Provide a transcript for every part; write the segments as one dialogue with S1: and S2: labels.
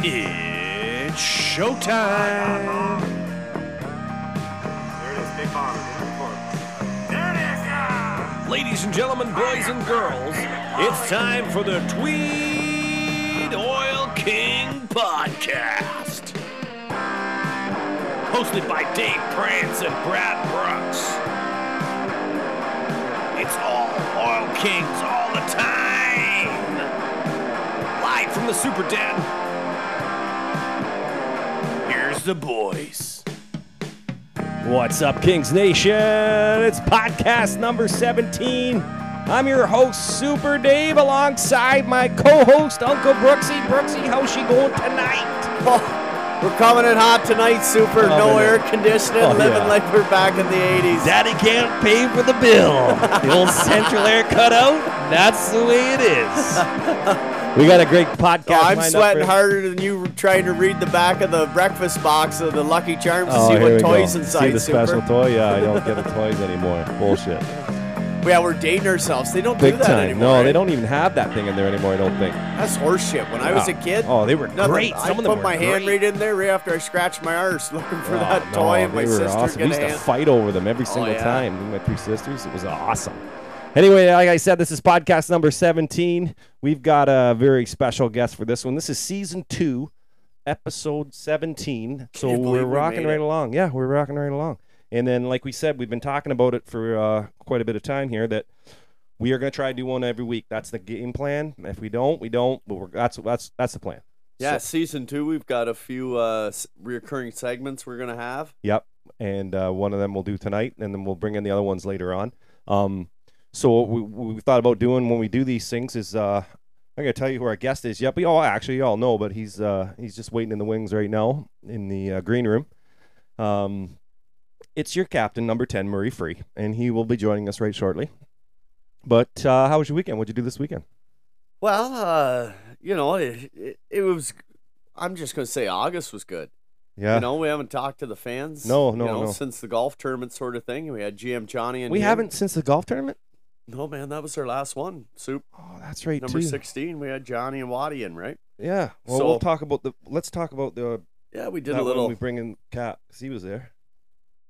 S1: It's showtime.
S2: There it is, big bomb.
S1: Ladies and gentlemen, boys and girls, it's time for the Tweed Oil King podcast. Hosted by Dave Prance and Brad Brooks. It's all Oil Kings all the time. Live from the Super Den. Here's the boys. What's up, Kings Nation? It's podcast number 17. I'm your host, Super Dave, alongside my co host, Uncle Brooksy. Brooksy, how's she going tonight?
S3: Oh, we're coming in hot tonight, super. no
S1: Coming in.
S3: air conditioning.
S1: Oh,
S3: living
S1: yeah.
S3: like we're back in the 80s.
S1: Daddy can't pay for the bill. The old central air cutout, that's the way it is. We got a great podcast.
S3: Oh, I'm
S1: lined up
S3: sweating
S1: for-
S3: harder than you trying to read the back of the breakfast box of the Lucky Charms to
S4: Oh,
S3: see
S4: here we
S3: what toys
S4: go.
S3: inside.
S4: See the
S3: super.
S4: special toy? Yeah, I don't get the toys anymore. Bullshit.
S3: Yeah, we're dating ourselves. They don't
S4: Big
S3: do that
S4: time.
S3: anymore.
S4: no,
S3: right?
S4: they don't even have that thing in there anymore. I don't think.
S3: That's horseshit. When I was a
S4: Yeah.
S3: kid,
S4: Oh, they were
S3: nothing.
S4: great.
S3: I
S4: Some of them
S3: put
S4: were
S3: my hand
S4: great.
S3: right in there right after I scratched my arse looking for
S4: Oh,
S3: that
S4: no,
S3: toy, and my
S4: they were
S3: sister
S4: awesome. We used
S3: gonna
S4: to
S3: hand-
S4: fight over them every single
S3: yeah.
S4: time. Me and my three sisters. It was awesome. Anyway, like I said, this is podcast number 17. We've got a very special guest for this one. This is season two, episode 17. So
S3: you believe
S4: we're
S3: we
S4: rocking
S3: made
S4: right
S3: it?
S4: along. Yeah, we're rocking right along. And then, like we said, we've been talking about it for uh, quite a bit of time here that we are going to try to do one every week. That's the game plan. If we don't, we don't. But we're, that's that's that's the plan.
S3: Yeah, season two, we've got a few uh, s- reoccurring segments we're gonna have.
S4: Yep. And uh, one of them we'll do tonight, and then we'll bring in the other ones later on. Um, so what we, we thought about doing when we do these things is uh, I'm gonna tell you who our guest is. Yep, we all actually all know, but he's uh, he's just waiting in the wings right now in the uh, green room. Um, it's your captain, number ten, Murray Free, and he will be joining us right shortly. But uh, how was your weekend? What'd you do this weekend?
S3: Well, uh, you know, it, it, it was. I'm just gonna say August was good.
S4: Yeah,
S3: You know, we haven't talked to the fans.
S4: No,
S3: you
S4: no,
S3: know,
S4: no.
S3: Since the golf tournament sort of thing, we had GM Johnny and
S4: we
S3: him.
S4: haven't since the golf tournament.
S3: No, man, that was our last one. Soup
S4: Oh, that's right.
S3: number
S4: too.
S3: sixteen. We had Johnny and Waddy in, right?
S4: Yeah. Well, we'll
S3: So-
S4: talk about the. Let's talk about the
S3: Yeah, we did
S4: that
S3: a
S4: one
S3: little.
S4: We bring in Cat 'cause he was there.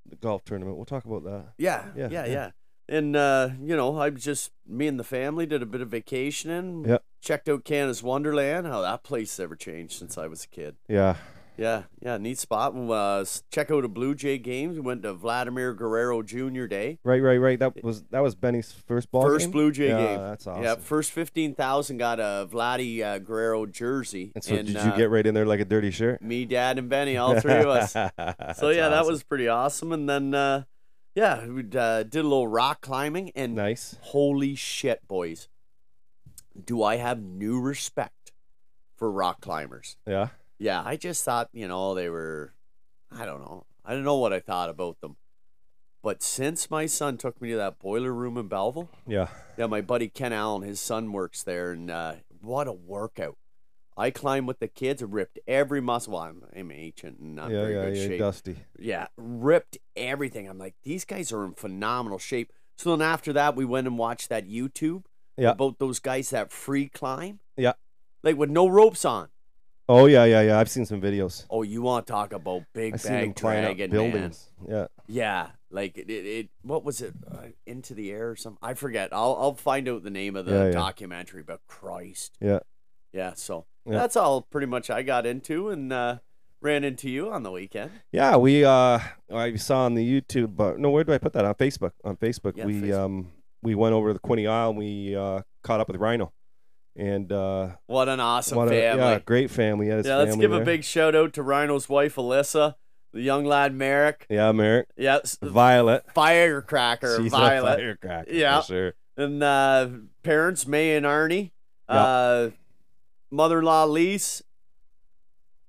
S4: The golf tournament. We'll talk about that.
S3: Yeah, yeah,
S4: Yeah,
S3: yeah,
S4: yeah.
S3: And uh, you know, I just me and the family did a bit of vacationing.
S4: Yep.
S3: Checked out Canada's Wonderland. How that place ever changed since I was a kid.
S4: Yeah.
S3: Yeah, yeah, neat spot. And, Uh, s- check out a Blue Jay games. We went to Vladimir Guerrero Jr. Day.
S4: Right. Right. Right. That was that was Benny's first ball.
S3: first
S4: game?
S3: Blue Jay
S4: yeah,
S3: game.
S4: That's awesome.
S3: Yeah, first fifteen thousand got a Vladdy uh, Guerrero jersey.
S4: And so, did you
S3: uh,
S4: get right in there like a dirty shirt?
S3: me, Dad, and Benny, all three of us?
S4: so
S3: so yeah, that was pretty awesome. And then uh, yeah, we uh, did a little rock climbing and
S4: nice.
S3: holy shit, boys! Do I have new respect for rock climbers?
S4: Yeah.
S3: Yeah, I just thought, you know, they were, I don't know. I don't know what I thought about them. But since my son took me to that boiler room in Belleville,
S4: Yeah.
S3: yeah, my buddy Ken Allen, his son works there, and uh, what a workout. I climbed with the kids, ripped every muscle. Well, I'm, I'm ancient and not
S4: yeah.
S3: very
S4: Yeah.
S3: good
S4: Yeah.
S3: shape.
S4: Dusty.
S3: Yeah, ripped everything. I'm like, these guys are in phenomenal shape. So then after that, we went and watched that YouTube
S4: Yeah.
S3: about those guys that free climb.
S4: Yeah.
S3: Like with no ropes on.
S4: Oh yeah. Yeah. Yeah. I've seen some videos.
S3: Oh, you want to talk about big
S4: I've seen them
S3: bag
S4: climbing up
S3: dragon, man?
S4: buildings. Yeah.
S3: Yeah, like it, it, it. What was it? Uh, Into the air or something? I forget. I'll I'll find out the name of the
S4: Yeah, yeah.
S3: documentary. But Christ,
S4: Yeah.
S3: yeah. So
S4: Yeah.
S3: that's all pretty much I got into and uh, ran into you on the weekend.
S4: Yeah, we uh I saw on the YouTube but no where do I put that? On Facebook. On Facebook.
S3: Yeah,
S4: we
S3: Facebook.
S4: um we went over to the Quinny Isle and we uh caught up with Rhino. And uh
S3: What an awesome
S4: what a-
S3: family!
S4: yeah, great family. Yeah, his
S3: Yeah, let's
S4: family
S3: give a
S4: there.
S3: big shout out to Rhino's wife Alyssa, the young lad Merrick.
S4: Yeah, Merrick.
S3: Yes,
S4: Violet.
S3: firecracker
S4: She's
S3: Violet,
S4: a firecracker.
S3: Yeah.
S4: For sure.
S3: and uh, parents May and Arnie,
S4: Yeah.
S3: uh, mother-in-law Lise,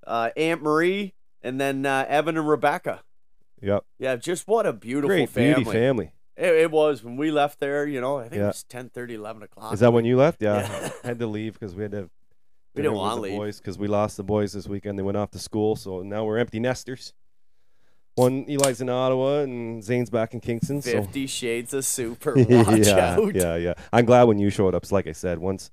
S3: uh, Aunt Marie, and then uh, Evan and Rebecca.
S4: Yep.
S3: Yeah, just what a beautiful
S4: great
S3: family.
S4: beauty family.
S3: It, it was when we left there. You know, I think it
S4: Yeah.
S3: was 10, 11 o'clock.
S4: Is that uh, when you left? Yeah.
S3: Yeah.
S4: I had to leave because we had to.
S3: We
S4: dinner
S3: didn't
S4: with
S3: wanna
S4: the
S3: leave.
S4: boys because we lost the boys this weekend. They went off to school, so now we're empty nesters. One Eli's in Ottawa and Zane's back in Kingston. So
S3: Fifty Shades of Super? Watch
S4: yeah,
S3: out!
S4: yeah, yeah. I'm glad when you showed up. 'cause Like I said, once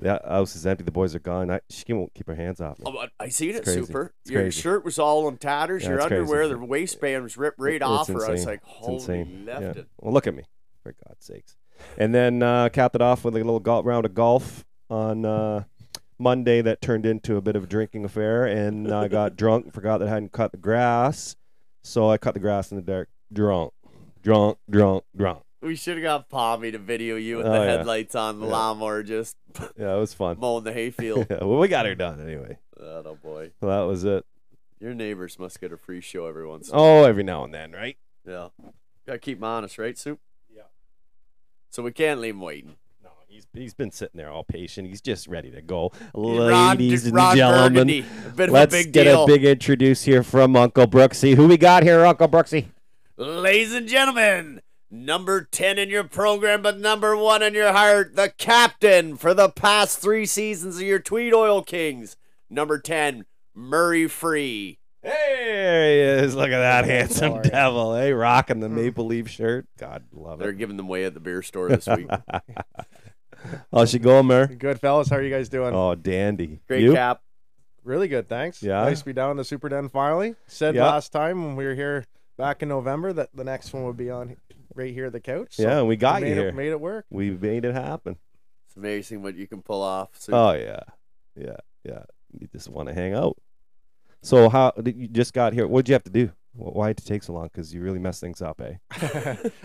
S4: The house is empty. The boys are gone. I, she won't keep her hands off me.
S3: Oh, but I seen it,
S4: It's crazy.
S3: Super.
S4: It's
S3: your
S4: crazy.
S3: shirt was all in tatters.
S4: Yeah,
S3: your
S4: it's crazy.
S3: underwear, the waistband was ripped right
S4: It's
S3: off her. I was
S4: insane.
S3: like,
S4: It's
S3: holy
S4: insane.
S3: left
S4: Yeah.
S3: it.
S4: Well, look at me, for God's sakes. And then uh, capped it off with a little golf round of golf on uh, Monday that turned into a bit of a drinking affair. And I got drunk, forgot that I hadn't cut the grass. So I cut the grass in the dark, drunk, drunk, drunk, drunk.
S3: We should have got Pommy to video you with
S4: Oh,
S3: the
S4: yeah.
S3: headlights on the
S4: Yeah.
S3: lawnmower just
S4: Yeah, it was fun.
S3: mowing the hayfield.
S4: Yeah, well, we got her done anyway.
S3: oh no, boy,
S4: So that was it.
S3: your neighbors must get a free show every once. in a
S4: Oh, every now and then, right?
S3: while. Yeah, gotta keep 'em honest, right, Soup?
S4: Yeah.
S3: So we can't leave 'em waiting.
S4: No, he's, he's been sitting there all patient. He's just ready to go.
S3: Ron-
S4: Ladies and
S3: Ron
S4: gentlemen,
S3: Burgundy, a bit of
S4: Let's
S3: a big
S4: get
S3: deal.
S4: a big introduce here from Uncle Brooksy. Who we got here, Uncle Brooksy?
S3: Ladies and gentlemen, number 10 in your program, but number one in your heart, the captain for the past three seasons of your Tweed Oil Kings. Number 10, Murray Free.
S4: There he is. Look at that handsome
S1: Sorry.
S4: devil. Hey, rocking the maple leaf shirt. God love
S3: They're
S4: it.
S3: giving them away at the beer store this week.
S4: Oh, she go, Mer.
S5: Good fellas, how are you guys doing?
S4: Oh, dandy.
S3: Great
S4: you?
S3: cap.
S5: Really good, thanks.
S4: Yeah.
S5: Nice to be down in the Super Den finally. Said
S4: Yeah.
S5: last time when we were here back in November that the next one would be on right here at the couch. so
S4: Yeah, and we got
S5: made
S4: you here.
S5: It, made it work.
S4: we made it happen.
S3: It's amazing what you can pull off. So
S4: Oh yeah, yeah, yeah. You just want to hang out. So how did you just got here? What'd you have to do? Wh- Why did it take so long? Because you really messed things up, eh?
S5: I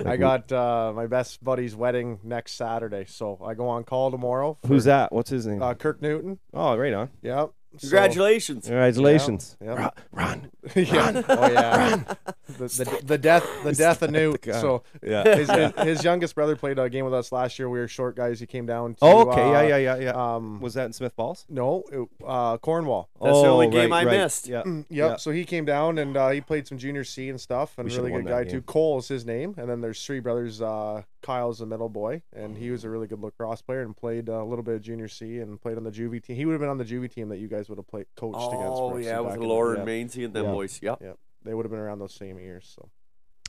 S4: who-
S5: got uh, my best buddy's wedding next Saturday, so I go on call tomorrow. for,
S4: Who's that? What's his name?
S5: Uh, Kirk Newton.
S4: oh, right on.
S5: Yep. so-
S3: Congratulations.
S4: Congratulations.
S5: yeah.
S4: Ru- Run.
S5: yeah. Oh yeah. The, the, the death the death of Newt.
S4: God.
S5: So
S4: Yeah.
S5: his, his, his youngest brother played a game with us last year. We were short guys. He came down. To,
S4: Oh, okay.
S5: uh,
S4: yeah, yeah, yeah, yeah.
S5: Um,
S4: was that in Smith Falls? Oh,
S5: No, it, uh, Cornwall.
S3: That's the only game I missed.
S4: Yeah.
S5: Mm, Yep.
S4: Yeah.
S5: So he came down and uh, he played some junior C and stuff, and
S4: We should've
S5: really
S4: won
S5: good
S4: that
S5: guy too.
S4: game.
S5: Cole is his name, and then there's three brothers. Uh, Kyle's the middle boy, and he was a really good lacrosse player and played uh, a little bit of junior C and played on the juvie team. He would have been on the juvie team that you guys would have played coached against.
S3: Oh,
S5: Brooks
S3: yeah,
S5: back
S3: with
S5: in the-
S3: Lauren
S5: yeah,
S3: Mainsey and them
S5: Yeah.
S3: boys. Yep.
S5: They would have been around those same years. So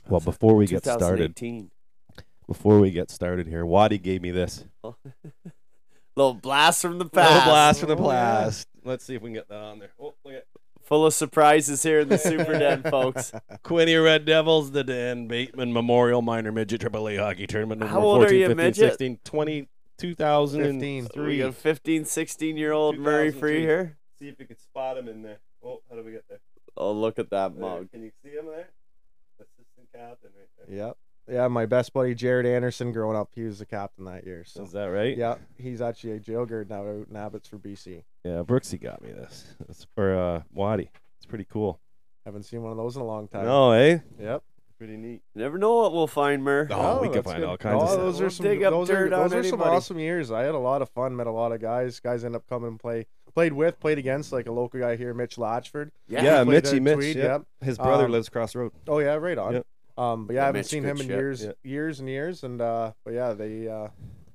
S4: Well, before we get started,
S3: 2018.
S4: before we get started here, Waddy gave me this.
S3: Little blast from the past.
S4: Little blast from the
S5: Oh, yeah.
S4: blast. Let's see if we can get that on there. Oh, look
S3: Full of surprises here in the Super Den, folks.
S4: at Quinny Red Devils, the Dan Bateman Memorial Minor Midget AAA Hockey Tournament.
S3: How
S4: November
S3: old are
S4: 14,
S3: you,
S4: 15,
S3: midget?
S4: 16, 20, 2003.
S5: fifteen.
S3: We got 15, 16 year old Murray
S4: 2003.
S3: Free here.
S4: See if you can spot him in there. Oh, how do we get there?
S3: Oh, look at that
S4: There.
S3: mug.
S4: Can you see him there? Assistant captain right there.
S5: Yep. Yeah, my best buddy Jared Anderson, growing up, he was the captain that year. So
S4: Is that right?
S5: yeah, he's actually a jailguard now out in Abbots for BC.
S4: Yeah, Brooksy got me this. It's for uh, Waddy. It's pretty cool.
S5: Haven't seen one of those in a long time.
S4: No, eh?
S5: Yep.
S4: Pretty neat.
S3: You never know what we'll find, Mur.
S4: Oh, we can
S5: that's
S4: find
S5: good.
S4: all kinds of
S5: Oh,
S4: stuff.
S5: Those
S3: We'll
S5: are some,
S3: dig up
S5: those are,
S3: dirt on
S5: those are some
S3: anybody.
S5: awesome years. I had a lot of fun, met a lot of guys. Guys end up coming and play, played with, played against, like a local guy here, Mitch Latchford.
S3: Yeah.
S4: Yeah,
S5: played
S4: Mitchy
S5: at
S4: Mitch.
S5: Tweed,
S4: yep. His brother
S5: Um,
S4: lives across the road.
S5: Oh yeah, right on.
S4: Yep.
S5: Um, but yeah,
S3: Yeah,
S5: I haven't
S3: Mitch,
S5: seen
S3: good
S5: him in
S3: shit.
S5: years,
S4: Yeah.
S5: years and years. And uh, but yeah, they uh,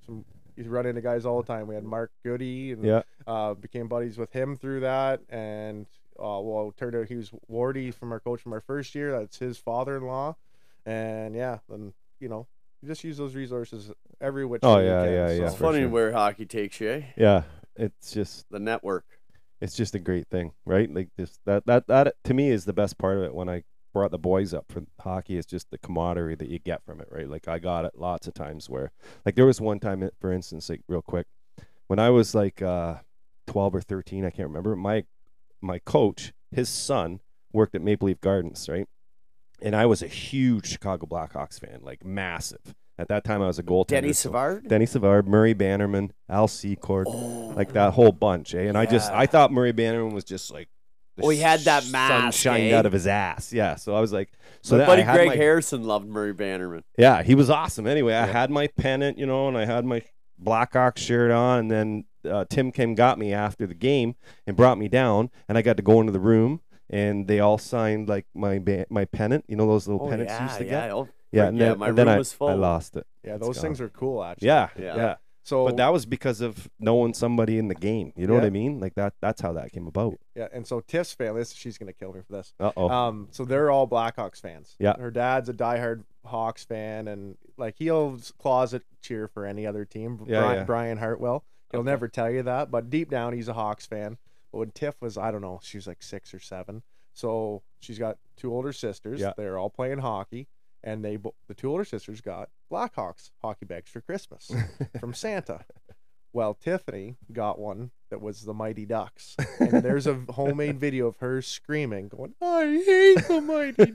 S5: some you run into guys all the time. We had Mark Goody and
S4: Yeah.
S5: uh, became buddies with him through that. And uh, well, it turned out he was Wardy from our coach from our first year. That's his father-in-law. And yeah, then you know, you just use those resources every which.
S4: Oh,
S5: way you
S4: yeah,
S5: can,
S4: yeah, yeah.
S3: It's
S5: so.
S4: for
S3: funny
S4: sure.
S3: where hockey takes you, eh?
S4: Yeah. It's just
S3: The network.
S4: it's just a great thing, right? Like this that that that to me is the best part of it when I brought the boys up for hockey is just the camaraderie that you get from it, right? Like I got it lots of times where like there was one time for instance, like real quick, when I was like uh 12 or 13, I can't remember, my my coach, his son worked at Maple Leaf Gardens, right? And I was a huge Chicago Blackhawks fan, like massive. At that time I was a goaltender.
S3: Denny
S4: so-
S3: Savard?
S4: Denny Savard, Murray Bannerman, Al Secord,
S3: Oh.
S4: like that whole bunch, eh? And I just
S3: Yeah.
S4: I thought Murray Bannerman was just like
S3: Oh, he had that
S4: sh- sun
S3: mask,
S4: shined
S3: eh?
S4: out of his ass. Yeah, so I was like, so
S3: My
S4: that
S3: buddy
S4: I had
S3: Greg
S4: my-
S3: Harrison loved Murray Bannerman.
S4: yeah, he was awesome. Anyway, I had my pennant, you know, and I had my Blackhawk shirt on, and then uh, Tim came got me after the game and brought me down, and I got to go into the room, and they all signed like my ba- my pennant, you know, those little pennants you used to
S3: Oh, yeah.
S4: get.
S3: oh,
S4: Yeah,
S3: right,
S4: and
S3: yeah,
S4: then,
S3: my
S4: and then
S3: room
S4: I,
S3: was full.
S4: I lost it.
S5: Yeah,
S4: It's
S5: those things
S4: gone.
S5: are cool actually.
S4: Yeah,
S3: Yeah.
S4: yeah.
S5: So
S4: But that was because of knowing somebody in the game. You know what
S5: Yeah.
S4: I mean? Like that. That's how that came about.
S5: yeah, and so Tiff's family. This, she's gonna kill me for this.
S4: Uh oh.
S5: Um, so they're all Blackhawks fans.
S4: Yeah.
S5: Her dad's a diehard Hawks fan, and like he'll closet cheer for any other team.
S4: Yeah,
S5: Brian,
S4: yeah.
S5: Brian Hartwell. He'll never tell you that, but deep down he's a Hawks fan. But when Tiff was, I don't know, she was like six or seven. So she's got two older sisters.
S4: Yeah.
S5: They're all playing hockey, and they bo- the two older sisters got Blackhawks hockey bags for Christmas from Santa. Well, Tiffany got one that was the Mighty Ducks, and there's a homemade video of her screaming, going, "I hate the Mighty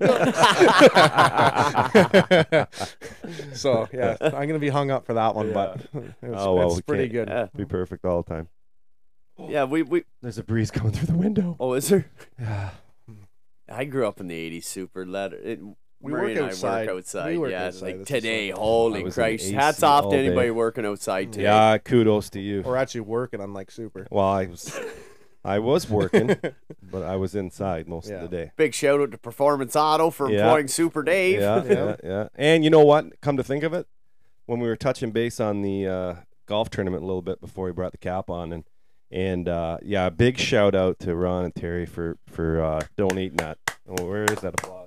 S4: Uh,
S5: Ducks." so yeah, I'm gonna be hung up for that one, but it's,
S4: Oh, well,
S5: it's
S4: we
S5: pretty
S4: can't-
S5: good.
S3: Yeah,
S4: Be perfect all the time.
S3: yeah, we we
S4: There's a breeze coming through the window.
S3: oh is there?
S4: Yeah.
S3: I grew up in the '80s, super letter. It,
S5: We
S3: Marie
S5: work
S3: and I
S5: outside.
S3: work outside.
S5: We work
S3: yeah,
S5: outside.
S3: like
S5: This is
S3: today.
S5: so-
S4: I
S3: Holy
S4: was in
S3: Christ!
S4: AC
S3: Hats off
S4: all
S3: to
S4: day.
S3: anybody working outside today.
S4: Yeah, kudos to you.
S5: We're actually working on like super.
S4: Well, I was, I was working, but I was inside most
S5: Yeah.
S4: of the day.
S3: Big shout out to Performance Auto for
S4: Yeah.
S3: employing Super Dave.
S4: Yeah,
S5: Yeah.
S4: yeah, yeah. And you know what? Come to think of it, when we were touching base on the uh, golf tournament a little bit before we brought the cap on, and and uh, yeah, big shout out to Ron and Terry for for uh, donating that. Oh, where is that applause?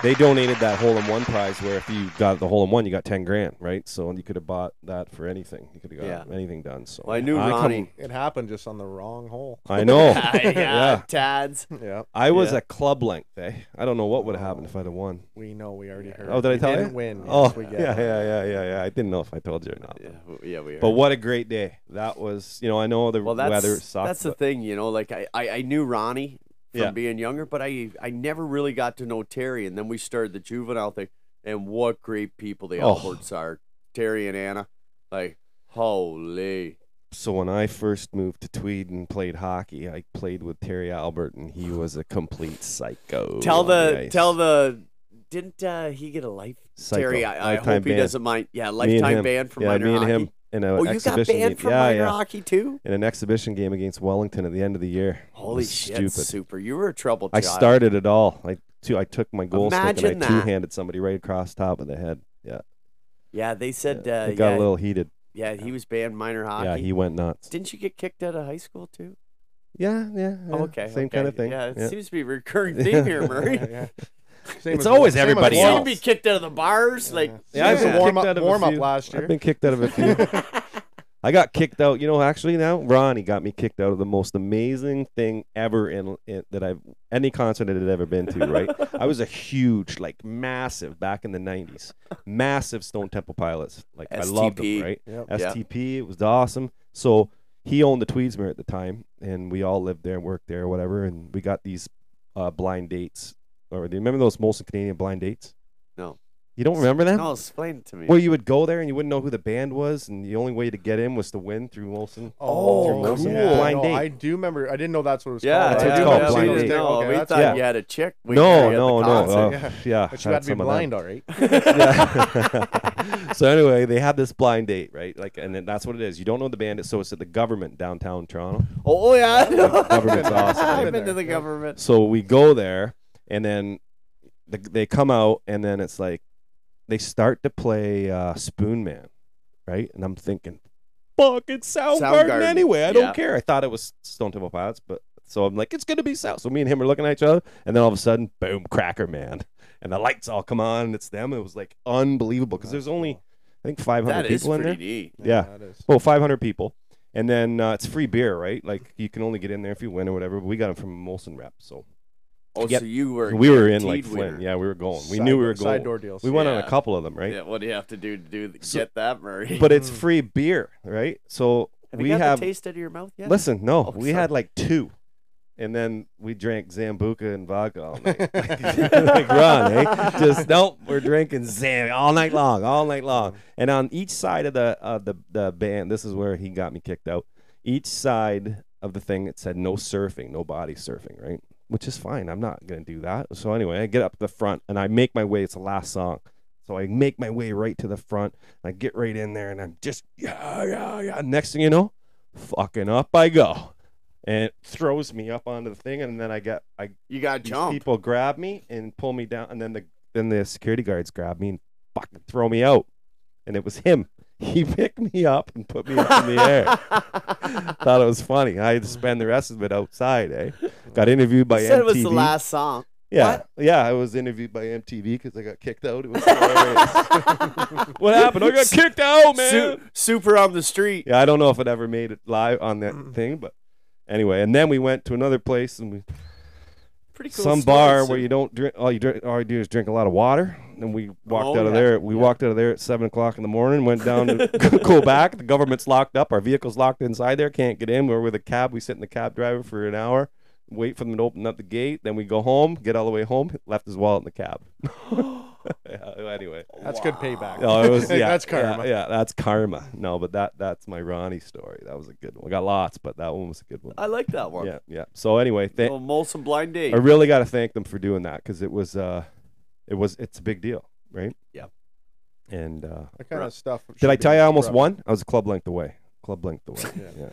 S4: They donated that hole in one prize where if you got the hole in one, you got ten grand, right? So you could have bought that for anything. You could have got anything done. So
S3: Well, I knew
S4: come-
S3: Ronnie.
S5: It happened just on the wrong hole.
S4: I know.
S3: yeah,
S4: Yeah.
S3: Tads.
S5: Yeah,
S4: I was
S3: Yeah.
S4: a club length. Eh? I don't know what would have happened if I'd have won.
S5: we know. We already heard.
S4: Oh, did I
S5: We
S4: tell
S5: didn't
S4: you?
S5: Win.
S4: Oh,
S5: Yes, we get
S4: yeah,
S5: it.
S4: yeah, yeah, yeah, yeah. I didn't know if I told you or not.
S3: Yeah, w- yeah, we are.
S4: But what a great day. That was, you know, I know the
S3: well, that's
S4: weather sucked.
S3: that's the
S4: but-
S3: thing, you know. Like I, I, I knew Ronnie from
S4: Yeah.
S3: being younger, but I, I never really got to know Terry. And then we started the juvenile thing, and what great people the
S4: Oh.
S3: Alberts are, Terry and Anna. Like, holy,
S4: so when I first moved to Tweed and played hockey, I played with Terry Albert, and he was a complete psycho.
S3: tell
S4: on
S3: the,
S4: ice.
S3: tell the. Didn't uh, he get a life?
S4: Psycho.
S3: Terry, I, I hope
S4: Lifetime
S3: he
S4: ban.
S3: doesn't mind. Yeah,
S4: Me and
S3: lifetime
S4: him.
S3: ban for
S4: yeah,
S3: minor
S4: me and
S3: hockey.
S4: him in a
S3: Oh, you got
S4: exhibition
S3: banned
S4: game.
S3: from
S4: yeah,
S3: minor
S4: yeah.
S3: hockey too.
S4: In an exhibition game against Wellington at the end of the year. It
S3: Holy
S4: was
S3: shit,
S4: Stupid.
S3: super! You were a trouble
S4: I
S3: child.
S4: started it all. I two, I took my goal stick
S3: Imagine
S4: and I
S3: that.
S4: two-handed somebody right across top of the head. Yeah,
S3: Yeah, they said.
S4: yeah.
S3: Uh,
S4: it got
S3: yeah,
S4: a little heated.
S3: yeah, he was banned minor hockey.
S4: Yeah, he went nuts.
S3: Didn't you get kicked out of high school too?
S4: Yeah, yeah. yeah.
S3: Oh, okay.
S4: Same
S3: okay.
S4: kind of thing.
S3: Yeah, it
S4: yeah.
S3: seems to be a recurring theme here, Murray.
S5: Yeah, yeah. Same
S4: It's
S5: as-
S4: always
S5: same as
S4: everybody
S3: you
S5: warm-
S3: seem to
S4: else.
S3: be kicked out of the bars. Like,
S4: Yeah, I've
S5: Same
S4: been
S5: as warm
S4: kicked out
S5: up,
S4: of a
S5: warm up
S4: few.
S5: last
S4: I've
S5: year.
S4: been kicked out of a few. I got kicked out. You know, actually now Ronnie got me kicked out of the most amazing thing ever in, in that I've any concert that I'd ever been to. Right? I was a huge, like, massive back in the '90s, massive Stone Temple Pilots. Like I loved them.
S3: STP.
S4: Right?
S5: Yep.
S3: Yeah.
S4: STP. It was awesome. So he owned the Tweedsmere at the time, and we all lived there and worked there, or whatever. And we got these uh, blind dates. Or do you remember those Molson Canadian blind dates?
S3: No.
S4: You don't remember them?
S3: no, explain it to me.
S4: Where you would go there and you wouldn't know who the band was, and the only way to get in was to win through Molson.
S5: Oh,
S4: Oh,
S5: cool.
S4: cool. Blind
S5: no,
S4: date.
S5: I do remember. I didn't know that's what it was
S3: yeah,
S5: called.
S4: That's
S5: I
S4: what it's
S5: do
S3: yeah,
S4: called,
S3: yeah,
S5: remember seeing
S4: blind
S5: this
S4: date.
S5: thing.
S3: No,
S5: Okay,
S3: we
S5: that's
S3: thought
S5: cool.
S4: yeah.
S3: you had a chick. We
S4: no,
S3: at
S4: no,
S3: the
S4: no.
S3: concert.
S4: Oh,
S5: Yeah.
S4: yeah,
S5: But you
S4: had
S5: had to be
S4: some of them.
S5: blind, all right.
S4: Yeah. so anyway, they had this blind date, right? Like, and then that's what it is. You don't know the band, so it's at the government downtown Toronto.
S3: Oh yeah,
S4: government's awesome.
S3: I've
S5: Been
S3: been to
S5: there,
S3: the
S5: yeah.
S3: government.
S4: So we go there, and then the, they come out, and then it's like they start to play uh, Spoon Man, right? And I'm thinking, fuck, it's Soundgarden,
S3: Soundgarden,
S4: anyway. I
S3: yeah.
S4: don't care. I thought it was Stone Temple Pilots, but so I'm like, it's gonna be Sound. So me and him are looking at each other, and then all of a sudden, boom, Cracker Man, and the lights all come on, and it's them. It was like unbelievable because there's only I think 500
S3: That is
S4: people in
S3: pretty
S4: there.
S3: neat.
S4: Yeah.
S5: that is.
S4: Well, 500 people. And then uh, it's free beer, right? Like you can only get in there if you win or whatever. But we got them from Molson Rep, so
S3: Oh,
S4: Yep.
S3: so you were
S4: we were in like
S3: guaranteed winner.
S4: Flynn. Yeah, we were going. We
S5: Side-
S4: knew we were
S5: Side
S4: going.
S5: door deals.
S4: We went on
S3: Yeah.
S4: a couple of them, right?
S3: Yeah, what do you have to do to do to
S4: So-
S3: get that, Murray?
S4: But it's free beer, right? So
S3: have
S4: we
S3: you Mm-hmm. got
S4: have.
S3: the taste out of your mouth yet?
S4: Listen, no,
S3: Oh,
S4: we
S3: sorry.
S4: had like two, and then we drank Zambuca and vodka all night. like Ron, eh? Just nope. We're drinking Zam all night long, all night long. And on each side of the of the the band, this is where he got me kicked out. Each side of the thing it said no surfing, no body surfing, right? Which is fine. I'm not gonna do that. So anyway, I get up to the front and I make my way. It's the last song. So I make my way right to the front. I get right in there and I'm just yeah, yeah, yeah. Next thing you know, fucking up I go. And it throws me up onto the thing and then I get I
S3: you got
S4: these
S3: jumped.
S4: people grab me and pull me down and then the then the security guards grab me and fucking throw me out. And it was him. He picked me up and put me up in the air. Thought it was funny. I had to spend the rest of it outside, eh? Got interviewed by
S3: You said
S4: MTV.
S3: it was the last song.
S4: Yeah,
S3: What?
S4: yeah. I was interviewed by MTV because I got kicked out. It was hilarious.
S1: What happened? I got kicked out, man.
S3: Su- super on the street.
S4: Oh, yeah, I don't know if it ever made it live on that
S3: Mm.
S4: thing, but anyway. And then we went to another place and we
S3: Pretty cool.
S4: some
S3: story,
S4: bar
S3: Su-
S4: where you don't drink. All you drink, all you do is drink a lot of water. And we walked
S3: Oh,
S4: out of
S3: yeah.
S4: there. We walked out of there at seven o'clock in the morning. Went down to Quebec. The government's locked up. Our vehicle's locked inside there. Can't get in. We're with a cab. We sit in the cab driver for an hour. Wait for them to open up the gate. Then we go home. Get all the way home. Left his wallet in the cab. yeah, anyway.
S5: That's good payback.
S4: No, it was yeah.
S5: that's
S4: yeah,
S5: karma.
S4: Yeah, that's karma. No, but that that's my Ronnie story. That was a good one. We got lots, but that one was a good one.
S3: I like that one.
S4: Yeah, yeah. So anyway, thank
S3: Oh, Molson Blind Date.
S4: I really got to thank them for doing that because it was, uh, it was, it's a big deal, right?
S3: Yeah.
S4: And uh,
S5: That kind of stuff.
S4: did I tell you I almost
S5: won?
S4: won? I was club length away. Club length away. yeah.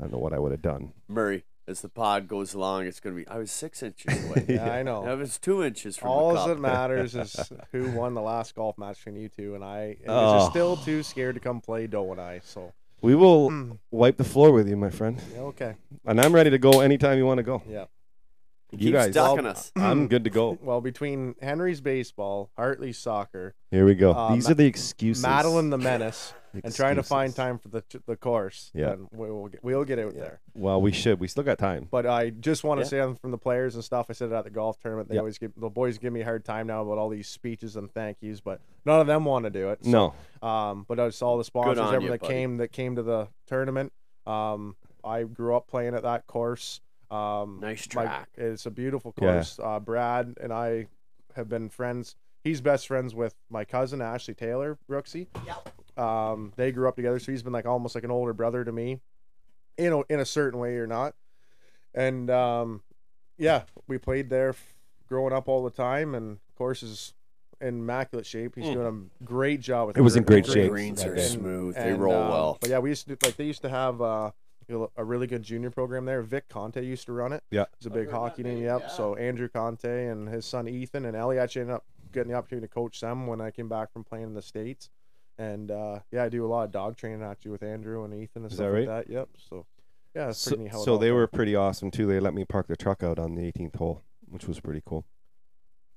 S4: I don't know what I would have done.
S3: Murray, as the pod goes along, it's going to be. I was six inches away.
S5: Yeah, I
S4: Oh.
S5: know.
S3: I was two inches from
S5: All
S3: the cup.
S5: that matters is who won the last golf match between you two, and I and
S4: Oh.
S5: are still too scared to come play Doe and I. So
S4: We will
S5: Mm.
S4: wipe the floor with you, my friend.
S5: yeah, okay,
S4: And I'm ready to go anytime you want to go.
S5: yeah.
S4: You
S3: keeps
S4: guys,
S3: ducking us.
S4: I'm good to go.
S5: Well, between Henry's baseball, Hartley's soccer,
S4: Here we go.
S5: Uh,
S4: These
S5: Ma-
S4: are the excuses.
S5: Madeline the Menace, and trying to find
S4: Excuses.
S5: time for the the course.
S4: Yeah.
S5: then we will get, we'll get out there.
S4: Well, we should. We still got time.
S5: But I just want to
S3: Yeah.
S5: say on- from the players and stuff. I said it at the golf tournament. They
S4: Yeah.
S5: always give the boys give me a hard time now about all these speeches and thank yous, but none of them want to do it. so
S4: No.
S5: Um, but I saw the sponsors,
S3: on
S5: everyone
S3: you,
S5: that
S3: buddy.
S5: came that came to the tournament. Um, I grew up playing at that course. Um,
S3: Nice
S5: my-
S3: track.
S5: it's a beautiful
S4: Yeah.
S5: course. Uh, Brad and I have been friends. He's best friends with my cousin Ashley Taylor Brooksy. Um, they grew up together, so he's been like almost like an older brother to me, in a, in a certain way or not. And um, yeah, we played there f- growing up all the time, and course is in immaculate shape. He's doing a great job with.
S4: It was in great
S5: greens.
S4: shape.
S3: Hmm. greens are
S4: Okay.
S3: smooth. they
S5: And,
S3: roll
S5: um,
S3: well.
S5: But yeah, we used to like they used to have uh, you know, a really good junior program there. Vic Conte used to run it.
S4: Yeah.
S5: he's a big hockey name. Yep. So Andrew Conte and his son Ethan and Ellie actually ended up getting the opportunity to coach them when I came back from playing in the states. And uh, yeah, I do a lot of dog training actually with Andrew and Ethan and
S4: Is
S5: stuff
S4: that
S5: like that. Yep. So yeah, it's
S4: So,
S5: pretty neat how it
S4: so
S5: all
S4: they
S5: goes.
S4: were pretty awesome too. They let me park their truck out on the 18th hole, which was pretty cool.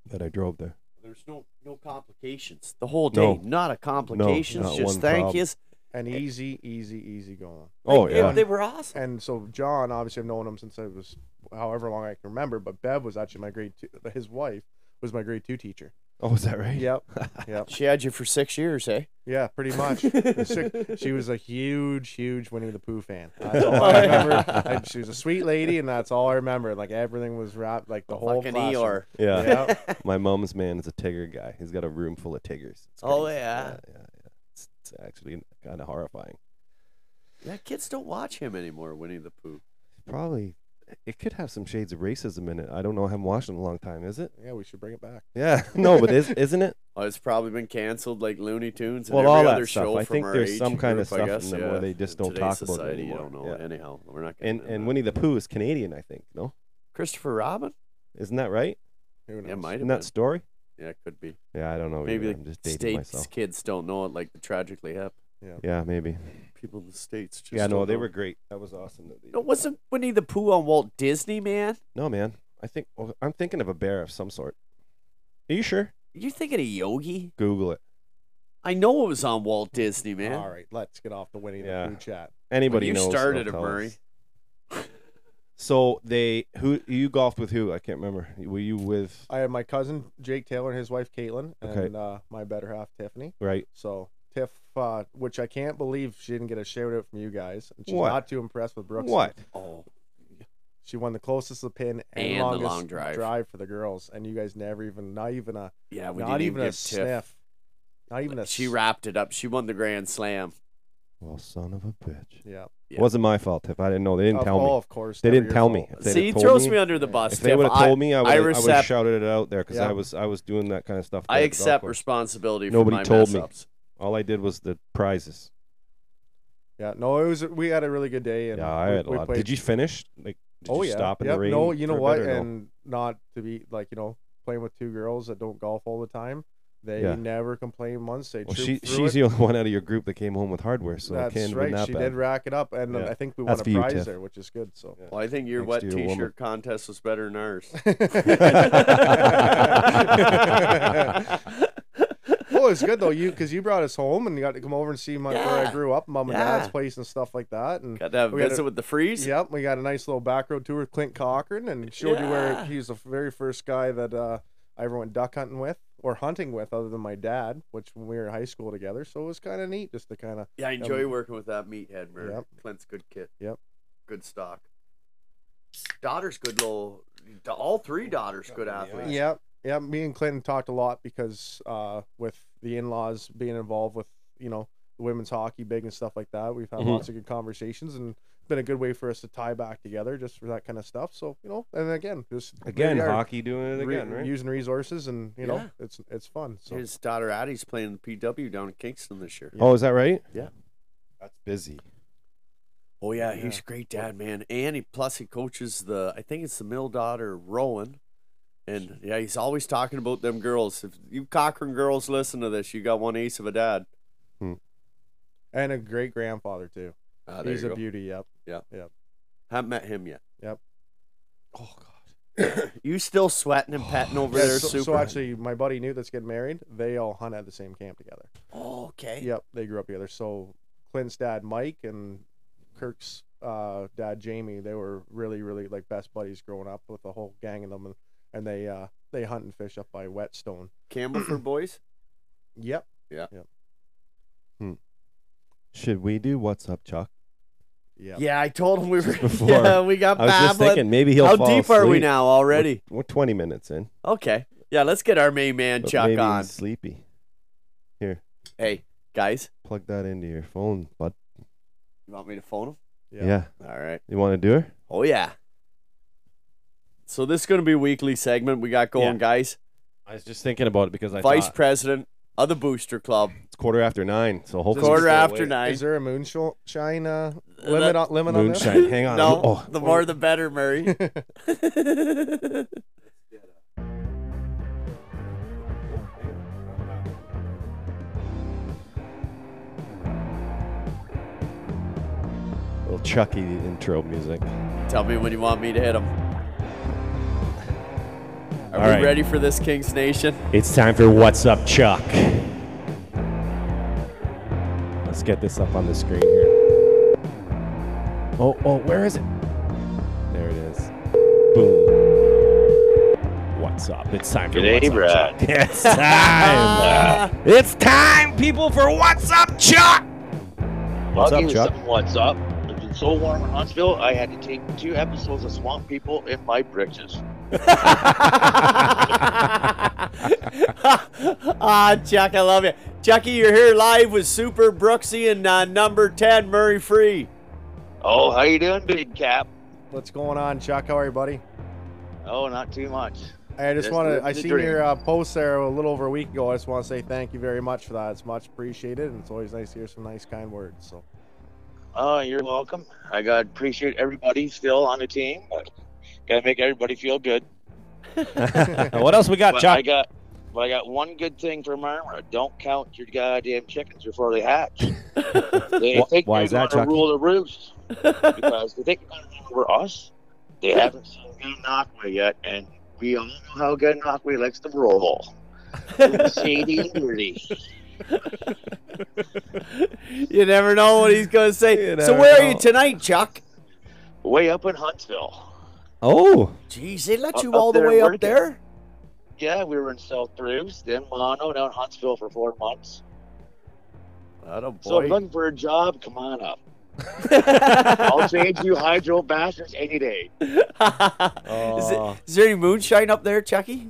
S4: That I drove there.
S3: There's no no complications. The whole
S4: No.
S3: day, not a complications.
S4: not
S3: just
S4: one
S3: thank
S4: problem.
S3: yous.
S5: and easy, easy, easy going.
S4: Oh
S3: They-
S4: yeah.
S3: they were awesome.
S5: and so John, obviously, I've known him since I was however long I can remember. But Bev was actually my grade two. His wife was my grade two teacher.
S4: Oh, is that right?
S5: Yep, yep,
S3: She had you for six years, eh?
S5: yeah, pretty much. she, she was a huge, huge Winnie the Pooh fan. That's all I remember. I- she was a sweet lady, and that's all I remember. Like everything was wrapped, like the whole
S3: Fucking
S4: E
S5: classroom.
S3: Eeyore.
S4: Yeah.
S5: Yeah,
S4: My mom's man is a tiger guy. He's got a room full of tigers. It's
S3: Oh,
S4: crazy.
S3: yeah.
S4: Yeah, yeah, yeah. It's, it's actually kind of horrifying.
S3: Yeah, kids don't watch him anymore, Winnie the Pooh.
S4: Probably. It could have some shades of racism in it. I don't know. I haven't watched it in a long time. Is it?
S5: yeah, we should bring it back.
S4: Yeah. No, but is, isn't it?
S3: Oh, it's probably been canceled like Looney Tunes and
S4: Well,
S3: every
S4: all
S3: other
S4: that stuff.
S3: show
S4: I
S3: from
S4: think
S3: our
S4: there's
S3: age
S4: some kind of
S3: group, I
S4: stuff
S3: guess,
S4: in there
S3: yeah.
S4: where they just
S3: In
S4: don't
S3: today's
S4: talk about it
S3: society, you
S4: anymore.
S3: don't know.
S4: Yeah.
S3: Anyhow, we're not getting
S4: And
S3: into
S4: and
S3: that.
S4: Winnie the Pooh is Canadian, I think. No,
S3: Christopher Robin?
S4: isn't that right?
S5: Who knows?
S3: Yeah, might have
S4: Isn't
S3: been.
S4: that story?
S3: Yeah, it could be.
S4: Oh, Yeah, I don't know.
S3: Maybe
S4: either.
S3: the
S4: I'm just dating
S3: states
S4: myself.
S3: kids don't know it like the tragically hip.
S4: Yeah, maybe.
S3: People in the states just
S4: Yeah, no,
S3: don't
S4: they
S3: know.
S4: were great. That was awesome. That they
S3: No,
S4: did that.
S3: wasn't Winnie the Pooh on Walt Disney, man?
S4: No, man. I think well, I'm thinking of a bear of some sort. Are you sure?
S3: You thinking of Yogi?
S4: Google it.
S3: I know it was on Walt Disney, man.
S5: All right, let's get off the Winnie the
S4: Yeah.
S5: Pooh chat.
S4: Anybody
S3: you
S4: knows? they'll
S3: started it,
S4: tell us.
S3: Murray.
S4: So they who you golfed with who? I can't remember. Were you with
S5: I have my cousin Jake Taylor and his wife Caitlin, and
S4: Okay.
S5: uh, my better half Tiffany.
S4: right?
S5: So Tiff, uh, which I can't believe she didn't get a shout out from you guys. And she's
S4: What?
S5: not too impressed with Brooks.
S4: What?
S3: Oh,
S5: She won the closest to the pin and,
S3: And the
S5: longest
S3: long drive.
S5: for the girls, and you guys never even, not even a,
S3: yeah, we
S5: not
S3: didn't
S5: even a
S3: give Tiff.
S5: sniff, not even a.
S3: She
S5: s-
S3: wrapped it up. She won the Grand Slam.
S4: Well, son of a bitch.
S5: Yeah.
S3: Yeah.
S4: Wasn't my fault, Tiff. I didn't know. They didn't
S5: Of-
S4: tell
S5: Oh,
S4: me.
S5: of course.
S4: They
S5: never
S4: didn't
S5: your
S4: tell
S5: fault.
S4: me. If they'd
S3: See, he
S4: have told
S3: throws
S4: me-
S3: me, under the bus.
S4: If they
S3: Tiff.
S4: would have
S3: I-
S4: told me, I would
S3: I
S4: have
S3: accept-
S4: shouted it out there because
S5: Yeah.
S4: I was I was doing that kind of stuff.
S3: I
S4: at the golf
S3: accept
S4: course.
S3: responsibility
S4: Nobody
S3: for my
S4: told me.
S3: mess-ups.
S4: All I did was the prizes.
S5: Yeah, no, it was. We had a really good day, and
S4: Yeah, I
S5: we-
S4: had a
S5: we
S4: lot.
S5: played-
S4: Did you finish? Like, did
S5: oh
S4: you
S5: yeah.
S4: stop in
S5: yep.
S4: the rain?
S5: No, you know
S4: for a
S5: what?
S4: bit or no?
S5: And not to be like you know playing with two girls that don't golf all the time. They
S4: Yeah.
S5: never complain once. They
S4: Well,
S5: troop
S4: she,
S5: through
S4: she's
S5: it.
S4: the only one out of your group that came home with hardware, so
S5: That's
S4: Canada
S5: right.
S4: not
S5: She
S4: bad.
S5: did rack it up, and uh,
S4: Yeah.
S5: I think we
S4: That's
S5: won
S4: for
S5: a
S4: you,
S5: prize
S4: Tiff.
S5: there, which is good. So
S3: Well, I think your
S4: Thanks
S3: wet
S4: to your
S3: T-shirt
S4: woman.
S3: contest was better than ours.
S5: well, it's good though, you because you brought us home and you got to come over and see my where
S3: Yeah.
S5: I grew up, mom and
S3: Yeah.
S5: dad's place and stuff like that. And
S3: Got to have
S5: We had
S3: visit
S5: a-
S3: with the freeze.
S5: yep, we got a nice little back road tour with Clint Cochran and showed you
S3: Yeah.
S5: where he was the very first guy that uh, I ever went duck hunting with or hunting with, other than my dad, which when we were in high school together. So it was kind of neat just to kind of
S3: Yeah, I enjoy
S5: Um,
S3: working with that meathead, man.
S5: yep.
S3: Clint's good kid.
S5: Yep.
S3: Good stock. Daughter's good little. All three daughters good athletes.
S5: Yeah, yeah. Me and Clinton talked a lot because uh, with the in-laws being involved with you know the women's hockey big and stuff like that, we've had
S4: Mhm.
S5: lots of good conversations and it's been a good way for us to tie back together just for that kind of stuff. So you know, and again, just there
S4: again,
S5: you are,
S4: hockey doing it
S5: re-
S4: again, right?
S5: Using resources and you know
S3: Yeah.
S5: it's it's fun. So
S3: His daughter Addie's playing the PW down in Kingston this year.
S4: Oh, is that right?
S3: Yeah.
S4: That's busy.
S3: Oh yeah, he's a great dad, man. And he plus he coaches the I think it's the middle daughter Rowan. And yeah, he's always talking about them girls. If you Cochrane girls listen to this, you got one ace of a dad.
S5: and a great grandfather too.
S3: Ah, there
S5: He's
S3: you
S5: a
S3: go.
S5: beauty. Yep.
S3: Haven't met him yet.
S5: Yep.
S3: Oh god. you still sweating
S4: Oh,
S3: and petting over
S5: Yeah,
S3: there,
S5: so,
S3: super.
S5: so actually, my buddy knew that's getting married. They all hunt at the same camp together.
S3: oh, okay.
S5: Yep, they grew up together. So Clint's dad Mike and Kirk's uh, dad Jamie, they were really, really like best buddies growing up with the whole gang of them, and, and they uh, they hunt and fish up by Whetstone.
S3: Campbellford boys.
S5: Yep.
S4: Should we do what's up, Chuck?
S5: Yep.
S3: Yeah, I told him we were
S4: before.
S3: yeah, we got
S4: I was just
S3: babbling.
S4: thinking maybe he'll
S3: How
S4: fall
S3: deep are we
S4: asleep.
S3: now
S4: We're-
S3: already?
S4: We're, 20 minutes in.
S3: Okay. Yeah, let's get our main man
S4: but
S3: Chuck
S4: maybe
S3: on.
S4: He's sleepy.
S3: Hey, guys.
S4: Plug that into your phone, bud.
S3: You want me to phone him?
S5: Yeah.
S4: yeah.
S3: All right.
S4: You want to do her?
S3: Oh yeah. So this is going to be a weekly segment we got going,
S4: Yeah.
S3: guys.
S4: I was just thinking about it because I
S3: Vice president of the Booster Club,
S4: it's quarter after nine, so hopefully
S3: quarter after nine.
S5: Is there a moonshine uh,
S3: Uh,
S5: limit
S3: that-
S5: on limit on
S4: moonshine. Hang on.
S3: no,
S4: Oh,
S3: the more the better, Murray.
S5: that?
S4: little Chucky intro music.
S3: Tell me when you want me to hit him. Are
S1: All
S3: we
S1: right.
S3: ready for this, Kings Nation?
S1: It's time for What's Up, Chuck. Let's get this up on the screen here. Oh, oh, where is it? There it is. Boom. What's up? It's time for
S6: G'day,
S1: What's Up, Chuck. It's time. it's time, people, for What's Up, Chuck. What's
S6: I'll
S1: up,
S6: give you
S1: Chuck?
S6: something What's up? It's been so warm in Huntsville, I had to take two episodes of Swamp People in my britches.
S3: ah, Chuck, I love you. Chucky, you're here live with Super Brooksy and uh, number 10, Murray Free.
S6: Oh, how you doing, Big Cap?
S5: What's going on, Chuck? How are you, buddy?
S6: Oh, not too much.
S5: Hey, I just
S6: Just
S5: want
S6: live
S5: to. I
S6: the
S5: seen
S6: dream.
S5: your uh, post there a little over a week ago. I just want to say thank you very much for that. It's much appreciated, and it's always nice to hear some nice, kind words. So
S6: Oh, you're welcome. I got appreciate everybody still on the team. But gotta make everybody feel good.
S1: what else we got,
S6: But
S1: Chuck?
S6: I got, but I got one good thing for Murmur. Don't count your goddamn chickens before they hatch. they
S4: Wh-
S6: think
S4: why
S6: they're
S4: is that,
S6: going
S4: Chucky?
S6: to rule the roost because they think they're going to rule over us. They haven't seen good Knockway yet, and we all know how good Knockway likes to roll. Shady and dirty.
S3: You never know what he's going to say.
S4: You
S3: So,
S4: never
S3: where are you
S4: know.
S3: tonight, Chuck?
S6: Way up in Huntsville.
S4: Oh,
S3: Jeez, they let
S6: Up-
S3: you
S6: up
S3: all the
S6: there
S3: way up
S6: working.
S3: there?
S6: Yeah, we were in South Bruce, then Mono, down Huntsville for four months. So if you're looking for a job, come on up. I'll trade you hydro bastards any day.
S3: is, it, is there any moonshine up there, Chucky?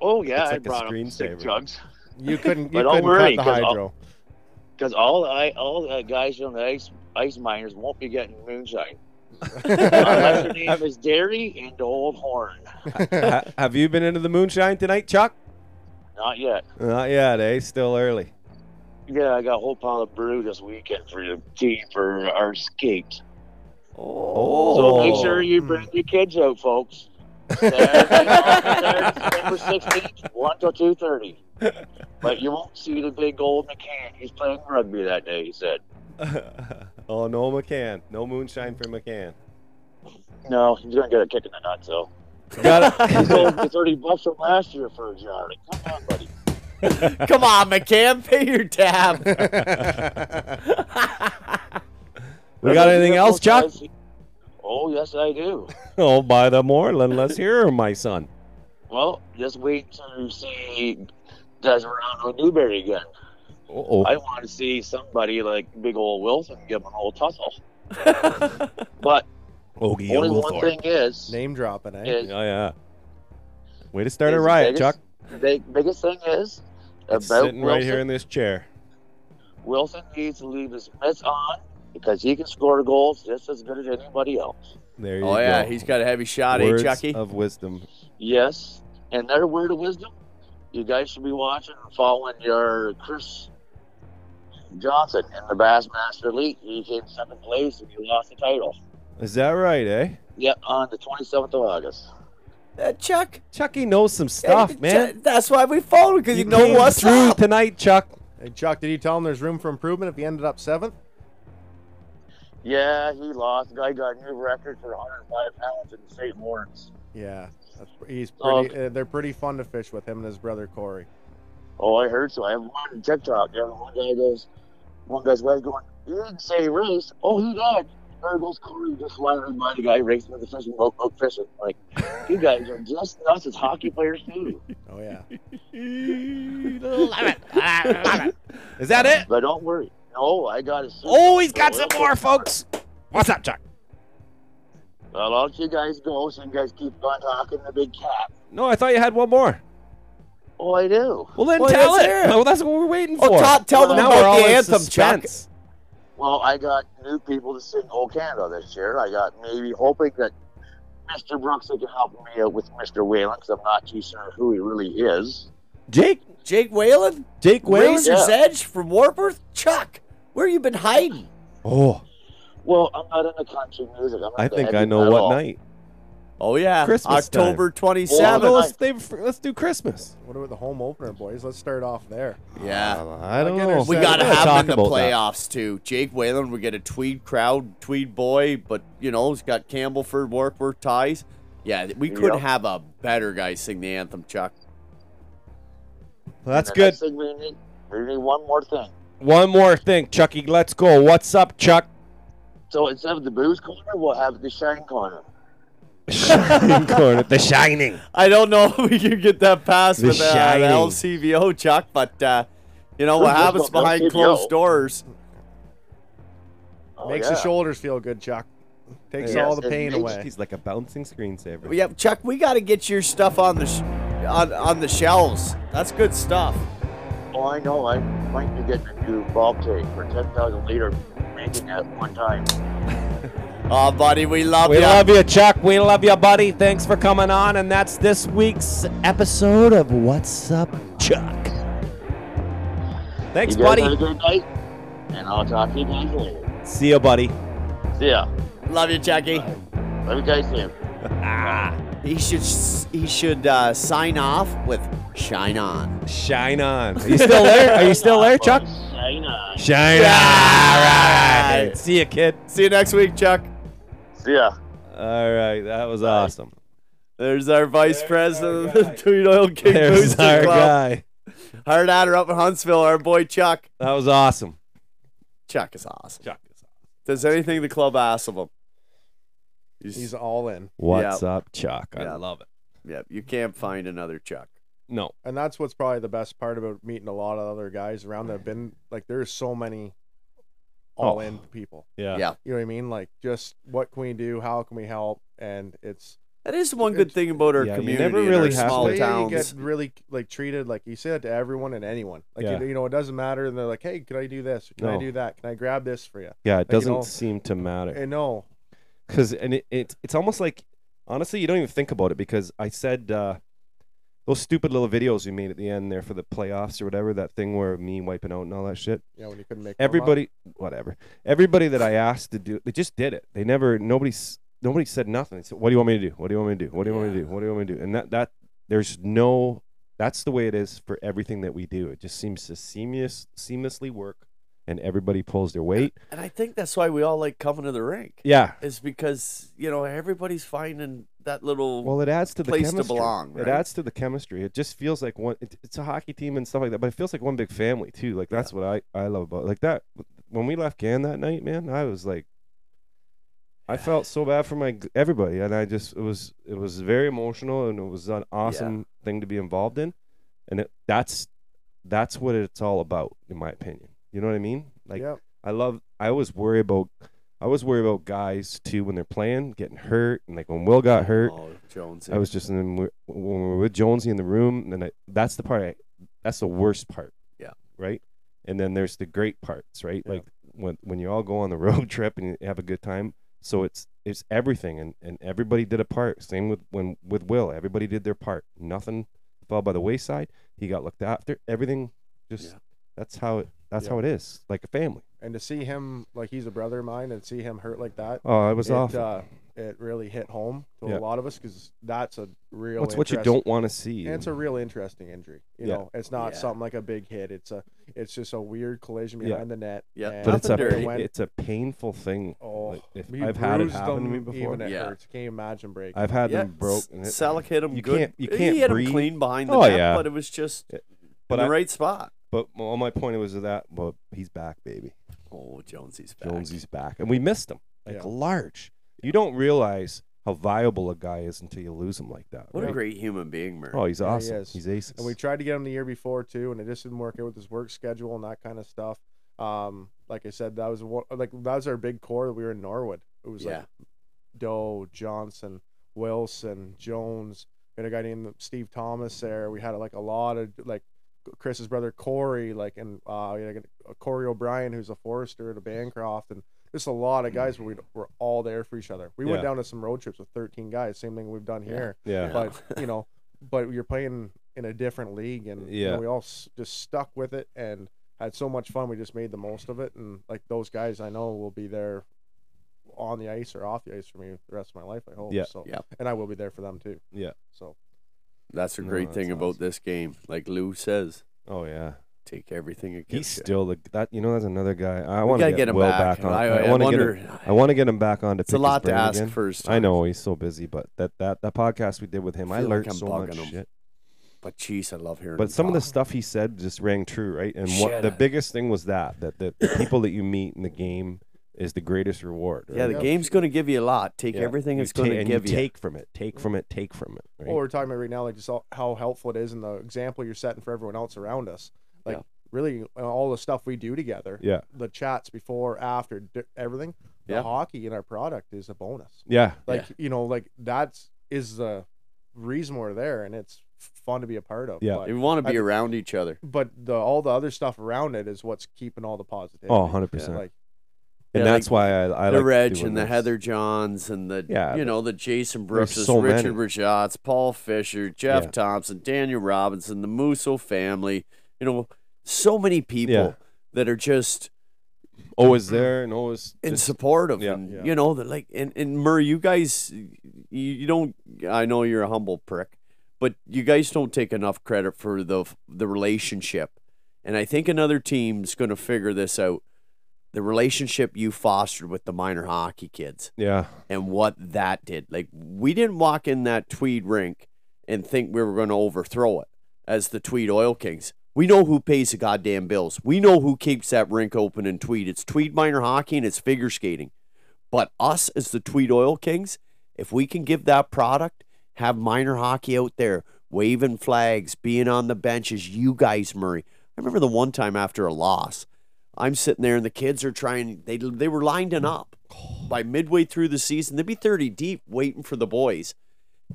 S6: Oh yeah,
S4: It's
S6: I
S4: like a
S6: brought up sick
S4: screensaver.
S6: drugs.
S5: you couldn't. You
S6: But don't
S5: couldn't
S6: worry,
S5: cut
S6: 'cause
S5: the
S6: I'll-
S5: hydro.
S6: Because all I all the guys from the ice ice miners won't be getting moonshine. Unless your name is Dairy and the Old Horn.
S4: Ha- have you been into the moonshine tonight, Chuck?
S6: Not yet.
S4: Not yet, eh? Still early.
S6: Yeah, I got a whole pile of brew this weekend for the team for our skate.
S4: Oh,
S6: So make sure you bring your kids out, folks. Saturday, Saturday, December sixteenth, one till two thirty. but you won't see the big old McCann. He's playing rugby that day, he said.
S4: oh, no McCann. No moonshine for McCann.
S6: No, he's going to get a kick in the nuts, though.
S4: Got
S6: He sold for 30 bucks from last year for a jar. Like, Come on, buddy.
S3: Come on, McCann, pay your tab.
S4: We got anything else, Chuck?
S6: Oh, yes, I do.
S4: Oh, by the moorland, let's hear her, my son.
S6: Well, just wait to see Desirado Newberry again.
S4: Uh-oh.
S6: I want to see somebody like big old Wilson give him an old tussle. but
S4: Ogie
S6: only one
S4: Oglethorpe.
S6: thing is,
S5: Name dropping, eh?
S6: is
S4: Oh, yeah. Way to start a
S6: is
S4: riot,
S6: biggest,
S4: Chuck.
S6: The biggest thing is about
S4: It's sitting
S6: Wilson.
S4: right here in this chair.
S6: Wilson needs to leave his mitts on because he can score goals just as good as anybody else.
S4: There you go.
S3: oh, yeah, he's got a heavy shot,
S4: Words
S3: eh, Chucky?
S4: of wisdom.
S6: Yes. And another word of wisdom, you guys should be watching and following your Chris Johnson in the Bassmaster League. He came second place and he lost the title.
S4: Is that right, eh?
S6: Yep, on the 27th of August.
S3: Uh, Chuck?
S4: Chucky knows some stuff,
S3: Hey, Chuck,
S4: man.
S3: That's why we followed because you, know
S4: came
S3: what's
S4: through
S3: up.
S4: tonight, Chuck.
S5: Hey, Chuck, did you tell him there's room for improvement if he ended up seventh?
S6: Yeah, he lost. Guy got a new record for 105 pounds in St. Lawrence.
S5: Yeah, that's, he's
S6: Oh,
S5: pretty. Uh, they're pretty fun to fish with him and his brother Corey.
S6: Oh, I heard so. I have one TikTok. There, one guy goes, one guy's wife going, "You didn't say race." Oh, he did. There goes Corey just flying by the guy racing with the fishing boat, boat fishing. Like, you guys are just nuts as hockey players too.
S5: Oh yeah,
S4: Is that it?
S6: But don't worry. No, I got a.
S4: Oh, he's got some more, folks. What's up, Chuck?
S6: Well, I'll let you guys go. So you guys keep on talking the big cat.
S4: No, I thought you had one more.
S6: Oh, I do.
S4: Well, then
S3: Well,
S4: tell
S3: let's
S4: it.
S3: hear it.
S4: Well, that's what we're waiting for.
S3: Oh, ta- tell them
S4: now we're
S3: about
S4: all
S3: the
S4: in
S3: anthem, Chuck.
S4: suspense.
S6: Well, I got new people to sing Old Canada this year. I got maybe hoping that Mr. Brooks can help me out with Mr. Whalen because I'm not too sure who he really is.
S4: Jake,
S3: Jake Whalen?
S4: Jake Whalen.
S3: Razor's
S6: Yeah.
S3: Edge from Warpers? Chuck, where you been hiding?
S4: Oh,
S6: Well, I'm not into country music. I'm
S4: I
S6: into
S4: think
S6: heavy
S4: I know what
S6: metal.
S4: night.
S3: Oh, yeah.
S4: Christmas time.
S3: October
S4: Oh,
S3: 27th.
S6: Well,
S4: let's, they've- let's do Christmas.
S5: what about the home opener, boys? Let's start off there.
S3: yeah.
S4: I don't
S5: get
S4: know.
S5: it.
S3: We
S5: Yeah,
S3: got
S4: gotta
S3: to
S5: we
S3: have
S4: talk
S3: him in the
S4: about that.
S3: playoffs, too. Jake Whalen, we get a Tweed crowd, Tweed boy, but, you know, he's got Campbellford, Warkworth ties. Yeah, we couldn't
S6: Yep.
S3: have a better guy sing the anthem, Chuck.
S4: Well, that's
S6: And
S4: good.
S6: next thing we need, we need one more thing.
S4: One more thing, Chucky. Let's go. What's up, Chuck?
S6: So instead of the booze corner, we'll have the shine corner.
S4: Shining corner. The Shining.
S3: I don't know if we can get that past
S4: The
S3: with uh,
S4: Shining.
S3: the LCVO, Chuck, but uh, you know what
S6: Who's
S3: happens
S6: this one?
S3: behind
S6: LCVO?
S3: closed doors.
S6: Oh,
S5: Makes
S6: yeah.
S5: the shoulders feel good, Chuck. Takes
S6: Yes,
S5: all the
S6: it
S5: pain
S6: makes-
S5: away.
S4: He's like a bouncing screensaver.
S3: Yeah, Chuck, we got to get your stuff on the sh- on on the shelves. That's good stuff.
S6: Oh, I know. I might be getting a new ball cake for 10,000 liter making at one time.
S3: Oh, buddy, we love
S4: We
S3: you.
S4: love you, Chuck. We love you, buddy. Thanks for coming on. And that's this week's episode of What's Up, Chuck. Thanks,
S6: you guys
S4: buddy.
S6: have a good night, and I'll talk to you guys later.
S4: See ya, buddy.
S6: See ya.
S3: love you, Chucky.
S6: Love you guys soon.
S3: He should s- he should uh, sign off with "Shine On."
S4: Shine on. Are you still there? Are you still there, Chuck?
S6: Shine on.
S4: Shine on. All right. See ya, kid.
S3: See you next week, Chuck.
S6: See ya.
S4: All right. That was awesome.
S3: There's our vice president of the Tweed Oil King
S4: There's
S3: Booster
S4: our
S3: Club.
S4: guy.
S3: Hard Adder up in Huntsville. Our boy Chuck.
S4: That was awesome.
S3: Chuck is awesome.
S4: Chuck
S3: is awesome. Does anything the club asks of him? He's-
S5: He's all in,
S4: What's up, Chuck? I
S3: Yeah.
S4: love it.
S3: yeah, you can't find another Chuck.
S4: No.
S5: and that's what's probably the best part about meeting a lot of other guys around that have been like. There's so many all in
S4: Oh.
S5: people.
S4: Yeah.
S3: Yeah.
S5: You know what I mean? Like, just what can we do? How can we help? And it's
S3: That is one good thing about our
S4: Yeah, you
S3: community.
S4: never
S3: and
S4: really
S3: our
S4: have
S3: small
S4: to.
S5: way
S3: towns.
S5: you get really like treated like you said to everyone and anyone. Like
S4: Yeah.
S5: you, you know, it doesn't matter. And they're like, hey, can I do this? Can I
S4: No.
S5: do that? Can I grab this for you?
S4: Yeah, it
S5: you
S4: doesn't
S5: know-
S4: seem to matter.
S5: And no,
S4: because and it, it it's almost like honestly you don't even think about it because I said uh, those stupid little videos we made at the end there for the playoffs or whatever that thing where me wiping out and all that shit.
S5: yeah, when you couldn't make one up.
S4: Everybody, whatever. Everybody that I asked to do, they just did it. They never nobody's nobody said nothing. They said, "What do you want me to do? What do you want me to do? What do you want me to do? What do you want me to do?" And that that there's no That's the way it is for everything that we do. It just seems to seamless, seamlessly work, and everybody pulls their weight.
S3: And I think that's why we all like coming to the rink.
S4: Yeah.
S3: Is because, you know, everybody's finding that little
S4: Well, it adds to the
S3: place
S4: chemistry.
S3: to belong. Right?
S4: It adds to the chemistry. It just feels like one. It, it's a hockey team and stuff like that, but it feels like one big family too. Like that's what I I love about like that. When we left Gan that night, man, I was like, I felt so bad for my everybody, and I just it was it was very emotional, and it was an awesome thing to be involved in, and it, that's that's what it's all about, in my opinion. You know what I mean? Like
S5: yeah.
S4: I love. I always worry about. I always worry about guys too when they're playing, getting hurt, and like when Will got hurt,
S3: Oh, Jones.
S4: I was just in when we were with Jonesy in the room, and I, that's the part. I, that's the worst part.
S3: Yeah.
S4: Right. And then there's the great parts, right?
S5: Yeah.
S4: Like when when you all go on the road trip and you have a good time. So it's it's everything, and and everybody did a part. Same with when with Will, everybody did their part. Nothing fell by the wayside. He got looked after. Everything just
S3: Yeah.
S4: that's how it that's
S5: Yeah.
S4: how it is, like a family.
S5: And to see him like he's a brother of mine, and see him hurt like that,
S4: Oh, it was
S5: it,
S4: awful.
S5: Uh, it really hit home to
S4: Yeah.
S5: a lot of us because that's a real.
S4: What's what you
S5: interest-
S4: don't want to see.
S5: And it's a real interesting injury. You
S4: Yeah.
S5: know, it's not
S3: Yeah.
S5: something like a big hit. It's a, it's just a weird collision
S4: Yeah.
S5: behind the net.
S3: Yeah.
S5: and
S4: but it's a
S3: Nothing dirty.
S5: went-
S4: it's a painful thing.
S5: oh,
S4: like, if
S5: me
S4: I've had it
S5: bruised
S4: happen to me
S5: them,
S4: before.
S5: Even it
S3: Yeah.
S5: hurts. Can you imagine break?
S4: I've had
S3: yeah,
S4: them broke. and it-
S3: Salak hit him
S4: You
S3: good.
S4: can't- you can't
S3: He hit
S4: breathe.
S3: him clean behind the
S4: Oh,
S3: net,
S4: yeah.
S3: but it was just
S4: but
S3: in
S4: I,
S3: the right spot.
S4: but all my point was that. But he's back, baby.
S3: Oh, Jonesy's back.
S4: Jonesy's back, and we missed him like
S5: Yeah.
S4: large. You don't realize how viable a guy is until you lose him like that.
S3: What a
S4: right?
S3: great human being, Murray.
S4: Oh, he's
S5: Yeah, he
S4: awesome.
S5: is.
S4: he's aces.
S5: And we tried to get him the year before too, and it just didn't work out with his work schedule and that kind of stuff. Um, like I said, that was one, like that was our big core that we were in Norwood. It was
S3: yeah.
S5: like Doe, Johnson, Wilson, Jones. We had a guy named Steve Thomas there. We had like a lot of like Chris's brother Corey, like and uh, we had a, Corey O'Brien who's a forester at a Bancroft, and just a lot of guys where we were all there for each other. We
S4: Yeah.
S5: went down to some road trips with 13 guys. Same thing we've done
S3: Yeah.
S5: here
S4: yeah.
S5: but you know, but you're playing in a different league, and you know,
S4: Yeah.
S5: we all s- just stuck with it and had so much fun. We just made the most of it, and like those guys, I know will be there on the ice or off the ice for me the rest of my life. I hope.
S4: Yeah.
S5: So,
S3: Yeah.
S5: and I will be there for them too.
S4: Yeah.
S5: So
S3: That's the
S4: No,
S3: great
S4: that's
S3: thing about
S4: awesome.
S3: this game. Like Lou says,
S4: Oh yeah.
S3: take everything it
S4: He's
S3: gives you.
S4: still the that. You know, that's another guy. I
S3: We
S4: want to
S3: gotta
S4: get,
S3: him
S4: Will
S3: back.
S4: back, on.
S3: I,
S4: I,
S3: I
S4: want to get.
S3: wonder.
S4: Him, I want to get him back on to.
S3: it's a
S4: pick his
S3: lot to
S4: brain
S3: ask
S4: again.
S3: first.
S4: I know he's so busy, but that that that podcast we did with him, I,
S3: Feel like
S4: learned
S3: I'm
S4: so much
S3: bugging him.
S4: shit.
S3: but jeez, I love hearing. him
S4: But some of the
S3: talk.
S4: stuff he said just rang true, right? And
S3: Shit.
S4: what the biggest thing was that that the, the people that you meet in the game is the greatest reward.
S3: yeah, the
S4: right?
S3: game's going to give you a lot. Take
S4: Yeah.
S3: everything
S4: You
S3: it's going
S4: ta-
S3: to
S4: and
S3: give
S4: you.
S3: you.
S4: Take from it, take from it, take from it.
S5: what
S4: Right?
S5: we're talking about right now, like just all, how helpful it is, and the example you're setting for everyone else around us, like.
S3: Yeah.
S5: Really, uh, all the stuff we do together,
S4: Yeah,
S5: the chats before, after, di- everything, the
S3: Yeah.
S5: hockey in our product is a bonus.
S4: yeah,
S5: like you know like that's is the reason we're there and it's fun to be a part of
S4: Yeah.
S5: but,
S3: You want to be
S5: I-
S3: around each other.
S5: but the all the other stuff around it is what's keeping all the positivity
S4: oh, 100 percent.
S5: like
S4: And
S3: Yeah,
S4: that's
S3: like,
S4: why I, I
S3: the
S4: like
S3: Reg
S4: doing
S3: and the
S4: this.
S3: Heather Johns and the
S4: Yeah,
S3: you
S4: but
S3: know the Jason Brooks,
S4: so
S3: Richard
S4: many.
S3: Rajats, Paul Fisher, Jeff
S4: Yeah.
S3: Thompson, Daniel Robinson, the Musso family. You know, so many people that are just
S4: Always
S3: Mm-hmm.
S4: there and always.
S3: and
S4: just-
S3: supportive
S4: yeah.
S3: and
S5: Yeah.
S3: you know that like and, and murray you guys you, you don't i know you're a humble prick but you guys don't take enough credit for the the relationship and i think another team's going to figure this out the relationship you fostered with the minor hockey kids
S4: yeah,
S3: and what that did like we didn't walk in that tweed rink and think we were going to overthrow it as the tweed oil kings we know who pays the goddamn bills. We know who keeps that rink open in Tweed. It's Tweed minor hockey and it's figure skating. But us as the Tweed Oil Kings, if we can give that product, have minor hockey out there, waving flags, being on the benches, you guys, Murray. I remember the one time after a loss, I'm sitting there and the kids are trying, they, they were lining up by midway through the season. They'd be 30 deep waiting for the boys.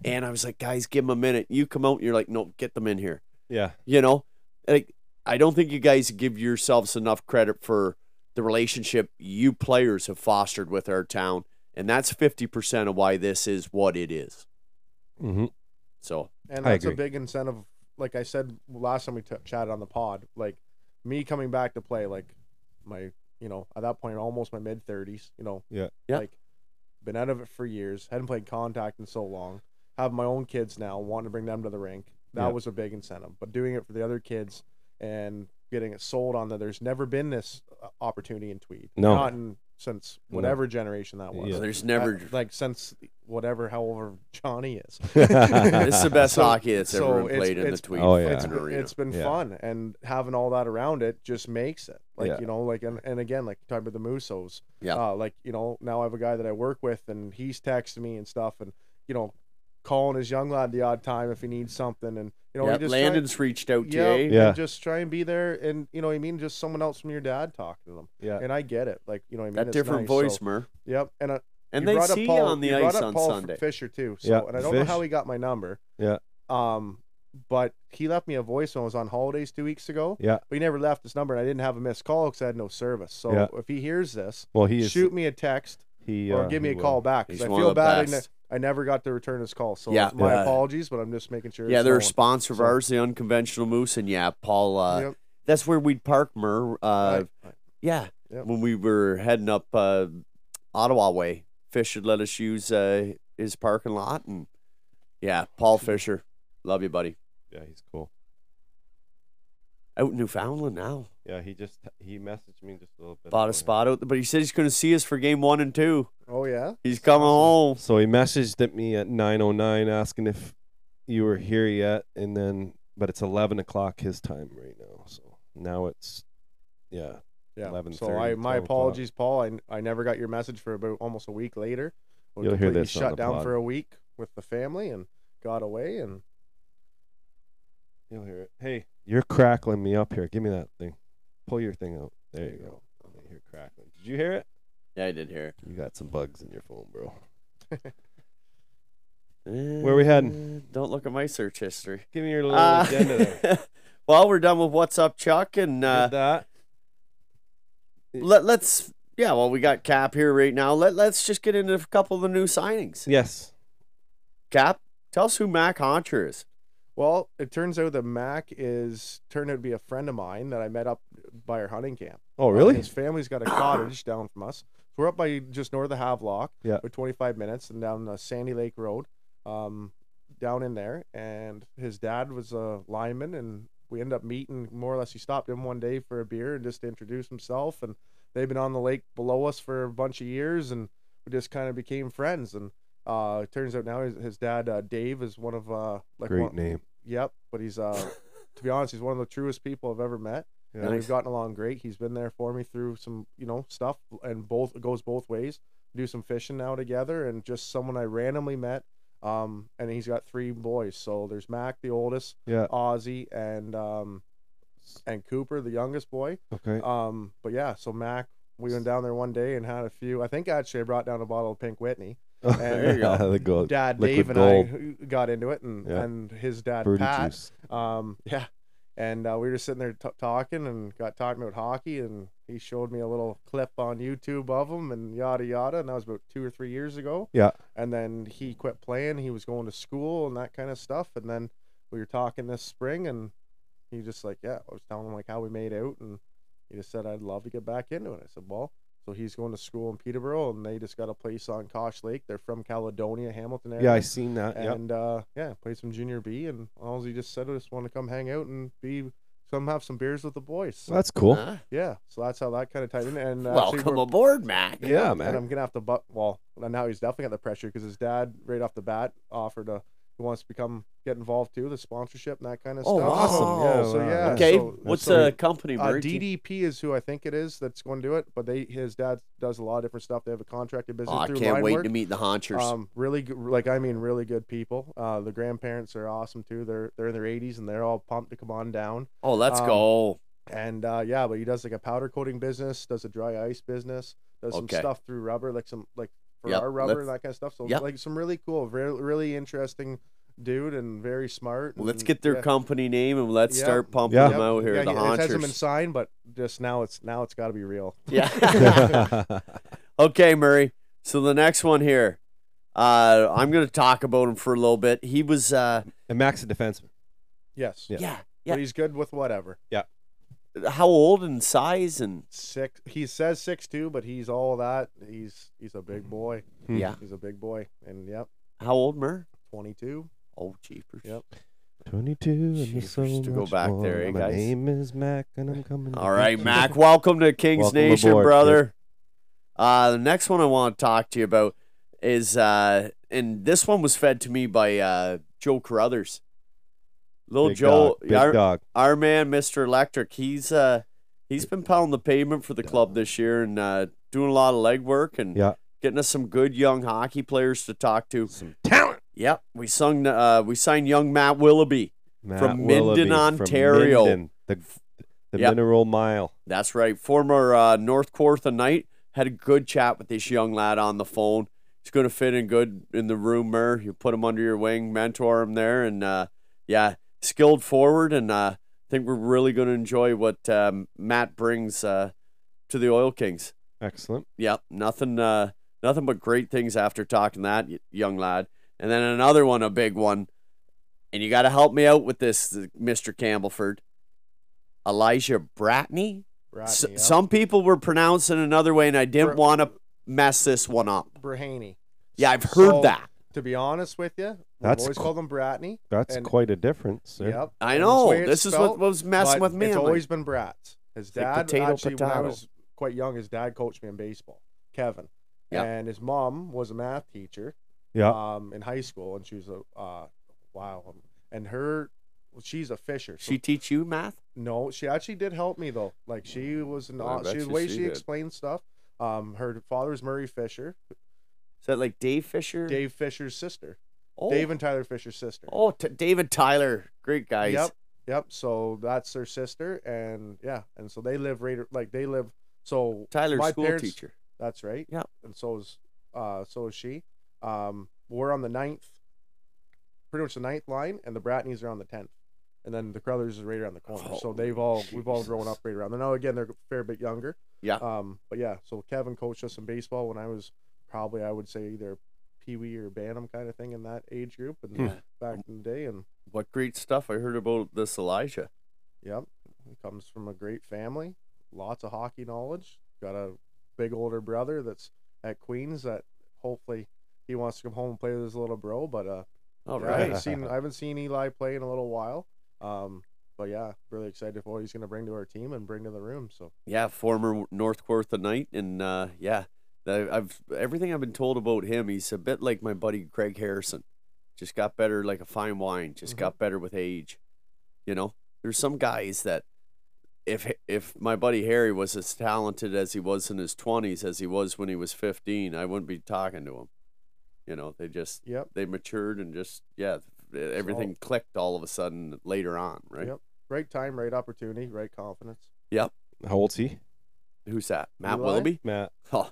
S3: And I was like, guys, give them a minute. You come out and you're like, no, get them in here
S4: yeah,
S3: you know like i don't think you guys give yourselves enough credit for the relationship you players have fostered with our town and that's 50% of why this is what it is Mm-hmm.
S4: hmm
S3: so
S5: and
S4: I
S5: that's a
S4: agree.
S5: big incentive like i said last time we t- chatted on the pod like me coming back to play like my you know at that point almost my mid 30s you know
S4: Yeah.
S3: Yeah.
S5: like been out of it for years hadn't played contact in so long have my own kids now wanting to bring them to the rink That
S4: Yeah.
S5: was a big incentive. But doing it for the other kids and getting it sold on that there's never been this uh, opportunity in Tweed.
S4: No.
S5: Not in, since
S4: No.
S5: whatever generation that was.
S4: Yeah.
S3: There's never.
S5: That- like since whatever, however Johnny is.
S3: It's the best
S5: So-
S3: hockey that's
S5: so
S3: ever been
S5: it's-
S3: played in the
S5: it's-
S3: Tweed
S4: Oh, yeah.
S5: it's
S3: Fountain
S5: been-
S3: Arena.
S5: it's been
S4: Yeah.
S5: fun and having all that around it just makes it like
S4: Yeah.
S5: you know like and, and again like talking about the musos
S3: Yeah.
S5: uh, like you know now i have a guy that i work with and he's texting me and stuff and you know calling his young lad the odd time if he needs something and you know
S3: yeah,
S5: he just
S3: Landon's reached out
S5: try,
S3: to
S5: yeah,
S3: you.
S5: and
S4: Yeah.
S5: just try and be there and you know what i mean just someone else from your dad talking to them
S4: Yeah.
S5: and i get it like you know what i mean
S3: That
S5: It's
S3: different
S5: nice.
S3: voice,
S5: so,
S3: Mer.
S5: yep and uh,
S3: And
S5: you
S3: they
S5: brought up
S3: see
S5: Paul,
S3: you on the
S5: you brought
S3: ice
S5: up
S3: on
S5: Paul F-
S3: Sunday.
S5: Fisher too. So,
S4: Yeah,
S5: and I don't know how
S4: Fish.
S5: he got my number.
S4: Yeah.
S5: Um, but he left me a voice when I was on holidays two weeks ago.
S4: Yeah.
S5: But he never left his number, and I didn't have a missed call because I had no service. So
S4: Yeah.
S5: if he hears this,
S4: Well, he is.
S5: shoot me a text
S4: He
S5: or
S4: uh,
S5: give me
S4: he
S5: a
S4: will.
S5: call back because
S3: He's
S5: I
S3: one of
S5: feel
S3: the
S5: bad. I, ne-
S3: best.
S5: I never got to return his call. So
S3: Yeah.
S5: my
S3: Yeah.
S5: apologies, but I'm just making sure.
S3: Yeah,
S5: it's
S3: they're a
S5: going.
S3: sponsor of
S5: So-
S3: ours, the Unconventional Moose, and yeah, Paul. Uh,
S5: Yep.
S3: That's where we'd park, Mer. Uh,
S5: Right, right.
S3: Yeah,
S5: Yep.
S3: when we were heading up uh, Ottawa way, Fish had let us use uh, his parking lot, and yeah, Paul Fisher, love you, buddy.
S4: Yeah, he's cool.
S3: Out in Newfoundland now,
S4: Yeah, he just he messaged me just a little bit. ago.
S3: bought a spot out, but he said he's going to see us for game one and two.
S5: Oh yeah.
S3: He's coming home.
S4: So he messaged at me at 9:09 asking if you were here yet, and then but it's 11 o'clock his time right now. So now it's yeah,
S5: Yeah.
S4: 11:30,
S5: so I
S4: 12
S5: my
S4: o'clock.
S5: apologies, Paul. I I never got your message for about almost a week later. We
S4: You'll hear
S5: completely
S4: this on
S5: shut
S4: the
S5: down
S4: pod.
S5: for a week with the family and got away and
S4: you'll hear it. Hey, you're crackling me up here. Give me that thing. Pull your thing out. There you go. I hear crackling. Did you hear it?
S3: Yeah, I did hear.
S4: You got some bugs in your phone, bro.
S3: Where
S4: we heading?
S3: Eh, Don't look at my search history.
S4: Give me your little
S3: Uh,
S4: agenda. There.
S3: well, we're done with what's up, Chuck, and uh,
S4: Did that.
S3: let, let's yeah. Well, we got Cap here right now. Let Let's just get into a couple of the new signings.
S4: Yes.
S3: Cap, tell us who Mac Hunter is.
S5: Well, it turns out that Mac is turned out to be a friend of mine that I met up by our hunting camp.
S4: Oh,
S5: Uh,
S4: really?
S5: his family's got a cottage down from us. So we're up by just north of Havelock.
S4: Yeah.
S5: We're 25 minutes and down uh, Sandy Lake Road, um, down in there. And his dad was a lineman, and we ended up meeting more or less. He stopped in one day for a beer and just to introduce himself. And they've been on the lake below us for a bunch of years, and we just kind of became friends. And uh, it turns out now his, his dad, uh, Dave, is one of uh, like
S4: Great
S5: one,
S4: name.
S5: Yep, but he's uh, to be honest, he's one of the truest people I've ever met.
S4: Yeah.
S5: And
S3: Nice.
S5: we've gotten along great. He's been there for me through some, you know, stuff, and both it goes both ways. Do some fishing now together, and just someone I randomly met. Um, and he's got three boys. So there's Mac, the oldest,
S4: Yeah.
S5: Ozzy, and um, and Cooper, the youngest boy.
S4: Okay.
S5: Um, but yeah, so Mac, we went down there one day and had a few. I think actually I brought down a bottle of Pink Whitney There you go.
S4: the gold.
S5: dad
S4: Liquid
S5: Dave and I got into it, and
S4: Yeah.
S5: and his dad
S4: Fruity
S5: Pat.
S4: juice.
S5: Um, yeah, and uh, we were sitting there t- talking and got talking about hockey, and he showed me a little clip on YouTube of him and yada yada, and that was about two or three years ago.
S4: Yeah.
S5: and then he quit playing. He was going to school and that kind of stuff, and then we were talking this spring, and he just like, yeah, I was telling him like how we made out, and he just said I'd love to get back into it. I said, well. So he's going to school in Peterborough, and they just got a place on Kosh Lake. They're from Caledonia, Hamilton area
S4: Yeah, I seen that. Yep.
S5: and uh, yeah, played some junior B, and all he just said, I just want to come hang out and be some have some beers with the boys. So,
S4: That's cool.
S3: Huh?
S5: yeah, so that's how that kind of tied in. And uh, actually,
S3: Welcome
S5: we're-
S3: aboard, Mac.
S4: Yeah,
S5: and
S4: man.
S5: I'm gonna have to, but well, now he's definitely got the pressure because his dad, right off the bat, offered a he wants to become get involved too, the sponsorship and that kind of
S3: Oh,
S5: stuff.
S3: awesome.
S5: Yeah,
S4: Yeah,
S5: so
S4: wow.
S5: yeah.
S3: Okay,
S5: so-
S3: what's
S5: so-
S3: the company,
S5: uh,
S3: Bert?
S5: DDP is who I think it is that's going to do it, but they his dad does a lot of different stuff. They have a contracted business
S3: Oh, I
S5: through
S3: can't
S5: line
S3: wait
S5: work.
S3: to meet the Honchers.
S5: Um, really, good, like I mean, really good people. Uh, the grandparents are awesome too. They're they're in their 80s and they're all pumped to come on down.
S3: oh, let's
S5: um,
S3: go.
S5: And uh, yeah, but he does like a powder coating business, does a dry ice business, does
S3: Okay.
S5: some stuff through rubber, like some like for
S3: Yep,
S5: our rubber
S3: let's-
S5: and that kind of stuff. So
S3: yep.
S5: like some really cool, very, really interesting dude and very smart.
S3: Let's
S5: and-
S3: get their
S5: mm, yeah.
S3: company name and let's
S5: Yeah.
S3: start pumping
S4: Yeah.
S5: Yep.
S3: them out here,
S5: Yeah,
S3: the
S5: he- it has him in
S3: Honchers.
S5: sign, but just now it's now it's got to be real.
S3: yeah. Okay, Murray. So the next one here, uh, I'm going to talk about him for a little bit. He was, uh,
S4: and Max a defenseman.
S5: Yes.
S4: Yeah.
S3: yeah.
S5: But he's good with whatever.
S3: How old and size and
S5: Six. He says six two, but he's all that. He's he's a big boy.
S4: Hmm.
S3: yeah.
S5: He's a big boy, and yep,
S3: How old, Murray?
S5: 22.
S3: Oh, jeepers.
S5: Yep.
S4: 22 and there's so
S3: Jeepers, to go
S4: much
S3: back
S4: more.
S3: there, eh,
S4: My
S3: guys?
S4: name is Mac and I'm coming.
S3: All
S4: to
S3: right,
S4: get you.
S3: Mac. Welcome to Kings
S4: Welcome
S3: Nation,
S4: aboard,
S3: brother. Uh, the next one I want to talk to you about is, uh, and this one was fed to me by uh, Joe Carruthers. Little
S4: Big
S3: Joe,
S4: dog, big
S3: our,
S4: dog.
S3: our man, Mister Electric. He's uh, he's been pounding the pavement for the club this year and uh, doing a lot of legwork and
S4: Yeah.
S3: getting us some good young hockey players to talk to.
S4: Some talent
S3: Yep, we sung. Uh, we signed young Matt Willoughby.
S4: Matt
S3: From
S4: Willoughby,
S3: Minden,
S4: from
S3: Ontario.
S4: Minden, the the
S3: Yeah.
S4: mineral mile.
S3: That's right. Former uh, North Quartha Knight had a good chat with this young lad on the phone. He's going to fit in good in the room, Mer. You put him under your wing, mentor him there, and uh, yeah, skilled forward. And uh, I think we're really going to enjoy what um, Matt brings uh, to the Oil Kings.
S4: Excellent.
S3: Yep, nothing, uh, nothing but great things after talking to that y- young lad. And then another one, a big one, and you got to help me out with this, Mister Campbellford. Elijah Bratney.
S5: Rodney,
S3: S-
S5: yeah.
S3: Some people were pronouncing another way, and I didn't
S5: Br-
S3: want to mess this one up.
S5: Brahaney.
S3: Yeah, I've heard
S5: So,
S3: that.
S5: To be honest with you, we've
S4: That's
S5: always
S4: qu-
S5: called him Bratney.
S4: That's
S5: And-
S4: quite a difference. sir.
S5: Yep.
S3: I
S5: And that's the
S3: know.
S5: way it's
S3: This is
S5: spelled,
S3: what was messing
S5: but
S3: with me.
S5: It's
S3: I'm like,
S5: always been Bratz. His
S3: like
S5: dad
S3: potato,
S5: actually when I
S3: potato.
S5: was quite young, his dad coached me in baseball, Kevin.
S3: Yeah.
S5: And his mom was a math teacher
S4: Yeah.
S5: um in high school and she was a uh wow. And her well, she's a fisher. so-
S3: she teach you math?
S5: no, she actually did help me though. Like she was an
S3: I
S5: aw-
S3: bet
S5: she
S3: you
S5: the way
S3: she
S5: she
S3: did.
S5: explained stuff. Um her father's Murray Fisher,
S3: Is that like Dave Fisher?
S5: Dave Fisher's sister.
S3: oh.
S5: Dave and Tyler Fisher's sister.
S3: Oh, t- David Tyler. Great guys.
S5: Yep. Yep. So that's their sister, and yeah, and so they live right like they live. So
S3: Tyler,
S5: My
S3: school
S5: parents-
S3: teacher.
S5: that's right.
S3: Yep.
S5: And so is uh so is she. Um, we're on the ninth, pretty much the ninth line, and the Bratneys are on the tenth, and then the Crothers is right around the corner. so they've all we've all grown
S3: Oh, Jesus.
S5: up right around. there. Now again, they're a fair bit younger.
S3: Yeah.
S5: Um, but yeah, so Kevin coached us in baseball when I was probably I would say either pee wee or bantam kind of thing in that age group, and
S4: Hmm.
S5: back in the day, and
S3: What great stuff I heard about this Elijah.
S5: Yep. He comes from a great family, lots of hockey knowledge. Got a big older brother that's at Queens that hopefully he wants to come home and play with his little bro. But uh,
S3: All
S5: yeah, I
S3: right.
S5: haven't seen I haven't seen Eli play in a little while. Um, but yeah, really excited for what he's going to bring to our team and bring to the room. So
S3: Yeah, former North Quartha Knight, and uh, yeah, I- I've everything I've been told about him. He's a bit like my buddy Craig Harrison, just got better like a fine wine, just
S5: Mhm.
S3: got better with age. You know, there's some guys that if if my buddy Harry was as talented as he was in his 20s as he was when he was 15, I wouldn't be talking to him. You know, they just
S5: yep,
S3: they matured and just yeah, everything clicked all of a sudden later on, right?
S5: Yep. right time, right opportunity, right confidence.
S4: How old's he?
S3: Who's that? Matt
S5: Eli?
S3: Willoughby.
S4: Matt.
S3: Huh.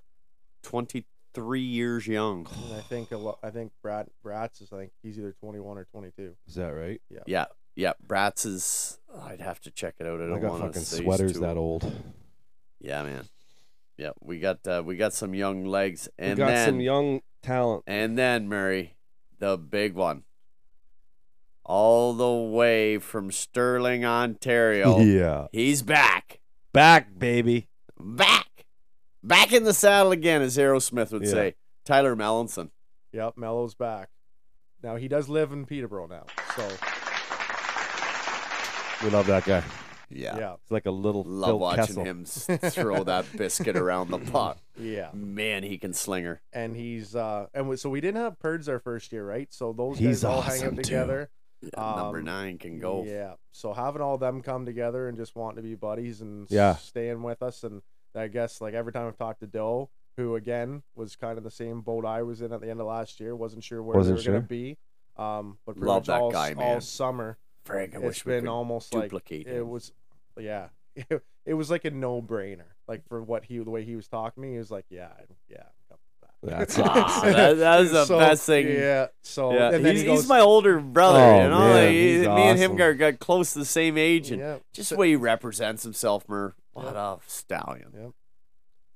S3: 23 years young.
S5: And I think a lot. I think Brat Bratz is I think he's either 21 or 22.
S4: Is that right?
S3: Yeah. Yeah. Bratz is. I'd have to check it out. I
S4: I,
S3: don't
S4: got
S3: want to
S4: fucking
S3: say he's
S4: sweaters
S3: too-
S4: that old.
S3: Yeah, man. Yeah. We got uh, we got some young legs. And
S4: we got
S3: then,
S4: some young talent.
S3: And then, Murray, the big one. All the way from Sterling, Ontario.
S4: Yeah.
S3: He's back.
S4: Back, baby.
S3: Back. Back in the saddle again, as Aerosmith would
S4: Yeah.
S3: say. Tyler Mellinson.
S5: Yep, Mello's back. Now he does live in Peterborough now. So
S4: We love that guy.
S3: Yeah.
S5: yeah,
S4: He's like a little
S3: Love
S4: Phil
S3: watching
S4: Kessel.
S3: him s- throw that biscuit around the pot.
S5: yeah.
S3: Man, he can sling her.
S5: and he's uh and we, so we didn't have Purds our first year, right? So those
S4: He's
S5: guys all hang
S4: awesome,
S5: out
S4: too.
S5: together.
S3: Yeah, number
S5: Um,
S3: nine can go.
S5: Yeah. So having all them come together and just wanting to be buddies and s-
S4: Yeah.
S5: staying with us and I guess like every time I've talked to Doe, who again was kind of the same boat I was in at the end of last year, wasn't sure where
S4: Wasn't
S5: we were
S4: sure.
S5: gonna be. Um but pretty
S3: Love
S5: much
S3: that
S5: all,
S3: guy,
S5: s- all
S3: man.
S5: summer
S3: Frank, I
S5: it's
S3: wish we
S5: been
S3: could
S5: almost like
S3: duplicate
S5: it
S3: him.
S5: was yeah. It, was like a no brainer. Like for what he the way he was talking to me, he was like, Yeah, I- yeah, I'm coming back.
S4: That's
S3: Ah, that, that was the
S5: So,
S3: best thing. Yeah.
S5: Yeah. So and then
S3: he's,
S5: he
S3: he's
S5: goes-
S3: my older brother,
S4: Oh,
S3: you know.
S4: man,
S3: like,
S4: he's
S3: me and him
S4: awesome.
S3: got, got close to the same age, and
S5: Yeah.
S3: just
S5: So-
S3: the way he represents himself, Mer. What
S5: Yep.
S3: a stallion!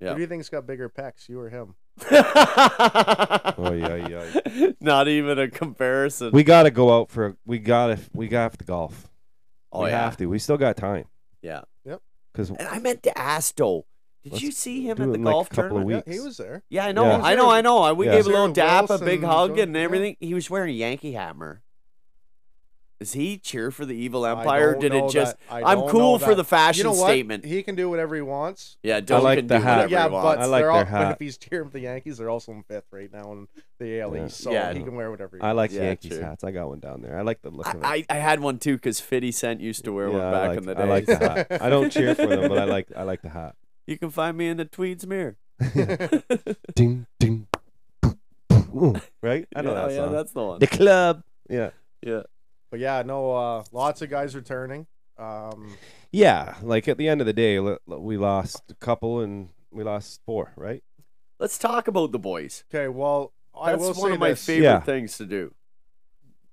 S3: yeah.
S5: Who do you think's got bigger pecs, you or him?
S4: Oh, yeah, yeah.
S3: Not even a comparison.
S4: We gotta go out for. We gotta. We gotta have to golf.
S3: oh
S4: we
S3: yeah, Uh,
S4: have to. We still got time.
S3: yeah.
S4: Cause
S3: And I meant to ask though, did
S4: Let's
S3: you see him
S4: do
S3: at
S4: it
S3: the
S4: in, like,
S3: golf
S4: couple of
S3: tournament?
S5: Yeah, he
S4: Weeks.
S5: was there.
S3: Yeah, I know,
S4: Yeah.
S3: I know, I know. I- We
S4: Yeah.
S3: gave a little
S5: Sarah
S3: dap, a
S5: Wilson
S3: big
S5: was
S3: hug,
S5: on-
S3: and
S5: yeah.
S3: everything. He was wearing Yankee Hammer. Does he cheer for the evil
S5: I
S3: empire?
S5: don't
S3: Did
S5: know
S3: it just?
S5: that- I
S3: I'm
S5: don't
S3: cool
S5: know
S3: for
S5: that.
S3: the fashion
S5: you know what?
S3: statement.
S5: He can do whatever he wants.
S3: yeah, Dylan
S4: like
S3: can
S4: the
S3: do
S4: hat.
S3: whatever
S5: yeah,
S3: he wants.
S5: but
S4: I like their
S5: they're all, but
S4: hat.
S5: if he's cheering for the Yankees, they're also in fifth right now in the AL
S4: Yeah.
S5: East, so
S3: Yeah.
S5: he can wear whatever. He
S4: I like
S3: Yeah,
S4: Yankees
S3: true.
S4: hats. I got one down there. I like the look of it.
S3: I, I, I had one too because Fitty Cent used to wear
S4: Yeah,
S3: one
S4: I
S3: back
S4: like,
S3: in the day.
S4: I like the hat. I don't cheer for them, but I like I like the hat.
S3: you can find me in the Tweeds mirror.
S4: ding ding, boop, boop. Ooh, right? I know
S3: yeah,
S4: that
S3: yeah,
S4: song.
S3: that's the one.
S1: The club.
S4: yeah,
S3: Yeah,
S5: But yeah, no, uh, lots of guys returning. Um,
S4: yeah. Like at the end of the day, l- l- we lost a couple and we lost four, right?
S3: let's talk about the boys.
S5: okay, well, I
S3: That's
S5: will
S3: one
S5: say
S3: of my
S5: this.
S3: favorite
S4: Yeah.
S3: things to do.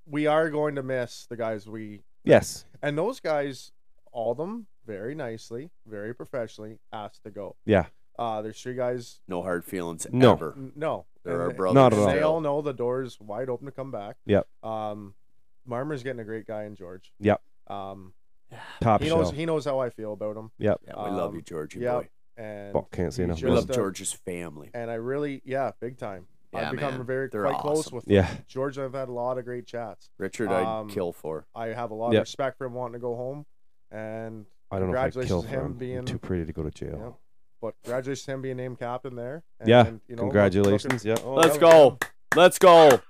S5: we are going to miss the guys we
S4: Yes.
S5: and those guys, all of them, very nicely, very professionally asked to go.
S4: Yeah.
S5: Uh, there's three guys.
S3: No hard feelings
S4: No.
S3: ever.
S5: n- No,
S3: They're our
S5: and-
S3: brothers.
S4: Not at
S5: and
S4: all.
S5: They
S3: still.
S5: all know the door's wide open to come back.
S4: Yep.
S5: Um, Marmer's getting a great guy in George.
S4: Yep.
S5: Um,
S4: Top
S5: he knows
S4: shelf.
S5: he knows how I feel about him,
S4: Yep.
S3: Yeah, we love
S5: Um,
S3: you, Georgie
S5: yeah,
S3: boy.
S5: and
S4: Fuck, can't say
S5: he's
S4: enough
S3: We
S5: just
S4: about
S3: love
S4: it.
S5: a-
S3: George's family.
S5: and I really, yeah, big time.
S3: Yeah,
S5: I've become
S3: man.
S5: very
S3: They're
S5: quite close
S3: awesome.
S5: with
S4: Yeah.
S5: George. I've had a lot of great chats.
S3: Richard, I'd
S5: Um,
S3: kill for.
S5: I have a lot
S4: Yep.
S5: of respect for him wanting to go home, and
S4: I don't know if I'd
S5: Congratulations
S4: kill
S5: to
S4: for
S5: him
S4: him. I'm
S5: being-
S4: too pretty to go to
S5: yeah.
S4: jail.
S5: But congratulations to him being named captain there. And,
S4: Yeah,
S5: you know, look-
S4: Congratulations.
S5: looking-
S4: Yeah. Oh,
S3: Let's
S4: that
S3: go. Let's go.
S4: was-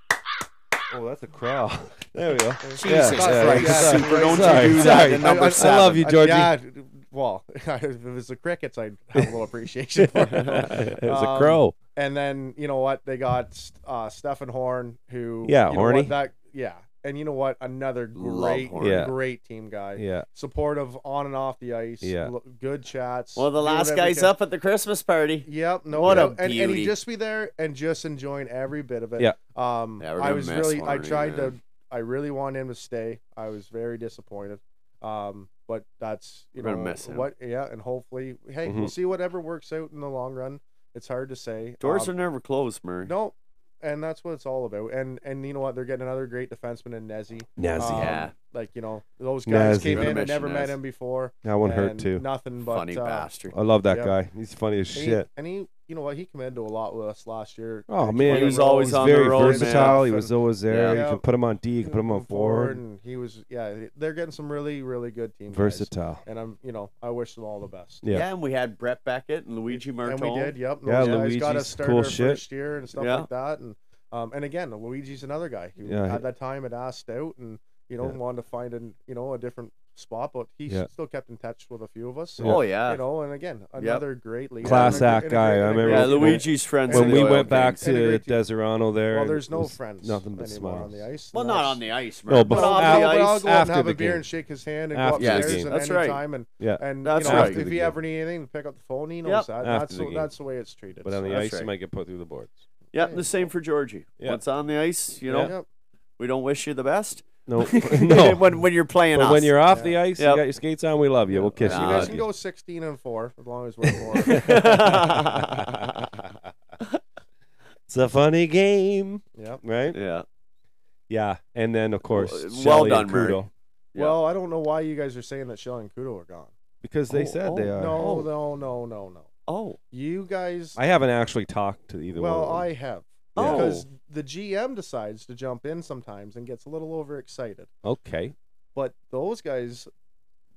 S4: Oh, that's a crowd. there we go.
S3: Jesus
S4: Yeah, yeah,
S3: Christ,
S4: yeah.
S3: Super, don't
S4: Sorry,
S3: you do that.
S4: sorry.
S3: to number
S4: I- I- I
S3: seven.
S4: love you,
S5: I-
S4: Georgie.
S5: yeah, d- well, if it was the crickets, I'd have a little appreciation for it.
S4: it was a
S5: Um,
S4: crow.
S5: And then you know what? They got uh, Stefan Horn, who
S4: Yeah,
S5: you know
S4: Horny.
S5: what, that yeah, and you know what? Another
S3: Love
S5: great,
S3: Horny.
S4: Yeah.
S5: great team guy,
S4: Yeah.
S5: supportive on and off the ice.
S4: Yeah.
S5: lo- good chats.
S3: Well, the
S5: do
S3: last
S5: whatever
S3: guy's
S5: can-
S3: up at the Christmas party.
S5: Yep. No.
S3: What a
S5: doubt. and, and
S3: beauty.
S5: he just be there and just enjoying every bit of it.
S4: Yeah.
S5: Um.
S3: Yeah, we're
S5: I
S3: gonna
S5: was
S3: miss
S5: really. I
S3: Horny,
S5: tried to.
S3: man.
S5: I really wanted him to stay. I was very disappointed. Um. But that's you
S3: We're
S5: know
S3: gonna miss him.
S5: what. Yeah. And hopefully, hey, we'll
S4: Mhm.
S5: see whatever works out in the long run. It's hard to say.
S3: Doors
S5: Um,
S3: are never closed, Murray.
S5: no. And that's what it's all about. And and you know what? They're getting another great defenseman in Nezzy.
S4: Nazi.
S5: Um,
S3: Yeah.
S5: Like you know, those guys
S4: Nezzy.
S5: came
S4: Gonna
S5: in and
S3: miss you,
S5: never met
S3: Nez.
S5: him before.
S4: that one hurt
S5: and
S4: too.
S5: Nothing but
S3: Funny
S5: uh,
S3: bastard.
S4: I love that
S5: Yeah.
S4: guy. He's funny as
S5: And he-
S4: shit.
S5: and he, you know what, he committed to a lot with us last year.
S4: Oh
S5: Like,
S4: man,
S3: He was
S5: on the
S3: always
S5: road,
S3: on the
S4: very
S3: road,
S4: versatile.
S5: man.
S4: He was always there.
S5: Yeah.
S4: You can put him on D. You can put him on
S5: moving forward,
S4: forward.
S5: and he was, yeah, they're getting some really, really good team. guys.
S4: Versatile.
S5: And I'm, you know, I wish them all the best.
S4: Yeah.
S3: Yeah. and we had Brett Beckett and Luigi Martone.
S5: And we did, yep.
S4: Yeah,
S5: Those guys got
S4: Luigi's
S5: us started
S4: cool
S5: our
S4: shit.
S5: first year and stuff
S3: Yeah.
S5: like that. And um, and again, Luigi's another guy who
S4: Yeah, he-
S5: at that time had asked out and you know
S4: Yeah.
S5: wanted to find an you know a different spot, but he
S4: Yeah.
S5: still kept in touch with a few of us. So,
S3: Oh yeah,
S5: You know, and again, another great leader.
S4: Class
S5: and a-
S4: act
S5: and a
S4: guy. I
S5: great- and a
S4: remember
S5: great
S3: yeah.
S4: when-
S5: leader.
S3: Luigi's friends.
S4: when
S5: And
S3: with
S4: we
S3: the
S5: oil
S4: went back
S3: Kings.
S5: And a
S4: to
S5: great team.
S4: Deserano there,
S5: Well,
S4: and
S5: there's
S4: it
S5: no
S4: was
S5: friends.
S4: Nothing but
S5: anymore
S4: smiles.
S5: on the ice. and
S3: well, not
S5: that's-
S3: on the ice,
S4: No,
S3: Murray,
S4: but
S5: But
S3: but
S5: I'll,
S3: off
S5: I'll,
S3: the
S5: but I'll
S3: ice.
S5: go out and
S4: after
S5: have
S4: the
S5: a beer
S4: game.
S5: and shake his hand and
S4: After
S5: go
S4: the
S5: upstairs
S4: game.
S5: and
S3: That's right.
S5: anytime and
S4: Yeah.
S5: and
S3: That's
S5: you know,
S3: right.
S5: if, if you ever need anything, pick up the phone. He knows
S3: Yep.
S5: that.
S4: After
S5: that's
S4: the
S5: the,
S4: game.
S5: that's the way it's treated.
S4: But on the
S5: so.
S4: ice,
S3: right.
S4: you might get put through the boards.
S3: Yep, the same for Georgie.
S4: Yeah.
S3: What's on the ice, you know,
S5: Yep.
S3: we don't wish you the best.
S4: No, no.
S3: when when you're playing
S4: But
S3: us.
S4: when you're off the
S5: Yeah.
S4: ice,
S3: Yep.
S4: you got your skates on. We love you. We'll kiss
S5: So
S3: Yeah.
S5: you
S3: Nah,
S5: guys
S4: you.
S5: can go 16 and four as long as we're four.
S4: it's a funny game,
S5: yep.
S4: right?
S3: yeah,
S4: Yeah. And then of course,
S3: Well, well
S4: Shelley and
S3: done, Murray.
S4: Kudo,
S5: Well, I don't know why you guys are saying that Shell and Kudo are gone.
S4: because they
S3: Oh,
S4: said
S3: oh,
S4: they are.
S5: No, no, no, no, no.
S3: oh,
S5: You guys.
S4: I haven't actually talked to either
S5: well,
S4: one.
S5: I have.
S3: Yeah.
S5: Because the GM decides to jump in sometimes and gets a little overexcited.
S4: I okay.
S5: But those guys,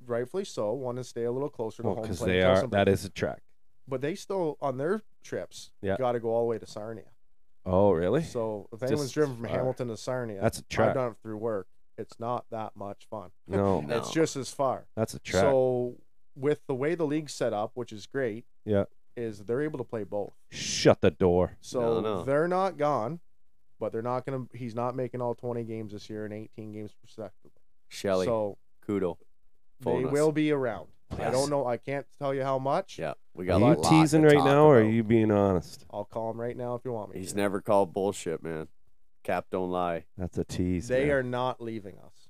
S5: rightfully so, want to stay a little closer to
S4: Well,
S5: home plate.
S4: because they
S5: tell
S4: are.
S5: somebody-
S4: That is a track.
S5: but they still on their trips
S4: Yeah.
S5: got to go all the way to Sarnia.
S4: Oh, really?
S5: So if anyone's
S4: Just
S5: driven from
S4: far.
S5: Hamilton to Sarnia,
S4: That's a
S5: I've
S4: track.
S5: done it through work. It's not that much fun.
S4: No,
S3: No.
S5: It's just as far.
S4: that's a track.
S5: So with the way the league's set up, which is great,
S4: Yeah.
S5: is they're able to play both.
S4: Shut the door.
S5: So
S3: no.
S5: they're not gone, but they're not gonna. He's not making all twenty games this year and eighteen games respectively.
S3: Shelley,
S5: So
S3: kudo.
S5: they
S3: Phone us.
S5: will be around. I
S3: Yes.
S5: don't know. I can't tell you how much.
S3: Yeah, we
S4: Are
S3: got. a
S4: you
S3: lot to
S4: teasing right
S3: talk
S4: now, or are
S3: about.
S4: you being honest?
S5: I'll call him right now if you want me.
S3: He's
S5: to.
S3: never called bullshit, man. Cap don't lie.
S4: That's a tease.
S5: They
S4: man.
S5: are not leaving us,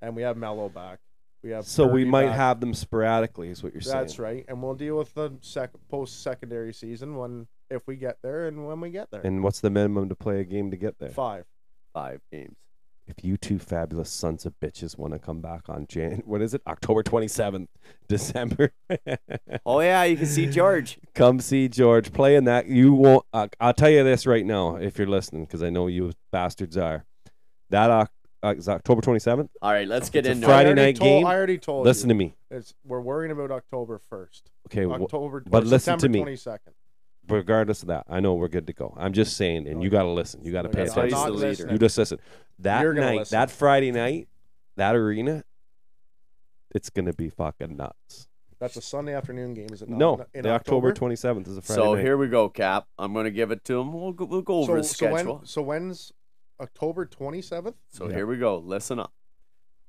S5: and we have Mello back. We have
S4: So we
S5: Purdy
S4: might
S5: back.
S4: have them sporadically, is what you're saying.
S5: That's right, and we'll deal with the sec- post-secondary season when if we get there and when we get there.
S4: And what's the minimum to play a game to get there?
S5: Five.
S3: Five games.
S4: If you two fabulous sons of bitches want to come back on Jan, what is it? October 27th, December.
S3: Oh yeah, you can see George.
S4: come see George playing that. You won't. Uh, I'll tell you this right now, if you're listening, because I know you bastards are. That Oc- uh, is October 27th.
S3: All right, let's get
S4: It's a
S3: into
S4: Friday
S5: I already
S4: night
S5: told,
S4: game.
S5: I already told
S4: Listen
S5: you.
S4: to me.
S5: It's we're worrying about October first.
S4: Okay, wh-
S5: October,
S4: but
S5: or
S4: listen to
S5: September
S4: me.
S5: Twenty second.
S4: regardless of that, I know we're good to go. I'm just saying, and you got to listen. You got to pay
S3: That's how he's
S4: attention.
S3: the leader.
S4: You just listen. That
S5: You're gonna
S4: night,
S5: listen.
S4: that Friday night, that arena, it's gonna be fucking nuts.
S5: That's a Sunday afternoon game, is it? Not?
S4: No,
S5: in
S4: the October 27th is a Friday
S3: So
S4: night.
S3: here we go, Cap. I'm going to give it to him. We'll go, we'll go over
S5: So,
S3: his
S5: so
S3: schedule.
S5: when? So when's October twenty seventh?
S3: So here we go. Listen up.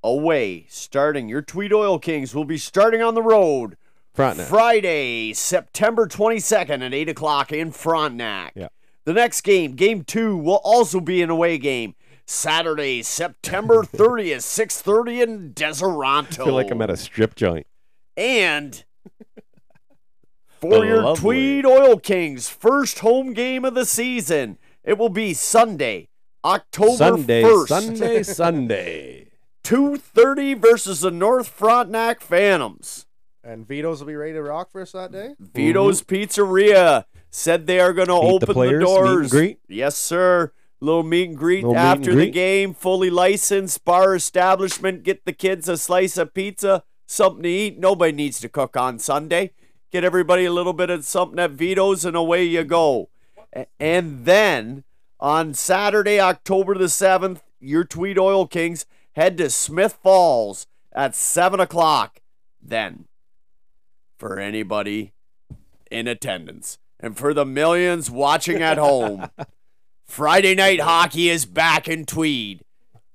S3: Away, starting your Tweed Oil Kings will be starting on the road
S4: Frontenac.
S3: Friday, September 22nd at 8 o'clock in Frontenac.
S4: Yeah.
S3: The next game, game two, will also be an away game. Saturday, September 30th, 6.30 in Deseronto.
S4: I feel like I'm at a strip joint.
S3: And for your
S4: Lovely.
S3: Tweed Oil Kings first home game of the season, it will be Sunday, October
S4: Sunday,
S3: 1st.
S4: Sunday, Sunday.
S3: 230 versus the North Frontenac Phantoms.
S5: And Vito's will be ready to rock for us that day.
S3: Vito's Pizzeria said they are going to
S4: Mm-hmm. Meet the
S3: open
S4: players, meet and
S3: doors.
S4: greet.
S3: Yes, sir. Little meet and greet
S4: Little meet and
S3: after the
S4: greet.
S3: game. Fully licensed bar establishment. Get the kids a slice of pizza, something to eat. Nobody needs to cook on Sunday. Get everybody a little bit of something at Vito's, and away you go. A- And then on Saturday, October the 7th, your Tweed Oil Kings head to Smith Falls at 7 o'clock. Then, for anybody in attendance and for the millions watching at home, Friday night hockey is back in Tweed.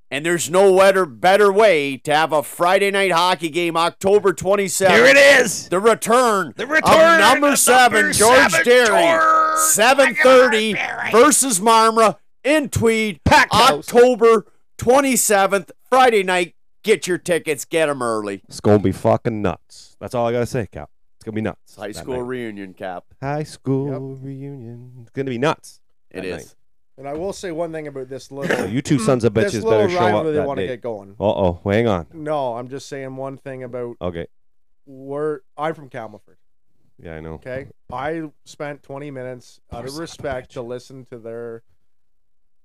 S3: And there's no wetter, better way to have a Friday night hockey game October 27th.
S1: Here it is.
S3: The return.
S1: The return
S3: Of number
S1: of
S3: seven,
S1: number
S3: George
S1: seven,
S3: Derry.
S1: George
S3: Seven thirty versus Marmara in Tweed.
S1: Packed house.
S3: October twenty seventh, Friday night. Get your tickets. Get them early.
S4: It's gonna be fucking nuts. That's all I gotta say, Cap. It's gonna be nuts.
S3: High
S4: that
S3: school
S4: night.
S3: reunion cap.
S4: High school reunion. It's gonna be nuts.
S3: It
S4: That
S3: is.
S4: night.
S5: And I will say one thing about this little
S4: You two sons of
S5: this
S4: bitches
S5: little
S4: better show up
S5: rivalry they
S4: that
S5: want to
S4: day.
S5: get going.
S4: Uh oh, hang on.
S5: No, I'm just saying one thing about
S4: Okay.
S5: we're. I'm from Camelford.
S4: Yeah, I know.
S5: Okay. I spent 20 minutes out of respect to listen to their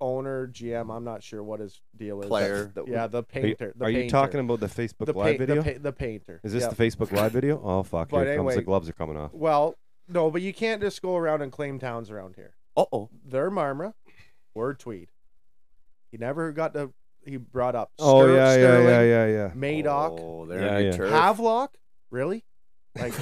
S5: owner, GM. I'm not sure what his deal is.
S3: Player.
S5: Yeah, the
S4: Are you,
S5: painter. the
S4: are you
S5: painter.
S4: talking about the Facebook
S5: the,
S4: Live
S5: pa-
S4: video?
S5: The, pa- the painter.
S4: Is this
S5: Yep.
S4: the Facebook Live video? Oh fuck! Here
S5: But
S4: comes the
S5: anyway-
S4: gloves are coming off.
S5: Well, no, but you can't just go around and claim towns around here.
S3: Uh oh.
S5: They're Marmara. We're Tweed. He never got to. He brought up.
S4: Oh
S5: Ster-
S4: yeah, yeah,
S5: Sterling,
S4: yeah, yeah, yeah.
S5: Madoc,
S3: Oh, they're
S4: Yeah,
S3: in
S4: yeah.
S3: turf.
S5: Havelock. Really? Like,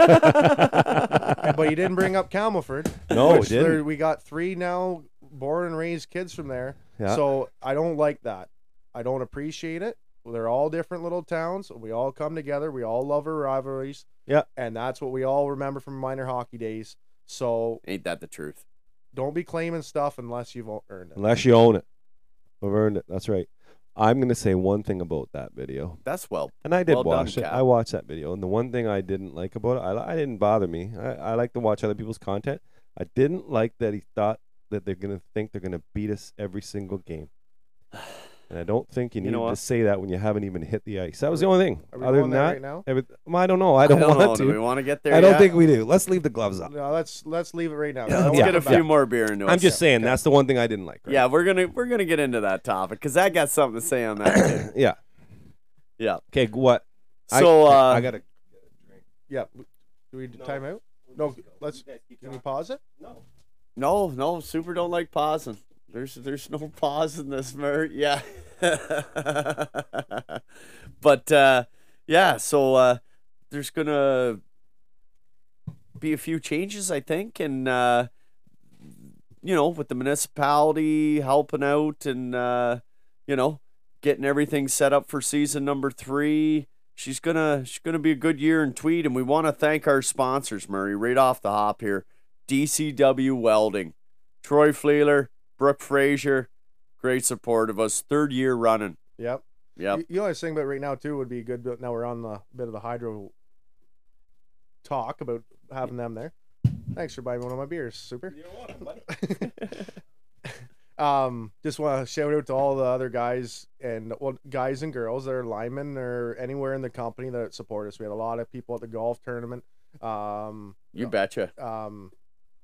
S5: but you didn't bring up Camelford.
S4: No, it
S5: which there-
S4: didn't.
S5: we got three now born and raised kids from there.
S4: Yeah.
S5: So I don't like that. I don't appreciate it. They're all different little towns. We all come together. We all love our rivalries.
S4: Yeah.
S5: And that's what we all remember from minor hockey days. So
S3: Ain't that the truth?
S5: don't be claiming stuff unless you've earned it.
S4: Unless you own it, I've earned it. That's right. I'm gonna say one thing about that video,
S3: That's well.
S4: and I did
S3: Well done,
S4: watch it.
S3: Cap.
S4: I watched that video, and the one thing I didn't like about it, I, I didn't bother me. I, I like to watch other people's content. I didn't like that he thought that they're gonna think they're gonna beat us every single game. And I don't think you
S3: You
S4: need
S3: know
S4: to
S3: what?
S4: say that when you haven't even hit the ice. That was the only thing.
S5: Are we
S4: Other
S5: going
S4: than
S5: there
S4: that,
S5: right now?
S4: everyth- I don't know. I don't,
S3: know.
S4: want
S3: Do we
S4: to.
S3: want to get there?
S4: I don't
S3: yet?
S4: think we do. Let's leave the gloves up.
S5: No, let's let's leave it right now. I
S4: Yeah,
S5: don't
S3: Let's
S5: wanna
S3: get a
S5: come
S3: few
S5: back.
S3: more beer into
S4: I'm
S3: us.
S4: just saying that's the one thing I didn't like. Right?
S3: Yeah, we're gonna we're gonna get into that topic because I got something to say on that. too.
S4: yeah.
S3: Yeah.
S4: Okay, what? I-
S3: So, uh,
S4: I gotta.
S5: Yeah. Do we do time out? No. Let's. Can we pause it?
S3: No, no, super don't like pausing. There's there's no pause in this mer yeah. but uh yeah, so uh there's gonna be a few changes I think and uh you know, with the municipality helping out and uh you know, getting everything set up for season number three. She's gonna she's gonna be a good year in Tweed and we wanna thank our sponsors, Murray, right off the hop here. DCW Welding. Troy Fleeler, Brooke Frazier, great support of us. Third year running.
S5: Yep.
S3: Yep.
S5: You, you know what I was thinking about right now too would be a good. bit- Now we're on the bit of the hydro talk about having them there. Thanks for buying one of my beers, super. um, just want to shout out to all the other guys and well, guys and girls that are linemen or anywhere in the company that support us. We had a lot of people at the golf tournament. Um,
S3: You betcha.
S5: um,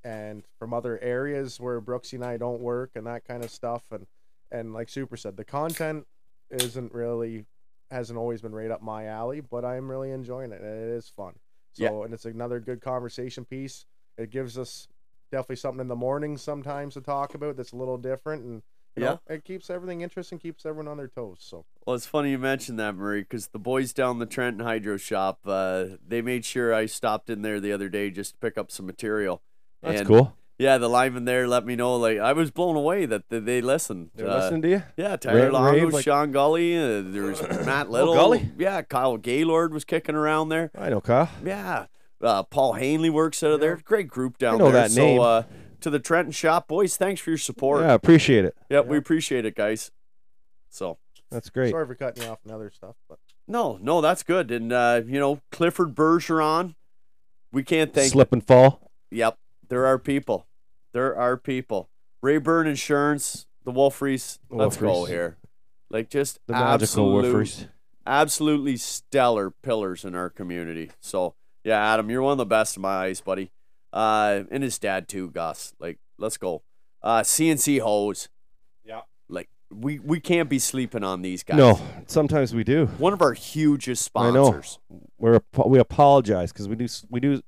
S5: and from other areas where Brooksy and I don't work and that kind of stuff. And and like Super said, the content isn't really hasn't always been right up my alley, but I'm really enjoying it. and It is fun. So
S3: Yeah.
S5: and it's another good conversation piece. It gives us definitely something in the morning sometimes to talk about that's a little different and you know, it keeps everything interesting, keeps everyone on their toes. So
S3: Well, it's funny you mentioned that, Marie, because the boys down the Trenton Hydro Shop, uh, they made sure I stopped in there the other day just to pick up some material.
S4: That's
S3: And,
S4: cool.
S3: Yeah, the lineman there let me know. Like I was blown away that they, they listened.
S4: They're
S3: Uh,
S4: listening to you.
S3: Yeah, Tyler
S4: Ra-
S3: Longo,
S4: rave, like- Oh,
S3: Sean Gully, uh, there was Matt Little.
S4: Gully?
S3: Yeah, Kyle Gaylord was kicking around there.
S4: I know, Kyle.
S3: Yeah. Uh, Paul Hanley works out of there. Great group down
S4: know
S3: there.
S4: that
S3: so
S4: name.
S3: uh to the Trenton Shop boys, thanks for your support.
S4: Yeah,
S3: Yeah,
S4: appreciate it.
S3: we appreciate it, guys. So
S4: That's great.
S5: sorry for cutting you off and other stuff, but
S3: no, no, that's good. And uh, you know, Clifford Bergeron, we can't thank
S4: Slip and fall.
S3: Yep. There are people. There are people. Rayburn Insurance, the Wolfries. Let's go
S4: Wolfries.
S3: here. Like just
S4: The magical
S3: absolute,
S4: woofers.
S3: absolutely stellar pillars in our community. So yeah, Adam, you're one of the best in my eyes, buddy. Uh, and his dad too, Gus. Like, let's go. Uh, CNC hose.
S5: Yeah.
S3: Like we we can't be sleeping on these guys.
S4: No, sometimes we do.
S3: One of our hugest
S4: I know.
S3: sponsors.
S4: We're ap- we apologize because we do s- we do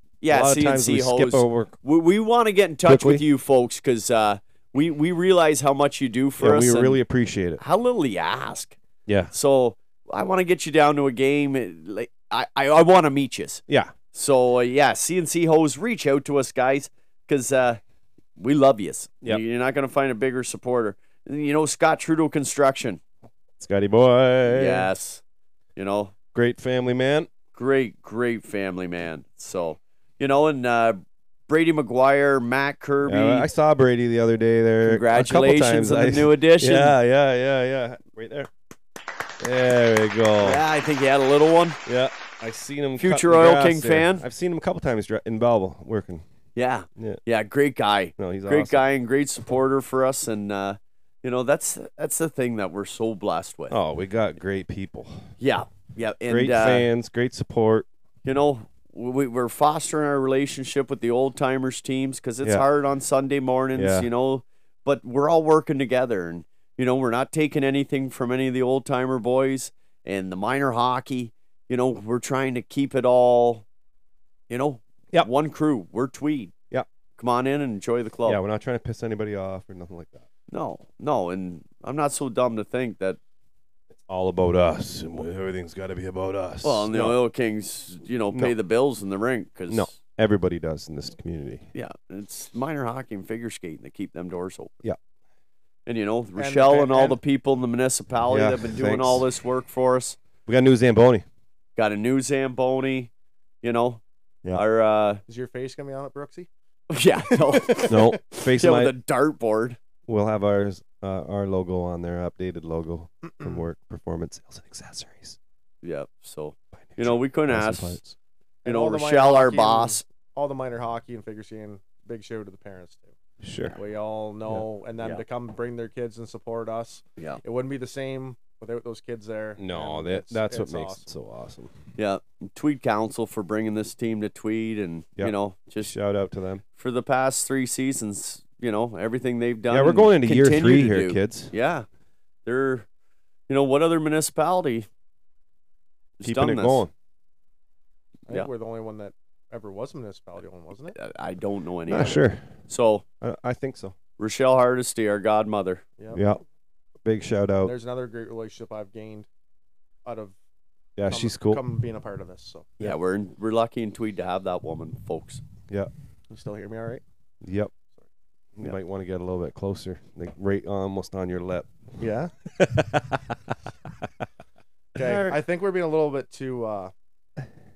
S4: a
S3: Yeah,
S4: lot of times
S3: CNC
S4: we
S3: hose.
S4: skip over.
S3: we, we want to get in touch with
S4: Quickly.
S3: you folks because uh, we we realize how much you do for
S4: Yeah,
S3: us.
S4: we
S3: and
S4: really appreciate it.
S3: how little you ask.
S4: Yeah,
S3: So I want to get you down to a game. it- Like I I, I want to meet you.
S4: yeah.
S3: So uh, yeah, CNC hose, reach out to us guys because uh, we love yous.
S4: Yep.
S3: You're not gonna find a bigger supporter. And, You know Scott Trudeau Construction.
S4: Scotty boy.
S3: Yes. You know
S4: great family man.
S3: great, great family man. So you know and uh, Brady McGuire, Matt Kirby.
S4: Yeah, I saw Brady the other day there. a couple
S3: Congratulations
S4: times.
S3: on
S4: I-
S3: the new edition.
S4: Yeah, yeah, yeah, yeah. Right there. There we go. Yeah,
S3: Yeah, I think he had a little one.
S4: I seen him.
S3: Future
S4: cutting
S3: Oil
S4: grass
S3: King
S4: there.
S3: fan?
S4: I've seen him a couple times dri- in Belleville working.
S3: Yeah.
S4: Yeah.
S3: great guy.
S4: No, he's
S3: great
S4: awesome.
S3: guy and great supporter for us. And uh, you know, that's that's the thing that we're so blessed with.
S4: Oh, we got great people,
S3: Yeah. Yeah. And
S4: great
S3: uh,
S4: fans, great support.
S3: you know, we, we're fostering our relationship with the old timers teams because it's
S4: Yeah.
S3: hard on Sunday mornings,
S4: Yeah.
S3: you know, but we're all working together and, you know, we're not taking anything from any of the old timer boys and the minor hockey. You know, we're trying to keep it all, you know,
S4: Yep.
S3: one crew. We're Tweed.
S4: Yep.
S3: Come on in and enjoy the club.
S4: Yeah, we're not trying to piss anybody off or nothing like that.
S3: No, no. And I'm not so dumb to think that,
S4: It's all about us, and we- everything's got to be about us.
S3: well, and the
S4: No,
S3: Oil Kings, you know, pay
S4: No.
S3: the bills in the rink because,
S4: No. everybody does in this community.
S3: yeah, it's minor hockey and figure skating that keep them doors open.
S4: Yeah.
S3: And you know, Rochelle and, all
S5: and-
S3: the people in the municipality
S4: Yeah,
S3: that have been doing all this work for us.
S4: We got new Zamboni.
S3: Got a new Zamboni, you know.
S4: Yeah.
S3: Our uh
S5: is your face gonna be on it, Brooksy?
S3: yeah, no.
S4: No, face
S3: yeah,
S4: my.
S3: with a dartboard.
S4: We'll have ours, uh, our logo on there, updated logo from Work Performance Sales and Accessories.
S3: Yeah. So
S4: Buy new
S3: you know, we couldn't
S4: Awesome
S3: ask
S4: parts.
S3: you
S5: And
S3: know,
S5: all the minor
S3: Rochelle, our
S5: hockey and-
S3: boss.
S5: All the minor hockey and figure skating, big show to the parents too.
S4: Sure.
S5: We all know, and them
S3: Yeah.
S5: to come bring their kids and support us.
S3: Yeah.
S5: It wouldn't be the same without those kids there.
S4: No,
S5: and
S4: that
S5: it's-
S4: that's what
S5: it's
S4: makes
S5: awesome.
S4: it so awesome.
S3: Yeah. Tweed Council for bringing this team to Tweed and
S4: Yeah.
S3: you know, just
S4: Shout out to them.
S3: for the past three seasons, you know, everything they've done.
S4: Yeah, we're
S3: and
S4: going into year
S3: continue
S4: three
S3: to
S4: here,
S3: do.
S4: kids.
S3: Yeah. They're, you know, what other municipality has
S4: Keeping
S3: done
S4: it
S3: this?
S4: going.
S5: I think
S3: Yeah.
S5: we're the only one that ever was a municipality one, wasn't it?
S3: I- I don't know any.
S4: Yeah,
S3: other.
S4: Ah, sure.
S3: So,
S4: I, I think so.
S3: Rochelle Hardesty, our godmother.
S4: Yeah. Big shout out.
S5: There's another great relationship I've gained out of
S4: Yeah,
S5: come-
S4: she's cool.
S5: come being a part of this. So
S3: Yeah,
S4: Yeah.
S3: we're in, we're lucky in Tweed to have that woman, folks.
S5: you still hear me all right?
S4: Yep. You
S3: Yeah.
S4: might want to get a little bit closer, like right almost on your lip.
S5: Yeah. Okay. I think we're being a little bit too uh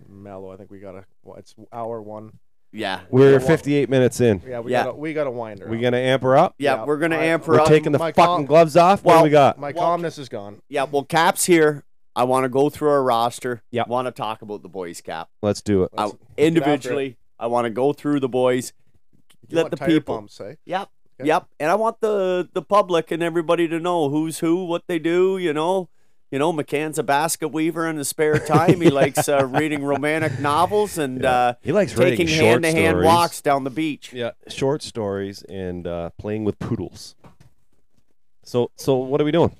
S5: mellow. I think we gotta well, it's hour one.
S3: Yeah.
S4: We're
S5: Yeah, wha-
S4: 58 minutes in.
S5: Yeah, we
S3: Yeah.
S5: gotta we gotta wind her.
S4: We
S5: up.
S4: gonna amp her up.
S3: Yeah,
S5: Yeah,
S3: we're going to
S5: I-
S3: amp her
S4: We're
S3: up.
S4: taking the
S5: my
S4: fucking
S5: call-
S4: gloves off. what do we got?
S5: My
S3: Well-
S5: calmness is gone.
S3: yeah, well, Cap's here. I want to go through our roster.
S4: Yeah.
S3: want to talk about the boys, Cap.
S4: Let's do it.
S3: I,
S5: Let's-
S3: individually, I want to go through the boys.
S5: You
S3: let
S5: want
S3: the
S5: tire
S3: people.
S5: bumps, eh?
S3: Yep.
S5: Okay.
S3: Yep. And I want the the public and everybody to know who's who, what they do, you know. You know, McCann's a basket weaver in his spare time. He likes uh, reading romantic novels and uh,
S4: He likes writing
S3: taking
S4: short
S3: hand to hand
S4: stories.
S3: walks down the beach.
S4: Yeah, short stories and uh, playing with poodles. So, so what are we doing?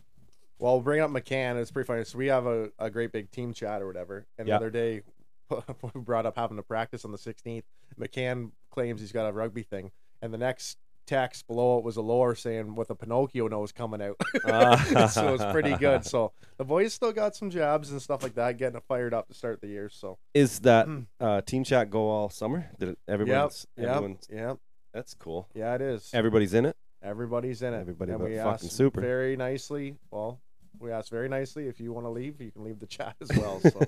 S5: Well, bringing up McCann, it's pretty funny. So we have a, a great big team chat or whatever. And
S4: Yeah.
S5: the other day, we brought up having to practice on the 16th. McCann claims he's got a rugby thing, and the next text below it was a lore saying with a Pinocchio nose coming out. so it's pretty good. So the boys still got some jabs and stuff like that, getting it fired up to start the year. So
S4: Is that
S5: Mm.
S4: uh, team chat go all summer? Did it, everyone's,
S5: yep,
S4: everyone's?
S5: yep,
S4: That's cool.
S5: yeah, it is.
S4: Everybody's in it.
S5: Everybody's in it.
S4: Everybody
S5: and
S4: but
S5: we
S4: fucking
S5: asked
S4: super.
S5: Very nicely. Well, we asked very nicely if you want to leave, you can leave the chat as well. So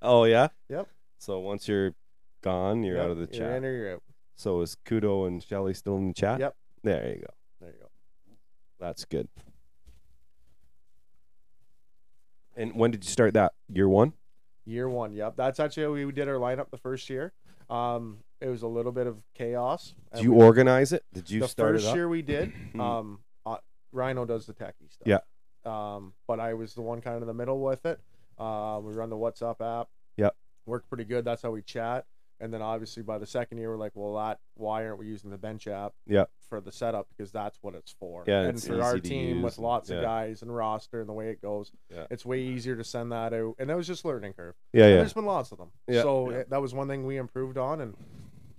S4: oh yeah.
S5: Yep.
S4: So once you're gone, you're
S5: Yep,
S4: out of the
S5: You're
S4: chat.
S5: in or you're out.
S4: So is Kudo and Shelly still in the chat?
S5: Yep.
S4: There you go.
S5: There you go.
S4: That's good. And when did you start that? Year one.
S5: Year one. Yep. That's actually how we did our lineup the first year. Um, it was a little bit of chaos.
S4: Did
S5: and
S4: you
S5: Uh, we-
S4: organize it? Did you
S5: the
S4: start
S5: first
S4: it up?
S5: year we did.
S4: Mhm.
S5: um, uh, Rhino does the techie stuff.
S4: Yeah.
S5: Um, but I was the one kind of in the middle with it. Uh, we run the WhatsApp app.
S4: Yep.
S5: Worked pretty good. That's how we chat. And then obviously by the second year, we're like, well, that why aren't we using the bench app?
S4: Yep.
S5: For the setup because that's what it's for.
S4: Yeah,
S5: And
S4: it's
S5: for our
S4: easy to
S5: team
S4: use
S5: with
S4: and-
S5: lots
S4: yeah.
S5: of guys and roster and the way it goes,
S4: Yeah.
S5: it's way easier to send that out. And that was just learning curve.
S4: yeah,
S5: And
S4: yeah.
S5: There's been lots of them.
S4: Yeah.
S5: So
S4: Yeah.
S5: It, that was one thing we improved on, and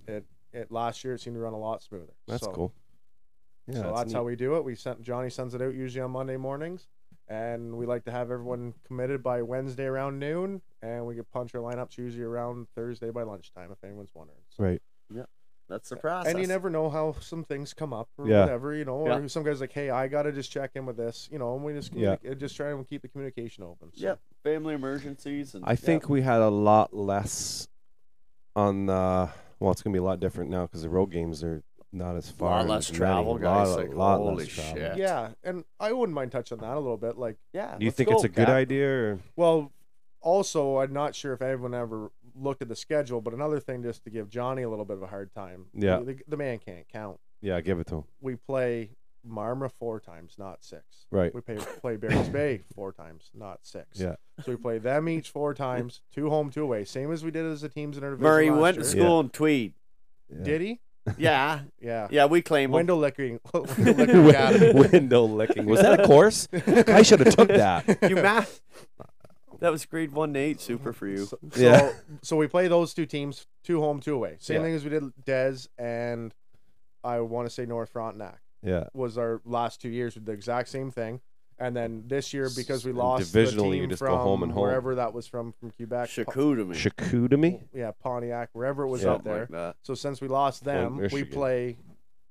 S5: it it last year it seemed to run a lot smoother.
S4: That's
S5: so,
S4: cool. Yeah,
S5: so
S4: that's
S5: that's
S4: neat.
S5: how we do it. We sent Johnny sends it out usually on Monday mornings, and we like to have everyone committed by Wednesday around noon, and we could punch our lineups usually around Thursday by lunchtime if anyone's wondering. So-
S4: Right.
S3: That's the process.
S5: And you never know how some things come up or
S4: Yeah.
S5: whatever, you know. Or
S3: Yeah.
S5: some guys like, hey, I gotta just check in with this, you know. And we just
S4: Yeah.
S5: communica- uh, just try and keep the communication open. So.
S3: Yep. Family emergencies. And,
S4: I think we had a lot less on the. Well, it's gonna be a lot different now because the road games are not as far.
S3: Lot
S4: and
S3: less
S4: as many.
S3: travel,
S4: Lot-
S3: guys,
S4: A lot,
S3: like,
S4: less
S3: holy
S4: travel.
S3: shit.
S5: Yeah, and I wouldn't mind touching on that a little bit. Like,
S3: Yeah.
S4: Do you
S3: let's
S4: think
S3: go,
S4: it's a good
S3: Cap.
S4: idea? Or?
S5: Well, also, I'm not sure if everyone ever looked at the schedule, but another thing just to give Johnny a little bit of a hard time.
S4: Yeah.
S5: The, the man can't count.
S4: Yeah, give it to him.
S5: We play Marmara four times, not six.
S4: Right.
S5: We play, play Barry's Bay four times, not six.
S4: Yeah.
S5: So we play them each four times, two home, two away, same as we did as the teams in our division.
S3: Murray
S5: last
S3: went to
S5: year.
S4: Yeah.
S3: school in Tweed.
S4: Yeah.
S5: Did he?
S3: Yeah.
S5: Yeah.
S3: Yeah, we claim him.
S5: Window licking. window licking academy.
S4: Window licking. Was that a course? I should have took that.
S3: You math. That was grade one to eight. Super for you.
S5: So,
S4: Yeah.
S5: so, so we play those two teams, two home, two away. Same
S4: Yeah.
S5: thing as we did Des and I want to say North Frontenac
S4: Yeah.
S5: was our last two years with the exact same thing. And then this year, because we
S4: S-
S5: lost
S4: divisionally,
S5: the
S4: you
S5: team
S4: just go
S5: from
S4: home and home.
S5: wherever that was from, from Quebec, Pa-
S3: Shaku to me.
S4: Shakudami.
S5: yeah, Pontiac, wherever it was
S4: Yeah.
S5: up
S3: Something
S5: there.
S3: like that.
S5: so since we lost them, we
S4: Michigan.
S5: play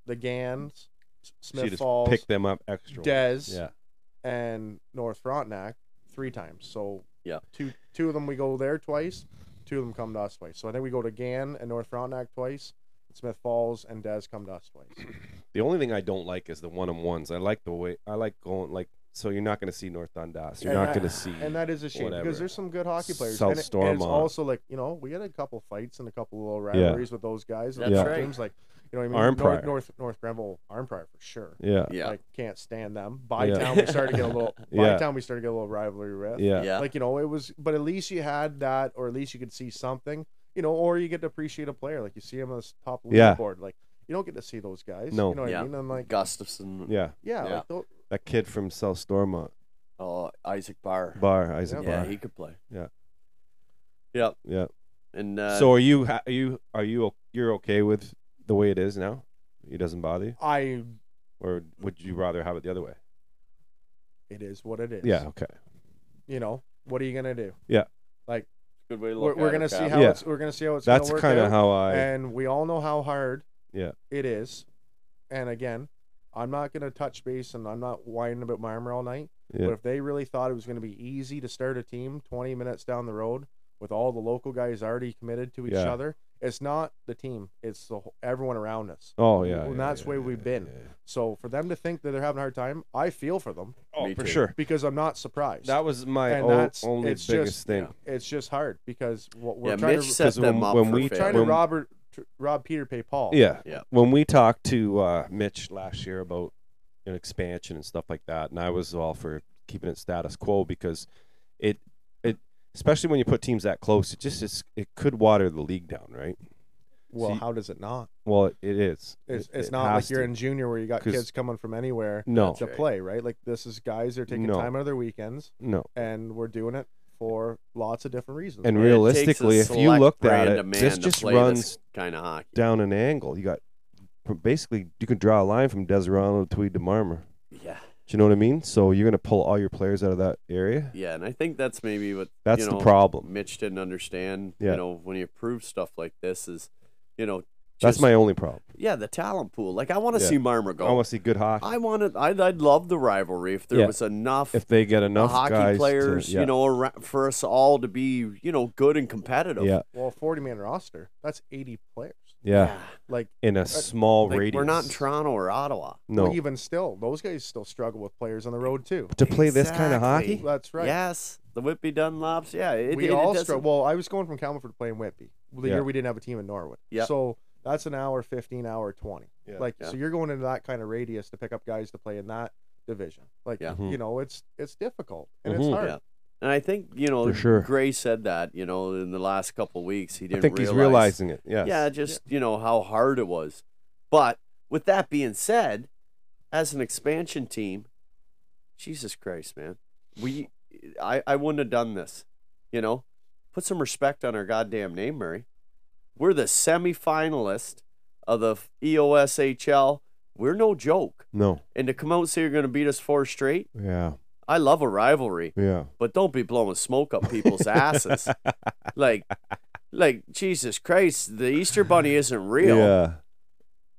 S5: the Gans, S-
S4: She
S5: Smith
S4: just
S5: Falls,
S4: picked them up extra.
S5: Des,
S4: Yeah.
S5: and North Frontenac three times. So
S3: Yeah.
S5: two two of them we go there twice, two of them come to us twice. So I think we go to Gan and North Frontenac twice, Smith Falls and Des come to us twice.
S4: The only thing I don't like is the one on ones. I like the way I like going like so you're not gonna see North Dundas. You're
S5: And
S4: not
S5: I-
S4: gonna see
S5: And that is a shame
S4: Whatever.
S5: because there's some good hockey players.
S4: South
S5: and, it- and
S4: Stormont.
S5: it's also like you know we had a couple fights and a couple little
S4: Yeah.
S5: rivalries with those guys. and
S3: That's
S5: those
S3: right.
S5: Teams like you know what I mean
S4: Arm
S5: North,
S4: Prior.
S5: North North Grenville Arm Prior for sure.
S4: Yeah.
S3: Yeah.
S5: Like can't stand them. By
S4: Yeah.
S5: town we started to get a little. By
S4: Yeah.
S5: town we started to get a little rivalry with.
S4: Yeah.
S3: yeah.
S5: Like, you know, it was, but at least you had that, or at least you could see something, you know, or you get to appreciate a player. Like, you see him on this top
S4: Yeah.
S5: leaderboard. Like, you don't get to see those guys.
S4: No.
S5: You know what
S3: Yeah.
S5: I mean? I'm like,
S3: Gustafson.
S4: Yeah.
S5: yeah.
S3: Yeah.
S5: Like, tho-
S4: That kid from South Stormont.
S3: Oh, Isaac Barr.
S4: Bar, Isaac
S5: Yeah.
S3: yeah,
S4: Bar.
S3: he could play.
S4: Yeah.
S3: Yep.
S4: yeah.
S3: And uh,
S4: so are you ha- are you are you o- you're okay with the way it is now? It doesn't bother you?
S5: I,
S4: Or would you rather have it the other way?
S5: it is what it is.
S4: Yeah, okay.
S5: You know, what are you going to do?
S3: good way to
S5: We're,
S3: look at
S5: we're
S3: it,
S5: going to see
S3: Cap.
S5: how
S4: Yeah.
S5: it's, we're going to see how it's going
S4: That's
S5: to work.
S4: kind of
S5: out,
S4: how I
S5: And we all know how hard
S4: Yeah.
S5: it is. And again, I'm not going to touch base and I'm not whining about my armor all night.
S4: yeah.
S5: But if they really thought it was going to be easy to start a team 20 minutes down the road with all the local guys already committed to each
S4: Yeah.
S5: other, it's not the team, it's the whole, everyone around us.
S4: Oh yeah.
S5: and
S4: yeah,
S5: that's
S4: yeah,
S5: where
S4: yeah,
S5: we've
S4: yeah,
S5: been.
S4: yeah.
S5: So for them to think that they're having a hard time, I feel for them
S4: Oh,
S3: Me
S4: for
S3: too.
S4: sure.
S5: because I'm not surprised.
S4: That was my
S5: And
S4: o-
S5: that's-
S4: only
S5: it's
S4: biggest
S5: just-
S4: thing.
S5: it's just hard because what we're
S3: yeah,
S5: trying
S3: Mitch
S5: to
S3: set
S4: 'cause
S3: them
S4: when-
S3: up
S4: when
S3: for
S4: we
S5: we're
S3: fail.
S5: trying to
S4: When-
S5: Robert tr- rob Peter pay Paul.
S4: Yeah.
S3: Yeah.
S4: When we talked to uh, Mitch last year about an expansion and stuff like that, and I was all for keeping it status quo because it it especially when you put teams that close, it just is, it could water the league down, right?
S5: Well,
S4: See-
S5: how does it not?
S4: Well, it is.
S5: It's,
S4: It-
S5: it's
S4: it
S5: not like
S4: has
S5: you're
S4: to.
S5: in junior where you got
S4: 'Cause-
S5: kids coming from anywhere
S4: No,
S5: to
S3: Right.
S5: play, right? Like this is guys that are taking
S4: No.
S5: time out of their weekends
S4: no.
S5: and we're doing it for lots of different reasons.
S4: And
S3: And it takes a
S4: realistically, if you
S3: select
S4: looked at
S3: brand of
S4: it,
S3: man
S4: this
S3: to
S4: just
S3: play
S4: runs
S3: this kind of hockey.
S4: down an angle. You got from- basically you can draw a line from Deserano to Tweed to Marmer.
S3: Yeah,
S4: Do you know what I mean? So you're gonna pull all your players out of that area.
S3: yeah, and I think that's maybe what
S4: That's
S3: you
S4: the
S3: know,
S4: problem.
S3: Mitch didn't understand.
S4: Yeah.
S3: You know, when you approve stuff like this, is you know,
S4: That's
S3: just-
S4: my only problem.
S3: yeah, the talent pool. Like I want to
S4: Yeah.
S3: see Marmer go.
S4: I want to see good hockey.
S3: I wanted. I'd, I'd love the rivalry if there
S4: Yeah.
S3: was enough,
S4: if they get enough
S3: hockey
S4: guys to-
S3: players,
S4: yeah,
S3: you know, ar- for us all to be, you know, good and competitive.
S4: yeah,
S5: well, 40 man roster, that's 80 players.
S4: yeah,
S5: Like
S4: in a small
S3: Like,
S4: radius.
S3: we're not in Toronto or Ottawa.
S4: No,
S5: well, even still, those guys still struggle with players on the road too.
S4: to play this kind of
S3: Exactly.
S4: hockey.
S5: That's right.
S3: Yes, the Whitby Dunlops. Yeah, it,
S5: we
S3: it,
S5: all
S3: it doesn't-
S5: struggle. Well, I was going from Camelford to play in Whitby the
S4: Yeah.
S5: year we didn't have a team in Norwood.
S3: Yeah.
S5: So that's an hour, 15 hour, 20.
S4: Yeah.
S5: Like,
S3: Yeah.
S5: so you're going into that kind of radius to pick up guys to play in that division. Like,
S3: Yeah.
S4: Mhm.
S5: you know, it's it's difficult and
S4: Mhm.
S5: it's hard.
S3: Yeah. And I think you know,
S4: For sure.
S3: Gray said that you know in the last couple weeks he didn't.
S4: I think he's
S3: realize,
S4: realizing it. Yes.
S3: Yeah, just you know how hard it was. But with that being said, as an expansion team, Jesus Christ, man, we I I wouldn't have done this. You know, put some respect on our goddamn name, Murray. We're the semifinalist of the E EOSHL. We're no joke.
S4: No.
S3: And to come out and say you're going to beat us four straight,
S4: Yeah.
S3: I love a rivalry
S4: Yeah.
S3: but don't be blowing smoke up people's asses. like, like Jesus Christ, the Easter Bunny isn't real.
S4: Yeah.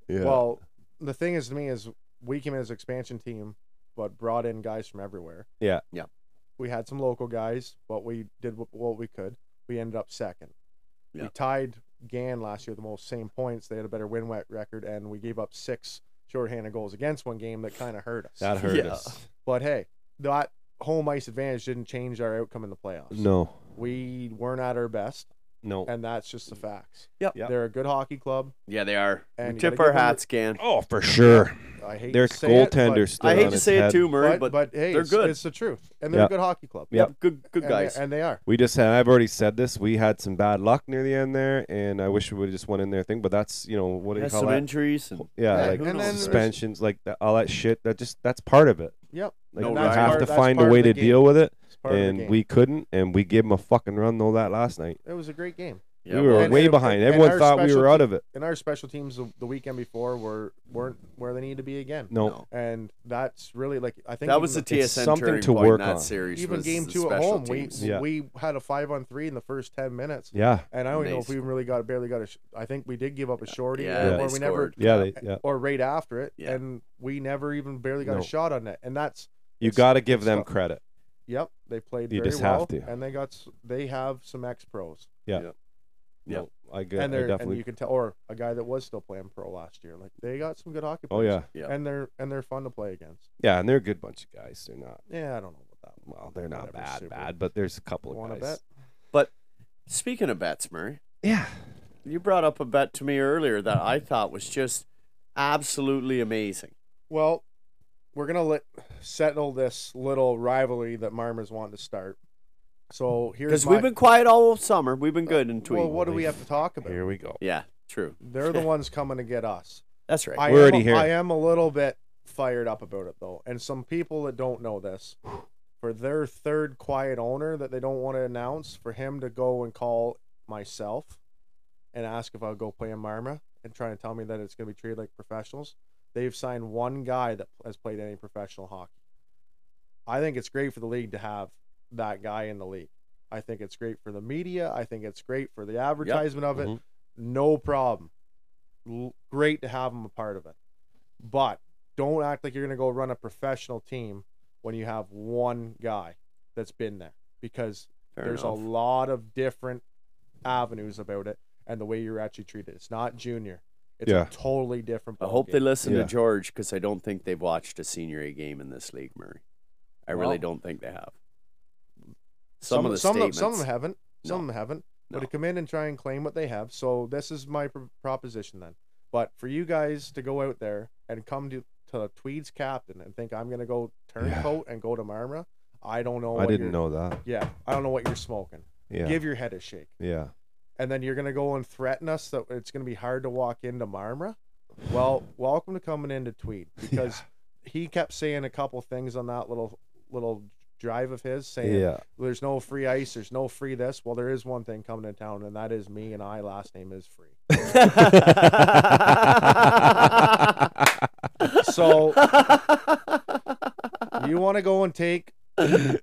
S4: Yeah.
S5: Well, the thing is to me is we came in as an expansion team, but brought in guys from everywhere.
S4: Yeah.
S3: Yeah.
S5: We had some local guys, but we did wh- what we could. We ended up second.
S3: Yeah.
S5: We tied Gann last year the most same points. They had a better win wet record, and we gave up six shorthanded goals against one game that kind of hurt us.
S4: that hurt
S3: yeah.
S4: us.
S5: but hey, that home ice advantage didn't change our outcome in the playoffs.
S4: No.
S5: We weren't at our best,
S4: No.
S5: and that's just the facts.
S3: Yep.
S4: Yep.
S5: They're a good hockey club.
S3: Yeah, they are.
S5: And
S3: we
S5: you
S3: tip
S5: gotta
S3: our
S5: give them-
S3: hats, Can.
S4: Oh, for sure.
S5: I hate
S4: Their
S5: to say it, but-
S4: goaltender stood
S3: I hate
S4: on
S3: to
S4: his
S3: say
S4: head.
S3: it too, Murray,
S5: but,
S3: but,
S5: but hey,
S3: they're
S5: it's,
S3: good.
S5: it's the truth, and they're
S4: Yeah.
S5: a good hockey club.
S4: Yep.
S3: good, good
S5: And they-
S3: guys.
S5: and they are.
S4: We just had. I've already said this. We had some bad luck near the end there, and I wish we would have just went in there thing. But that's you know what do you
S3: Has
S4: call
S3: some
S4: that?
S3: injuries and
S4: yeah,
S5: Yeah,
S4: like
S5: who knows?
S4: the suspensions, like that, all that shit. That just that's part of it.
S5: Yep.
S4: Like
S3: No,
S4: you
S3: that's
S4: have
S5: part-
S4: to
S5: that's
S4: find a
S5: part of
S4: way to
S5: the
S4: deal with it,
S5: It's part of the
S4: and
S5: game.
S4: we couldn't, and we gave them a fucking run though that last night.
S5: It was a great game,
S3: yeah,
S4: we were
S3: well,
S5: And-
S4: way
S5: and-
S4: behind.
S5: and
S4: Everyone
S5: our
S4: thought we
S5: special
S4: were out
S5: team-
S4: of it.
S5: and our special teams the, the weekend before were weren't where they needed to be again.
S4: No,
S3: No.
S5: And that's really like I think
S3: that
S5: even
S3: was the
S5: the-
S4: it's
S3: TSN
S4: something
S3: turning
S4: to
S3: point in
S4: work
S3: that
S4: on.
S3: series.
S5: even
S3: was
S5: game
S3: the
S5: two at
S3: special
S5: home.
S3: teams.
S5: We
S4: Yeah.
S5: we had a five on three in the first ten minutes.
S4: yeah,
S5: And I don't even know if we
S3: Amazing.
S5: really got barely got a. Sh- I think we did give up a shorty,
S3: Yeah, they
S5: or, or we never,
S3: scored.
S4: yeah, they, yeah.
S5: or right after it,
S3: Yeah.
S5: and we never even barely got
S4: No.
S5: a shot on it. And that's
S4: You
S5: it's-
S4: got to give
S5: it's
S4: them
S5: tough.
S4: credit.
S5: Yep, they played.
S4: You
S5: very
S4: just
S5: well,
S4: have to.
S5: and they got s- they have some ex pros,
S3: Yeah.
S4: No, I get. I
S5: and they're and
S4: definitely.
S5: you can tell, or a guy that was still playing pro last year. Like they got some good hockey.
S4: Oh
S5: Players.
S4: yeah,
S3: Yeah.
S5: and they're and they're fun to play against.
S4: yeah, and they're a good bunch of guys. They're not. uh,
S5: Yeah, I don't know about that.
S4: Well, they're not
S5: Whatever,
S4: bad,
S5: super.
S4: bad, but there's a couple of
S5: Want to
S4: guys.
S5: bet?
S3: Speaking of bets, Murray,
S4: Yeah.
S3: you brought up a bet to me earlier that I thought was just absolutely amazing.
S5: Well, we're gonna let settle this little rivalry that Marmers wanted to start. So here's
S3: Because
S5: my,
S3: we've been quiet all summer. We've been good in tweet.
S5: well, what do we have to talk about?
S4: Here we go.
S3: Yeah, true.
S5: They're the ones coming to get us.
S3: That's right.
S5: I
S4: We're
S5: am,
S4: already here.
S5: I am a little bit fired up about it though, and some people that don't know this, for their third quiet owner that they don't want to announce, for him to go and call myself and ask if I'll go play in Marma and try and tell me that it's going to be treated like professionals. They've signed one guy that has played any professional hockey. I think it's great for the league to have that guy in the league. I think it's great for the media. I think it's great for the advertisement of it.
S4: Mhm.
S5: No problem. L- great to have him a part of it. But don't act like you're going to go run a professional team when you have one guy that's been there because
S3: Fair
S5: there's
S3: enough.
S5: a lot of different avenues about it and the way you're actually treated. It's not junior. It's
S4: Yeah.
S5: a totally different.
S3: I hope they
S5: ballgame.
S3: listen
S4: Yeah.
S3: to George because I don't think they've watched a senior A game in this league, Murray. I really
S5: Well.
S3: don't think they have. Some, of the
S5: some
S3: statements.
S5: some of them haven't. Some
S3: No.
S5: of them haven't.
S3: No.
S5: But to come in and try and claim what they have. So this is my pr- proposition then. But for you guys to go out there and come to to Tweed's captain and think I'm going to go turncoat and go to Marmara, I don't know.
S4: I
S5: what
S4: didn't
S5: you're-
S4: know that.
S5: Yeah, I don't know what you're smoking.
S4: Yeah.
S5: Give your head a shake.
S4: yeah.
S5: and then you're gonna go and threaten us that it's gonna be hard to walk into Marmra. Well, welcome to coming into Tweed because he kept saying a couple things on that little little drive of his saying
S4: Yeah.
S5: there's no free ice, there's no free this. Well, there is one thing coming to town, and that is me and I last name is free. So you want to go and take
S3: Here we go.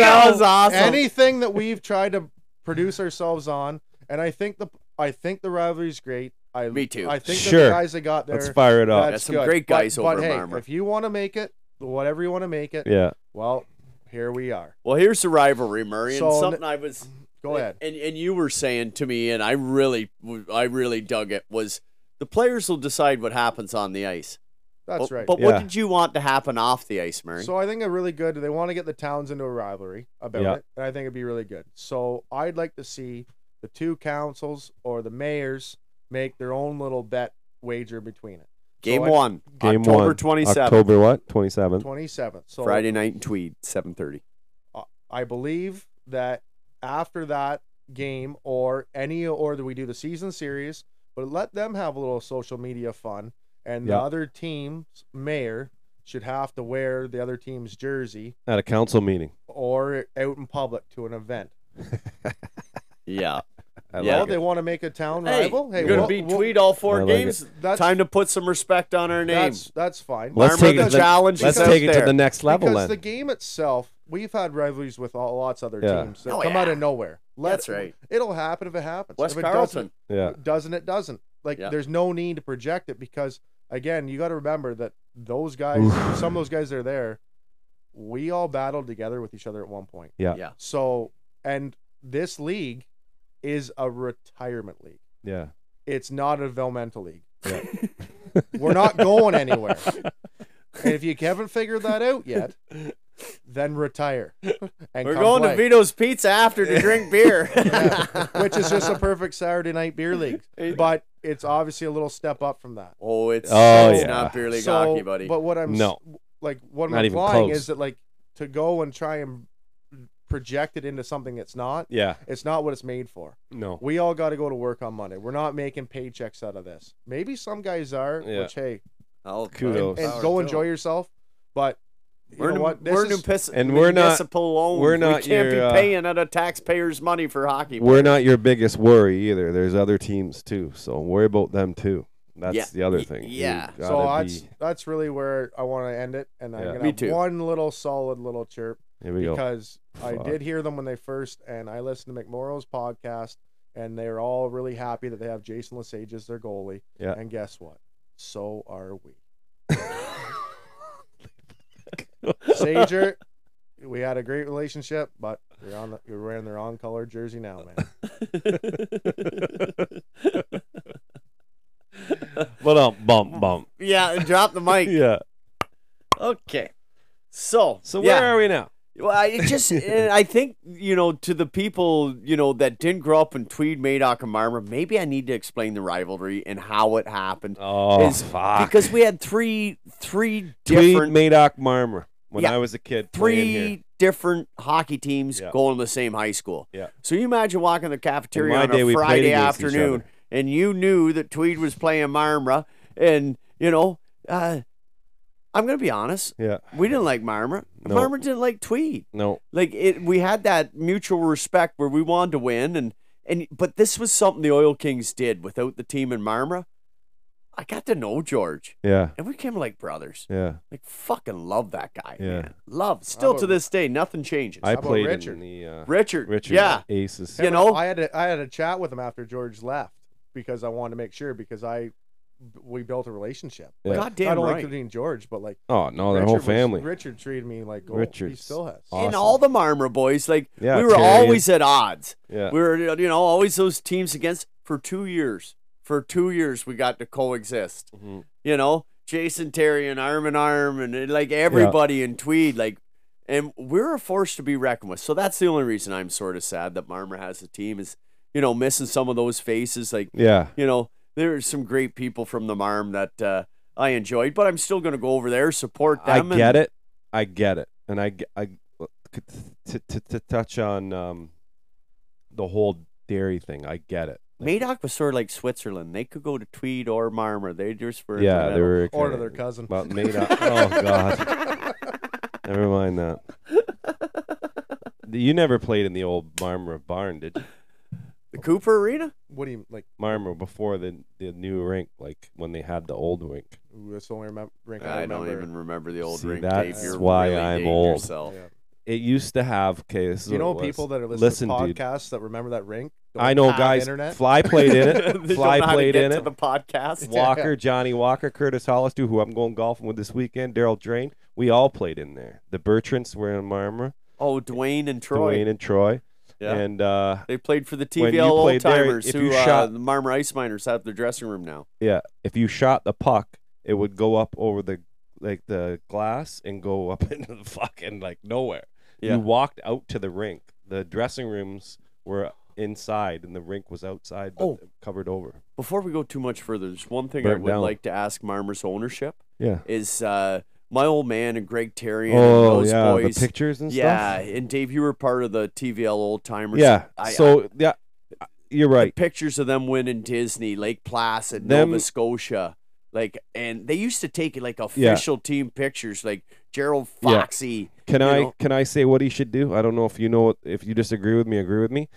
S3: That was awesome.
S5: anything that we've tried to produce ourselves on, and I think the I think the rivalry's great. I
S3: Me too.
S5: I think that
S4: Sure.
S5: the guys that got there.
S4: Let's fire it up.
S5: that's
S3: some
S5: good.
S3: great
S5: But-
S3: guys
S5: but,
S3: over
S5: hey,
S3: Marmor.
S5: If you want to make it, whatever you want to make it,
S4: yeah.
S5: well, here we are.
S3: well, here's the rivalry, Murray, and
S5: So,
S3: something I was
S5: Go ahead.
S3: And and you were saying to me, and I really I really dug it was the players will decide what happens on the ice.
S5: That's
S3: But-
S5: right.
S3: But
S4: Yeah.
S3: what did you want to happen off the ice, Murray?
S5: So I think a really good. They want to get the towns into a rivalry about
S4: Yeah.
S5: it, and I think it'd be really good. So I'd like to see the two councils or the mayors make their own little bet wager between it.
S3: Game
S5: so I-
S3: one,
S4: Game
S3: October
S4: one.
S3: twenty seventh,
S4: October what? 27th.
S5: Twenty seventh. So
S3: Friday night in Tweed, seven thirty.
S5: I believe that after that game or any or that we do the season series, but let them have a little social media fun, and
S4: Yeah.
S5: the other team's mayor should have to wear the other team's jersey
S4: At a council meeting.
S5: or out in public to an event.
S3: Yeah,
S4: I
S3: Yeah.
S5: Well,
S4: like it.
S5: they want to make a town rival. Hey,
S3: you're gonna
S5: well,
S3: beat
S5: well,
S3: Tweed all
S4: I
S3: four
S4: like
S3: games.
S5: That's-
S3: Time to put some respect on our name.
S5: That's that's fine.
S4: Let's
S3: Marmor
S4: take it
S3: the
S4: to the-
S3: challenge.
S4: Let's
S3: is
S4: take
S3: out
S4: it to
S3: there.
S4: the next level
S5: because
S4: then.
S5: the game itself, we've had rivalries with all, lots of other
S4: Yeah.
S5: teams that
S3: Oh,
S5: come out
S3: yeah.
S5: of nowhere. Let-
S3: That's right.
S5: It'll happen if it happens.
S3: West
S5: if it
S3: Carlton.
S4: yeah.
S5: doesn't, doesn't it doesn't. Like
S3: Yeah.
S5: there's no need to project it because again, you got to remember that those guys,
S4: Oof.
S5: some of those guys that are there. We all battled together with each other at one point.
S4: Yeah.
S3: Yeah.
S5: So, and this league is a retirement league.
S4: Yeah.
S5: It's not a developmental league. We're not going anywhere. and if you haven't figured that out yet, then retire. And
S3: We're
S5: come
S3: going
S5: play.
S3: to Vito's Pizza after to drink beer.
S5: Yeah, which is just a perfect Saturday night beer league. But it's obviously a little step up from that.
S3: Oh, it's
S4: Oh,
S3: it's
S4: yeah.
S3: not beer league
S5: So-
S3: hockey, buddy.
S5: But what I'm s-
S4: No.
S5: like what I'm
S4: Not even
S5: implying
S4: close.
S5: is that like to go and try and project it into something it's not.
S4: Yeah.
S5: It's not what it's made for.
S4: No.
S5: We all got to go to work on Monday. We're not making paychecks out of this. Maybe some guys are,
S4: Yeah.
S5: which hey,
S3: I'll-
S4: Kudos.
S5: and
S3: Power
S5: go
S3: to
S5: enjoy
S3: them.
S5: yourself. But you
S3: We're
S5: know
S3: new,
S5: what? This
S3: we're
S5: is-
S3: new pis-
S4: And we're not-
S3: municipal loan.
S4: we're not
S3: We can't
S4: your, uh,
S3: be paying out of taxpayers' money for hockey.
S4: We're not your biggest worry either. There's other teams too, so worry about them too. That's
S3: Yeah.
S4: the other
S3: Y-
S4: thing. You
S3: yeah.
S4: gotta
S5: So that's
S4: be-
S5: that's really where I want to end it, and I'm
S4: Yeah.
S5: gonna
S3: Me
S5: have
S3: too.
S5: one little solid little chirp
S4: here we go.
S5: because I
S4: Fuck.
S5: did hear them when they first, and I listened to McMorrow's podcast, and they're all really happy that they have Jason Lesage as their goalie.
S4: Yeah.
S5: And guess what? So are we. Sager, we had a great relationship, but you're on the, you're wearing the wrong color jersey now, man.
S4: But um,
S3: Mm.
S4: bump, bump.
S3: yeah, drop the mic.
S4: Yeah.
S3: Okay. So,
S4: So
S3: yeah.
S4: where are we now?
S3: Well, I it just, and I think, you know, to the people, you know, that didn't grow up in Tweed, Madoc, and Marmor, maybe I need to explain the rivalry and how it happened.
S4: Oh,
S3: Is-
S4: fuck.
S3: Because we had three, three
S4: Tweed
S3: different,
S4: Madoc Marmor when
S3: Yeah.
S4: I was a kid. playing here.
S3: three different hockey teams
S4: Yeah.
S3: going to the same high school.
S4: Yeah.
S3: So you imagine walking the cafeteria
S4: my
S3: on
S4: day,
S3: a
S4: we played
S3: Friday
S4: against each
S3: afternoon,
S4: other.
S3: and you knew that Tweed was playing Marmra, and you know, uh, I'm gonna be honest,
S4: Yeah.
S3: we didn't like Marmra.
S4: No.
S3: Marmra didn't like Tweed.
S4: No.
S3: Like it, we had that mutual respect where we wanted to win, and and but this was something the Oil Kings did without the team in Marmra. I got to know George,
S4: Yeah.
S3: and we became like brothers.
S4: Yeah.
S3: Like fucking love that guy.
S4: Yeah.
S3: man. love still to
S5: about-
S3: this day, nothing changes.
S4: I
S5: about
S4: played
S5: Richard?
S4: in the uh,
S3: Richard,
S4: Richard
S3: yeah,
S4: Aces.
S3: you know,
S5: I had a, I had a chat with him after George left because I wanted to make sure because I we built a relationship.
S4: Yeah.
S3: God damn
S5: not only
S3: right.
S5: including George, but like
S4: Oh no, their whole
S5: Richard was-
S4: family.
S5: Richard treated me like gold. He
S4: Richard's
S5: still has.
S4: awesome.
S3: And all the Marmor boys, like
S4: Yeah,
S3: we were
S4: Terry
S3: always at odds.
S4: yeah.
S3: We were, you know, always those teams against for two years. For two years, we got to coexist.
S4: Mhm.
S3: You know, Jason Terry and arm in arm, and uh, like everybody in Tweed, like, and we're a force to be reckoned with. So that's the only reason I'm sort of sad that Marmor has a team is, you know, missing some of those faces. Like,
S4: Yeah.
S3: you know, there are some great people from the Marm that uh, I enjoyed, but I'm still going to go over there support
S4: I
S3: them. and-
S4: get it. I get it. And I, g- I- to, to, to touch on um, the whole dairy thing. I get it.
S3: Madoc was sort of like Switzerland. They could go to Tweed or Marmor. They just were
S4: yeah, they were
S5: Or to
S4: kinda-
S5: their cousin.
S4: Well, Madoc. oh God. Never mind that. You never played in the old Marmor barn, did you?
S3: the Cooper Arena.
S5: What do you like?
S4: Marmor before the the new rink, like when they had the old rink.
S5: Ooh, that's the only remem- rink I,
S3: I
S5: remember.
S3: don't even remember the old
S4: See,
S3: ring.
S4: that's
S3: Dave. You're
S4: why
S3: really
S4: I'm
S3: dating
S4: old.
S3: Yourself.
S5: Yeah.
S4: It used to have. Okay, this is
S5: you
S4: what
S5: know
S4: it was.
S5: people that are listening to
S4: Listen, dude.
S5: podcasts that remember that rink?
S4: I
S5: Don't
S4: know,
S5: have
S4: guys.
S5: Internet.
S4: Fly played in it.
S3: They
S4: Fly
S3: don't know how to
S4: played
S3: get
S4: in
S3: to
S4: it.
S3: The podcast.
S4: Walker, Johnny Walker, Curtis Hollister, who I'm going golfing with this weekend, Daryl Drain. We all played in there. The Bertrands were in Marmor.
S3: Oh, Dwayne and Troy.
S4: Dwayne and Troy.
S3: yeah.
S4: And uh,
S3: they played for the
S4: When you
S3: TVL old
S4: played there,
S3: timers
S4: if
S3: who
S4: you
S3: uh,
S4: shot-
S3: the Marmor Ice Miners have their dressing room now.
S4: yeah, if you shot the puck, it would go up over the like the glass and go up into the fucking like nowhere.
S3: Yeah.
S4: You walked out to the rink. The dressing rooms were inside, and the rink was outside, but
S3: Oh.
S4: covered over.
S3: Before we go too much further, there's one thing I
S4: Burnt
S3: would
S4: down.
S3: like to ask Marmor's ownership
S4: Yeah.
S3: is uh, my old man and Greg Terry and
S4: Oh
S3: those
S4: yeah,
S3: boys.
S4: the pictures and
S3: yeah,
S4: stuff.
S3: and Dave, you were part of the TVL old timers.
S4: Yeah.
S3: I,
S4: so yeah, you're
S3: the
S4: right.
S3: pictures of them winning Disney, Lake Placid,
S4: Them-
S3: Nova Scotia. Like, and they used to take like
S4: Yeah.
S3: official team pictures, like Gerald
S4: Yeah.
S3: Foxy.
S4: Can
S3: you
S4: I
S3: know?
S4: can I say what he should do? I don't know if you know if you disagree with me, agree with me.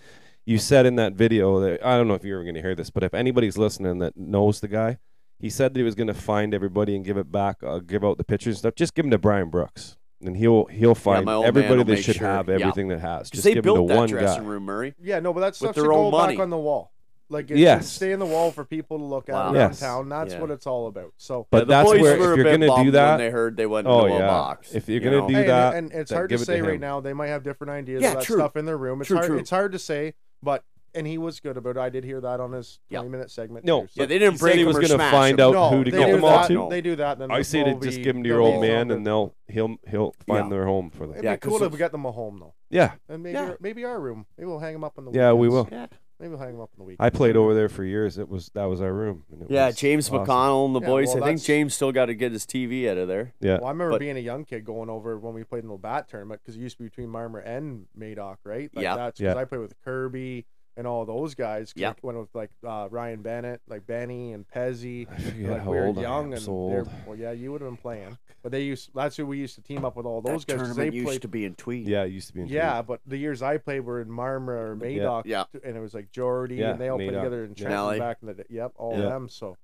S4: You said in that video that I don't know if you're ever going to hear this, but if anybody's listening that knows the guy, he said that he was going to find everybody and give it back, uh, give out the pictures and stuff. Just give them to Brian Brooks, and he'll he'll find
S3: my old man
S4: everybody
S3: will
S4: that
S3: make
S4: should
S3: sure.
S4: have
S3: Yeah.
S4: everything that has. Just
S3: Because they
S4: give them to
S3: built that
S4: one
S3: dressing
S4: guy.
S3: room, Murray.
S5: Yeah, no, but that stuff
S3: their
S5: should go
S3: own money.
S5: back on the wall. Like it
S4: Yes.
S5: should stay in the wall for people to look at
S3: Wow.
S5: around
S4: Yes.
S5: town. That's
S3: Yeah.
S5: what it's all about. So
S4: But
S3: Yeah, the
S4: that's
S3: boys
S4: where
S3: were a
S4: if you're
S3: bit
S4: going to
S3: bummed
S4: do
S3: when
S4: that,
S3: they heard they went
S4: oh
S3: into
S4: yeah,
S3: a box.
S4: if you're
S3: you
S4: going
S3: know?
S4: to do
S5: Hey, and-
S4: that,
S5: and, it's
S4: then
S5: hard
S4: give
S5: to
S4: it
S5: say right
S4: him.
S5: now. They might have different ideas
S3: Yeah,
S5: of that
S3: true.
S5: stuff in their room. It's
S3: True,
S5: hard.
S3: true.
S5: It's hard to say, but and he was good about. it. I did hear that on his
S3: Yeah.
S5: twenty-minute segment.
S4: No,
S5: too, so-
S3: Yeah, they didn't
S4: He
S3: break
S4: said he was
S3: going to
S4: gonna find out
S5: no,
S4: who to
S5: they
S4: get
S5: do
S4: them all
S5: that-
S4: to.
S5: They do that. Then
S4: I say to just give them to your old man, and they'll he'll he'll find
S3: Yeah.
S4: their home for
S5: It'd
S4: them.
S5: be
S3: Yeah, 'cause
S5: cool if
S3: it's-
S5: we got them a home though,
S4: Yeah,
S5: and maybe
S3: Yeah.
S5: maybe our room. Maybe we'll hang them up on the.
S4: yeah, we
S5: weekends.
S4: will.
S3: Yeah.
S5: Maybe we'll hang them up on the weekend.
S4: I played over there for years. It was that was our room. and it
S3: Yeah,
S4: was
S3: James
S4: awesome.
S3: McConnell and the
S5: Yeah,
S3: boys.
S5: well,
S3: I think
S5: that's-
S3: James still got to get his TV out of there.
S4: Yeah,
S5: Well, I remember
S3: But-
S5: being a young kid going over when we played in the bat tournament because it used to be between Marmor and Madoc, right? Like
S3: Yeah.
S5: That's
S4: Yeah.
S5: because I played with Kirby and all those guys. 'cause
S3: Yeah.
S5: I went with like uh, Ryan Bennett, like Benny and Pezzi.
S4: I forget
S5: like
S4: how
S5: we were
S4: old I
S5: young
S4: am.
S5: and
S4: so
S5: they're-
S4: old.
S5: well, yeah, you would have been playing. But they used that's who we used to team up with all those
S3: that
S5: guys. 'cause
S3: tournament
S5: they
S3: used
S5: played,
S3: to be in Tweed.
S4: Yeah, it used to be. In
S5: yeah, but the years I played were in Marmor or Madoc,
S3: Yeah.
S5: t- and it was like Jordy,
S4: Yeah,
S5: and they all played
S4: Madoc.
S5: together in
S4: Yeah.
S5: Trenton
S3: Nally.
S5: back in the day. Yep, all
S4: Yeah.
S5: of them. So,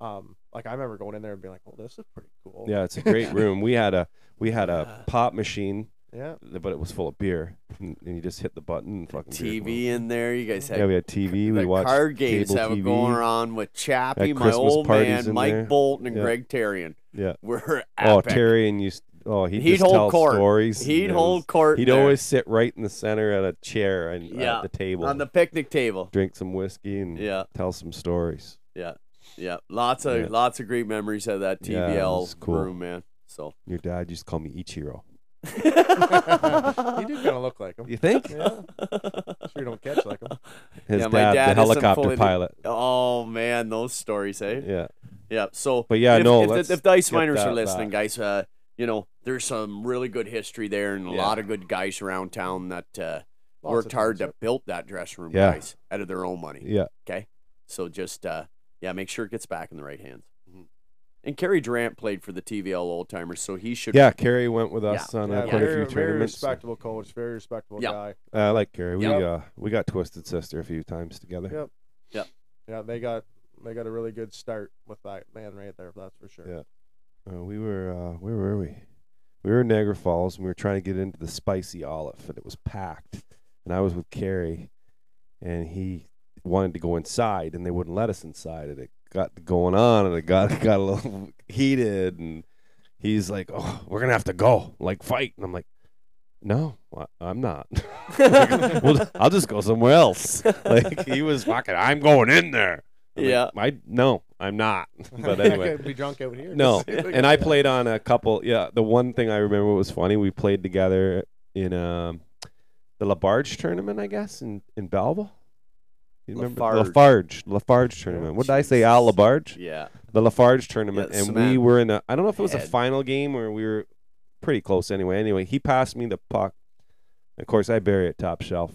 S5: um, like I remember going in there and being like, "Oh, this is pretty cool."
S4: Tweed. Yeah, it's a great room. We had a we had a pop machine,
S5: yeah.
S4: but it was full of beer, and and you just hit the button and fucking beer came
S3: TV in there. You guys
S4: out.
S3: had
S4: Yeah, we had TV. We
S3: the
S4: watched
S3: card games
S4: cable
S3: that were
S4: TV.
S3: going on with Chappie,
S4: Had
S3: my
S4: Christmas
S3: old
S4: parties
S3: man,
S4: in
S3: Mike
S4: there.
S3: Bolton, and
S4: Yeah.
S3: Greg Terrian.
S4: Yeah.
S3: Were epic.
S4: Oh, Terry and you. Oh, he'd,
S3: He'd
S4: just
S3: hold
S4: tell
S3: court.
S4: stories. and
S3: He'd
S4: it
S3: hold
S4: was-
S3: court.
S4: He'd
S3: there
S4: always sit right in the center at a chair and
S3: Yeah,
S4: at the table,
S3: on the picnic table.
S4: drink some whiskey and
S3: Yeah.
S4: tell some stories.
S3: Yeah, yeah. Lots of
S4: Yeah.
S3: lots of great memories of that
S4: Yeah, it
S3: TVL
S4: was cool.
S3: room, man. So
S4: Your dad used to call me Ichiro.
S5: You do kind of look like him.
S4: You think?
S5: Yeah. Sure you don't catch like him.
S4: His
S3: Yeah, my
S4: dad,
S3: dad
S4: the
S3: isn't
S4: helicopter
S3: fully-
S4: pilot.
S3: Oh man, those stories, eh? Yeah.
S4: Yeah.
S3: So,
S4: But yeah,
S3: if,
S4: no,
S3: If, the-
S4: let's
S3: if the ice
S4: get
S3: miners are
S4: that
S3: listening,
S4: back.
S3: guys, uh, you know, there's some really good history there, and a
S4: Yeah.
S3: lot of good guys around town that uh,
S5: Lots
S3: worked
S5: of
S3: hard
S5: things,
S3: to build that dressing room,
S4: Yeah.
S3: guys, out of their own money.
S4: Yeah.
S3: So just uh, yeah, make sure it gets back in the right hands.
S5: Mm-hmm.
S3: And Kerry Durant played for the TVL old timers, so he should.
S4: Yeah, Kerry went with us on uh,
S5: Yeah,
S4: quite
S5: very,
S4: a few
S5: very
S4: tournaments. Uh,
S5: respectable coach, very respectable
S3: Yeah.
S5: guy.
S4: I like Kerry. We
S3: Yeah.
S4: uh, we got Twisted Sister a few times together.
S5: Yeah.
S3: Yep.
S5: Yeah, they got they got a really good start with that man right there, that's for sure.
S4: Yeah. Uh, we were uh, where were we? We were in Niagara Falls and we were trying to get into the spicy olive and it was packed. And I was with Kerry and he wanted to go inside and they wouldn't let us inside and it got going on and it got got a little heated and he's like, "Oh, we're going to have to go. Like fight." And I'm like, "No, I- I'm not. well, I'll just go somewhere else." Like he was fucking, "I'm going in there." I'm like,
S3: Yeah.
S4: I no, I'm not. But
S5: I
S4: anyway,
S5: could be drunk out here.
S4: no, and I played on a couple. Yeah, the one thing I remember was funny. We played together in um, the Lafarge tournament, I guess, in in Belleville. You remember
S3: Lafarge.
S4: Lafarge, Lafarge tournament. What did I say? Al Lafarge,
S3: Yeah.
S4: the Lafarge tournament,
S3: Yeah,
S4: and we
S3: cement.
S4: were in a. I don't know if it was a
S3: Head.
S4: final game or we were pretty close anyway. Anyway, he passed me the puck. Of course, I bury it top shelf,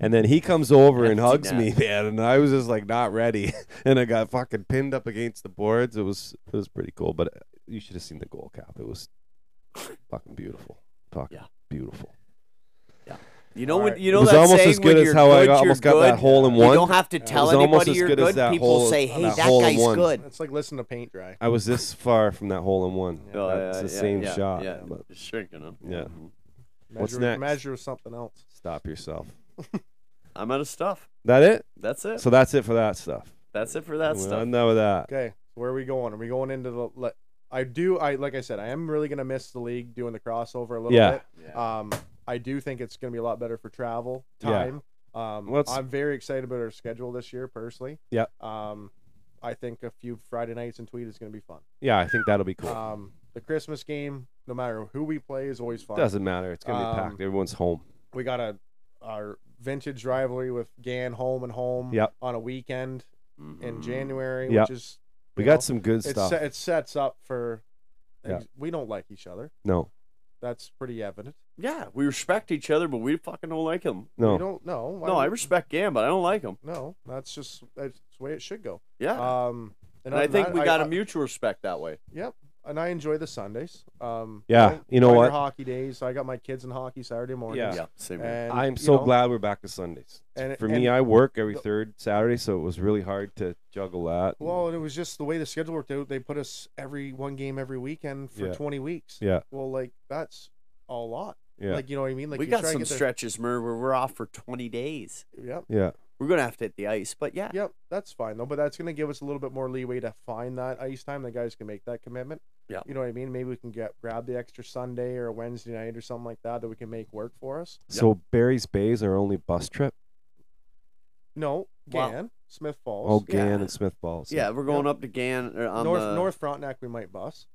S4: And then he comes over and
S3: Empty
S4: hugs me, man, and I was just like not ready, and I got fucking pinned up against the boards. It was it was pretty cool, but uh, you should have seen the goal cap. It was fucking beautiful, fucking
S3: Yeah.
S4: beautiful.
S3: You know when
S5: Alright.
S3: you
S4: It
S3: know
S4: was
S3: that
S4: almost
S3: saying
S4: as good
S3: when
S4: as
S3: you're
S4: how
S3: good,
S4: I
S3: you're
S4: almost got
S3: good.
S4: that hole in
S3: You
S4: one.
S3: don't have to
S4: was
S3: tell
S4: almost
S3: anybody
S4: as
S3: you're
S4: good as
S3: good.
S4: that
S3: People
S4: hole-
S3: say, "Hey,
S4: that
S3: that,
S4: hole in
S3: guy's
S4: one.
S3: good."
S5: It's like listen to paint dry.
S4: I was this far from that hole in one.
S3: Oh,
S4: That's
S3: yeah,
S4: the
S3: yeah,
S4: same
S3: yeah,
S4: shot.
S3: Yeah,
S4: But
S3: It's shrinking them.
S4: Yeah.
S5: Measure,
S4: What's next?
S5: Measure with something else.
S4: stop yourself.
S3: I'm out of stuff.
S4: That it?
S3: That's it.
S4: So that's it for that stuff.
S3: That's it for that
S4: We're
S3: stuff.
S4: done now with that.
S5: Okay, where are we going? Are we going into the? le- I do. I like I said, I am really gonna miss the league doing the crossover a little
S4: Yeah.
S5: bit. Um, I do think it's gonna be a lot better for travel
S4: Yeah.
S5: time. Um,
S4: Let's-
S5: I'm very excited about our schedule this year, personally.
S4: Yep.
S5: Um, I think a few Friday nights in Tweed is gonna be fun.
S4: Yeah, I think that'll be cool.
S5: Um, the Christmas game, no matter who we play, is always fun.
S4: Doesn't matter. It's gonna be
S5: Uh, Um,
S4: packed. Everyone's home.
S5: we got a our vintage rivalry with Gan home and home
S4: Yep.
S5: on a weekend in
S3: Mhm.
S5: January,
S4: Yep.
S5: which is
S4: We
S5: you know,
S4: got some good
S5: it
S4: stuff.
S5: se- it sets up for
S4: Yeah.
S5: ex- we don't like each other.
S4: no,
S5: That's pretty evident.
S3: Yeah, we respect each other, but we fucking don't like him.
S5: We
S4: no.
S5: don't know. Why
S3: No,
S5: would-
S3: I respect Gam, but I don't like him.
S5: No, that's just that's the way it should go.
S3: Yeah.
S5: Um,
S3: and I think we got
S5: a
S3: a mutual respect that way.
S5: Yep. And I enjoy the Sundays. Um,
S4: Yeah,
S5: minor-
S4: you know
S5: minor
S4: what?
S5: Hockey days. I got my kids in hockey Saturday mornings.
S4: Yeah.
S3: same here.
S5: And,
S4: I'm
S5: you
S4: so
S5: know,
S4: glad we're back to Sundays.
S5: and-
S4: For me,
S5: and-
S4: I work every
S5: the-
S4: third Saturday, so it was really hard to juggle that.
S5: Well, and it was just the way the schedule worked out. They put us every one game every weekend for
S4: Yeah.
S5: 20 weeks.
S4: Yeah.
S5: Well, like that's a lot.
S4: yeah,
S5: Like you know what I mean? Like
S3: we
S5: you
S3: got
S5: try and
S3: some
S5: get there-
S3: stretches, Mer, where we're off for 20 days.
S5: Yep.
S4: yeah,
S3: We're gonna have to hit the ice, but yeah,
S5: Yep. That's fine though. But that's gonna give us a little bit more leeway to find that ice time. The guys can make that commitment.
S3: Yeah.
S5: You know what I mean? Maybe we can get grab the extra Sunday or a Wednesday night or something like that that we can make work for us.
S4: So Barry's Bay is our only bus trip.
S5: No,
S3: Wow.
S5: Gan, Smith Falls.
S4: Oh, Gan
S3: yeah.
S4: and Smith Falls.
S3: yeah, we're going up to Gan or on
S5: North
S3: the
S5: North Frontenac we might bus.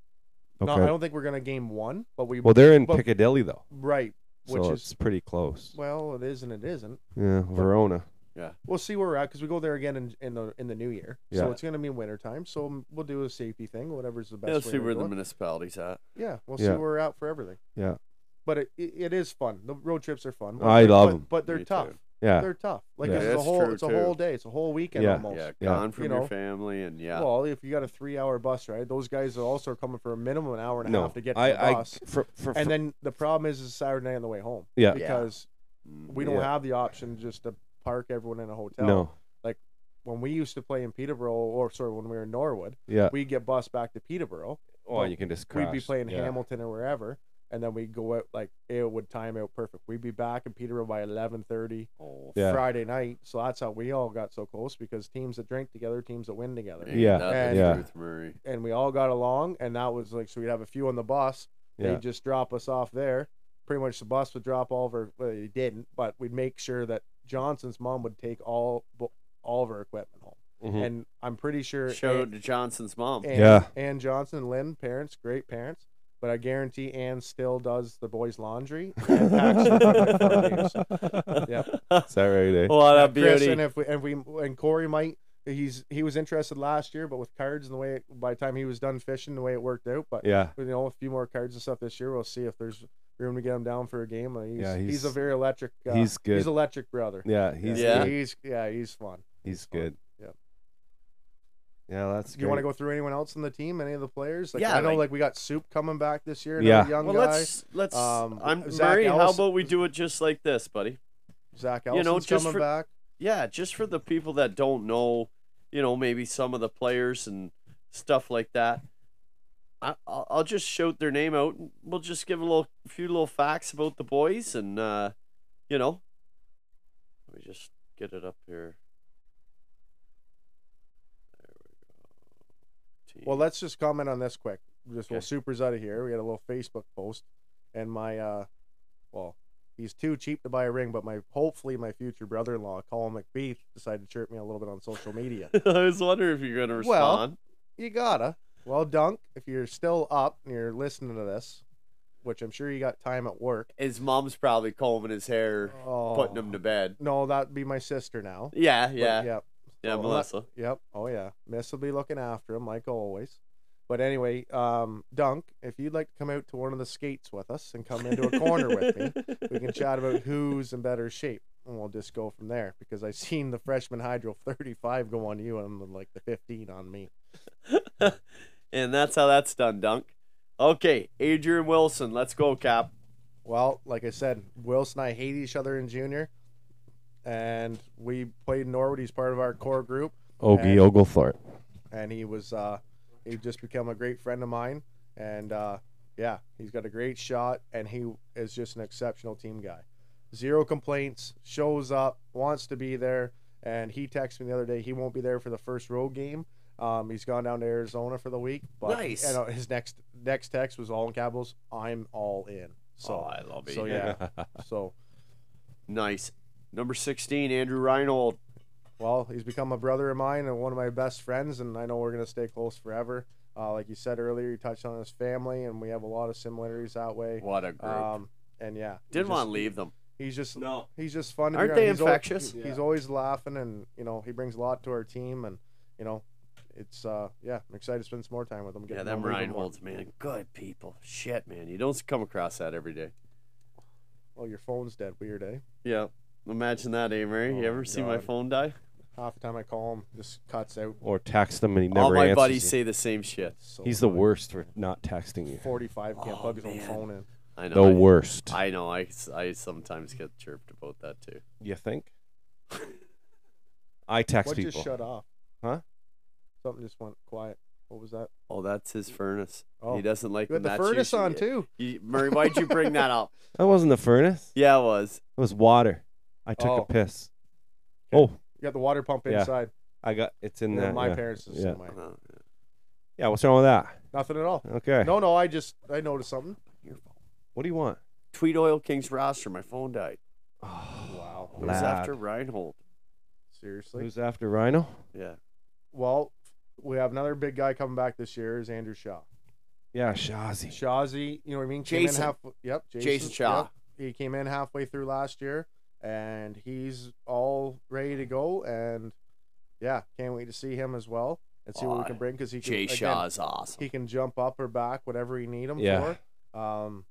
S4: Okay.
S5: No, I don't think we're gonna game one, but we
S4: well, they're in
S5: but-
S4: Piccadilly though,
S5: right, which
S4: so
S5: is
S4: it's pretty close.
S5: well, it is and it isn't.
S4: Yeah, Verona.
S5: We'll see where we're at because we go there again in, in the in the new year.
S4: Yeah.
S5: So it's gonna be wintertime. So m- we'll do a safety thing, whatever's the best.
S3: Yeah, let's
S5: way
S3: see
S5: to
S3: where
S5: do
S3: the
S5: it.
S3: municipality's at.
S5: yeah, we'll
S4: Yeah.
S5: see where we're at for everything.
S4: Yeah.
S5: But it, it, it is fun. The road trips are fun.
S4: I
S5: but-
S4: love
S5: but-
S4: 'em.
S5: but they're
S3: Me too.
S5: tough.
S4: Yeah,
S5: They're tough. Like
S4: Yeah.
S5: it's
S3: That's
S5: a whole
S3: true,
S5: it's a
S3: too.
S5: whole day. It's a whole weekend
S4: Yeah.
S5: almost.
S3: Yeah,
S4: Yeah.
S3: gone from
S5: You
S3: your
S5: know.
S3: family and yeah.
S5: Well, if you got a three-hour bus ride, those guys are also coming for a minimum an hour and a
S4: no,
S5: half to get to
S4: I,
S5: the
S4: I,
S5: bus.
S4: for, for,
S5: and
S4: for-
S5: then the problem is it's Saturday night on the way home.
S4: Yeah.
S3: Yeah.
S5: Because
S3: Mm.
S5: we don't
S4: Yeah.
S5: have the option just to park everyone in a hotel.
S4: no,
S5: When we used to play in Peterborough, or sorry, when we were in Norwood,
S4: yeah.
S5: we'd get bused back to Peterborough.
S4: Oh, you can just crash.
S5: We'd be playing
S4: yeah.
S5: Hamilton or wherever, and then we'd go out like it would time out perfect. We'd be back in Peterborough by eleven thirty
S3: Oh,
S4: Yeah.
S5: Friday night. So that's how we all got so close because teams that drink together, teams that win together.
S3: ain't
S4: Yeah.
S3: nothing
S5: And-
S4: Yeah.
S3: Ruth Murray.
S5: And we all got along, and that was like so we'd have a few on the bus,
S4: Yeah.
S5: They'd just drop us off there. Pretty much the bus would drop all of our. Well, they didn't, but we'd make sure that Johnson's mom would take all bo- all of her equipment home.
S4: Mhm.
S5: And I'm pretty sure.
S3: Shout out
S5: Ann,
S3: to Johnson's mom.
S5: Ann-
S4: Yeah.
S5: Ann Johnson and Lynn, parents, great parents. But I guarantee Ann still does the boys' laundry. And packs them for like five years. Yeah.
S4: Is that right? Eh?
S3: What a
S5: Chris
S3: beauty.
S5: and if we and we and Corey might. He's he was interested last year, but with cards and the way it, by the time he was done fishing, the way it worked out. But
S4: Yeah.
S5: you know, a few more cards and stuff this year. We'll see if there's room to get him down for a game. Uh, He's,
S4: Yeah,
S5: he's, a
S4: he's-
S5: very electric. Uh,
S4: he's good.
S5: He's electric, brother.
S4: Yeah, he's
S3: Yeah.
S4: good.
S5: he's yeah, he's fun.
S4: He's
S5: fun.
S4: good.
S5: Yep.
S4: Yeah, that's
S5: Do you want to
S4: great.
S5: go through anyone else on the team? Any of the players? Like,
S3: Yeah,
S5: I know
S3: like-
S5: like, we got Soup coming back this year.
S4: Yeah.
S5: Yeah, young
S3: Well,
S5: guy.
S3: let's let's.
S5: Um,
S3: I'm
S5: Zach
S3: Murray. How
S5: Ellis-
S3: about we do it just like this, buddy?
S5: Zach
S3: you
S5: Ellison's
S3: know, just
S5: coming
S3: for-
S5: back.
S3: yeah, just for the people that don't know, you know, maybe some of the players and stuff like that. I, I'll, I'll just shout their name out. And we'll just give a little, few little facts about the boys, and uh, you know, let me just get it up here. There we go. Team.
S5: Well, let's just comment on this quick. Just well,
S3: Okay.
S5: Super's out of here. We had a little Facebook post, and my uh, well, he's too cheap to buy a ring, but my hopefully my future brother-in-law, Colin McBeath, decided to chirp me a little bit on social media.
S3: I was wondering if you're gonna
S5: Well,
S3: respond.
S5: you gotta. Well, Dunk, if you're still up and you're listening to this, which I'm sure you got time at work,
S3: His mom's probably combing his hair,
S5: oh,
S3: putting him to bed.
S5: No, that'd be my sister now.
S3: Yeah,
S5: But
S3: yeah,
S5: yep.
S3: yeah,
S5: well, I'm not-
S3: Melissa.
S5: Yep. Oh yeah. Miss will be looking after him like always. But anyway, um, Dunk, if you'd like to come out to one of the skates with us and come into a corner with me, we can chat about who's in better shape. and we'll just go from there because I seen the freshman hydro 35 go on you and like the 15 on me.
S3: and that's how that's done, Dunk. Okay, Adrian Wilson, let's go, Cap.
S5: Well, like I said, Wilson and I hate each other in junior, and we played Norwood. He's part of our core group.
S4: Ogie
S5: And-
S4: Oglethorpe.
S5: and he was uh he just become a great friend of mine and uh yeah he's got a great shot and he is just an exceptional team guy zero complaints shows up wants to be there and he texted me the other day he won't be there for the first road game um he's gone down to arizona for the week but
S3: Nice.
S5: and, uh, his next next text was all in capitals i'm all in so
S3: oh, I love it.
S5: so yeah so
S3: Nice. Number 16, Andrew Reinhold.
S5: Well, he's become a brother of mine and one of my best friends, and I know we're gonna stay close forever. Uh, like you said earlier, you touched on his family, and we have a lot of similarities that way.
S3: What a group.
S5: Um, and yeah, he
S3: Didn't
S5: just-
S3: want to leave them.
S5: He's just
S1: No.
S5: he's just fun. To be
S3: Aren't
S5: around.
S3: they
S5: he's al-
S3: infectious?
S5: he- he's always laughing, and you know he brings a lot to our team, and you know it's uh yeah, I'm excited to spend some more time with him. get
S3: Yeah,
S5: to know
S3: them
S5: him even more.
S3: Reinholds, man. Good people. Shit, man. You don't come across that every day.
S5: Well, Oh, your phone's dead. Weird, eh?
S3: Yeah. Imagine that, Amory.
S5: Oh,
S3: you ever
S5: my
S3: see my
S5: God.
S3: phone die?
S5: Half the time I call him, just cuts out.
S4: Or text him and he never
S3: All my
S4: answers
S3: buddies
S4: you.
S3: say the same shit.
S5: So
S4: He's the worst for not texting you.
S5: 45 can't
S3: Oh,
S5: plug his own
S3: man.
S5: phone in.
S3: I know.
S4: The
S3: I,
S4: worst.
S3: I know. I, I sometimes get chirped about that too.
S4: you think? I text
S5: What
S4: people.
S5: just shut off?
S4: Huh?
S5: Something just went quiet. What was that?
S3: Oh, that's his furnace.
S5: Oh,
S3: He doesn't like
S5: you
S3: when
S5: had the
S3: that's
S5: furnace
S3: used-
S5: on too.
S3: You, Murray, why'd you bring that up?
S4: That wasn't the furnace.
S3: Yeah, it was.
S4: It was water. I took
S5: Oh.
S4: a piss.
S5: Okay.
S4: Oh,
S5: You got the water pump
S4: Yeah.
S5: inside.
S4: I got it's in
S5: Yeah,
S4: that.
S5: my
S4: yeah.
S5: parents is the
S4: yeah.
S5: same way.
S3: Uh,
S4: Yeah, what's wrong with that?
S5: Nothing at all.
S4: Okay.
S5: No, no, I just I noticed something.
S4: What do you want?
S3: Tweet Oil Kings roster. My phone died.
S5: Wow.
S3: It was
S4: Lad.
S3: after Reinhold.
S5: Seriously.
S4: Who's after Rhino?
S3: Yeah.
S5: Well, we have another big guy coming back this year is Andrew Shaw.
S4: Yeah, Shazi.
S5: Shawzy, you know what I mean? Came in
S3: Jason.
S5: half- yep, Jason,
S3: Jason Shaw.
S5: yep. He came in halfway through last year and he's all ready to go and yeah, can't wait to see him as well and see what we
S3: Aw,
S5: can bring because he can
S3: Jay
S5: again,
S3: Shaw is awesome.
S5: he can jump up or back, whatever you need him
S4: Yeah.
S5: for. Um,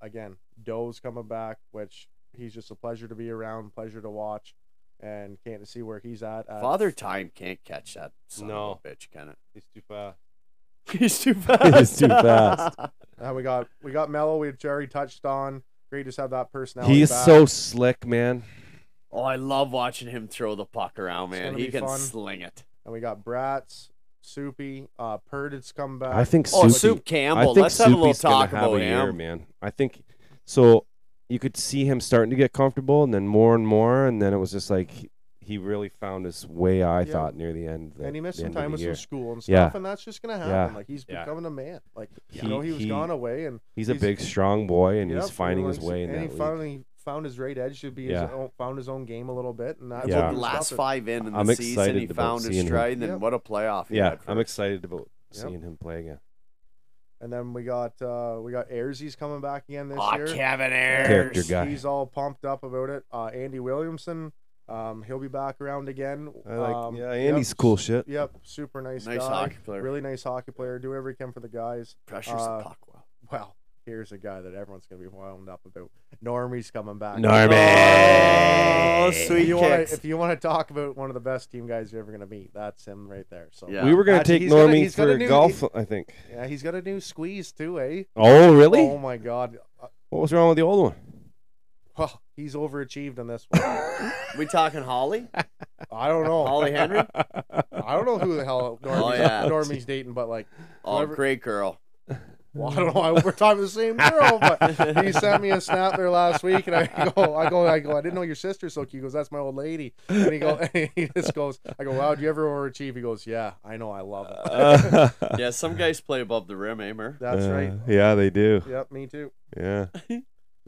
S5: again, Doe's coming back, which he's just a pleasure to be around, pleasure to watch, and can't see where he's at. at
S3: Father Time can't catch that son
S4: No.
S3: of a bitch, can it?
S4: He's too fast.
S3: He's too fast.
S4: He's too fast.
S5: Uh, we got we got Mello, we've already touched on. Great to have that personality.
S4: He is
S5: back.
S4: so slick, man.
S3: oh, I love watching him throw the puck around,
S5: It's
S3: man.
S5: gonna
S3: He
S5: be
S3: can
S5: fun.
S3: sling it.
S5: And we got Bratz, Soupy, uh, Purd's come back.
S4: I think
S3: Oh,
S4: Soupy-
S3: Soup Campbell.
S4: I think
S3: Let's have a little
S4: Soupy's gonna
S3: talk
S4: have a
S3: about
S4: year,
S3: him.
S4: man. I think so. You could see him starting to get comfortable, and then more and more, and then it was just like he- he really found his way. I
S5: Yeah.
S4: thought near the end, the,
S5: and he missed
S4: the
S5: some
S4: end of
S5: time
S4: the
S5: with
S4: year.
S5: some school and stuff,
S4: Yeah.
S5: and that's just gonna happen.
S4: Yeah.
S5: Like he's
S4: Yeah.
S5: becoming a man. Like
S4: He-
S5: you know, he was
S4: he-
S5: gone away, and
S4: He's a
S5: He's-
S4: big, strong boy, and
S5: Yep,
S4: he's finding his
S5: likes-
S4: way in
S5: and
S4: that
S5: he
S4: league.
S5: finally found his right edge to be his
S4: Yeah.
S5: own, found his own game a little bit, and that's
S3: That's
S4: Yeah.
S5: what
S3: what the
S5: he was
S3: last
S5: stopping.
S3: five in, in the
S4: I'm
S3: season,
S4: excited
S3: he
S4: about
S3: found his
S4: seeing him.
S3: stride, and then
S5: Yep.
S3: what a playoff. he
S4: yeah,
S3: had for
S4: I'm
S3: us.
S4: excited about
S5: Yep.
S4: seeing him play again.
S5: And then we got uh we got Ayersy's coming back again this
S3: Aw,
S5: year.
S3: Kevin Ayers.
S4: Character guy.
S5: He's all pumped up about it. Uh, Andy Williamson, um, he'll be back around again.
S4: I like,
S5: um,
S4: yeah, Andy's cool shit.
S5: Yep, super nice,
S3: Nice
S5: guy.
S3: hockey player.
S5: Really nice hockey player. Do whatever he can for the guys.
S3: Pressures
S5: Uh,
S3: the puck well.
S5: Well, here's a guy that everyone's gonna be wound up about. Normie's coming back.
S4: Norman.
S3: Oh,
S5: If
S3: sweet
S5: you, wanna,
S3: kicks.
S5: if you want to talk about one of the best team guys you're ever going to meet, that's him right there. So
S3: Yeah.
S4: We were gonna
S5: Actually,
S4: take
S5: he's got a-
S4: Normie
S5: he's got a
S4: for
S5: new-
S4: golf, I think.
S5: Yeah, he's got a new squeeze too, eh?
S4: Oh, really?
S5: Oh my God, Uh,
S4: What was wrong with the old one?
S5: oh, he's overachieved on this one.
S3: We talking Holly?
S5: I don't know.
S3: Holly Henry?
S5: I don't know who the hell Normie's,
S3: Oh, yeah.
S5: Normie's dating, but like,
S3: Oh,
S5: Whoever-
S3: great girl.
S5: well, I don't know. why We're talking to the same girl, but he sent me a snap there last week, and I go, I go, I go. I didn't know your sister's so cute. He goes, that's my old lady, and he go, he just goes, I go, wow, do you ever overachieve? He goes, yeah, I know, I love it.
S3: Uh, Yeah, some guys play above the rim, Amer.
S5: That's
S4: Uh,
S5: right.
S4: Yeah, they do.
S5: Yep, me too.
S4: Yeah.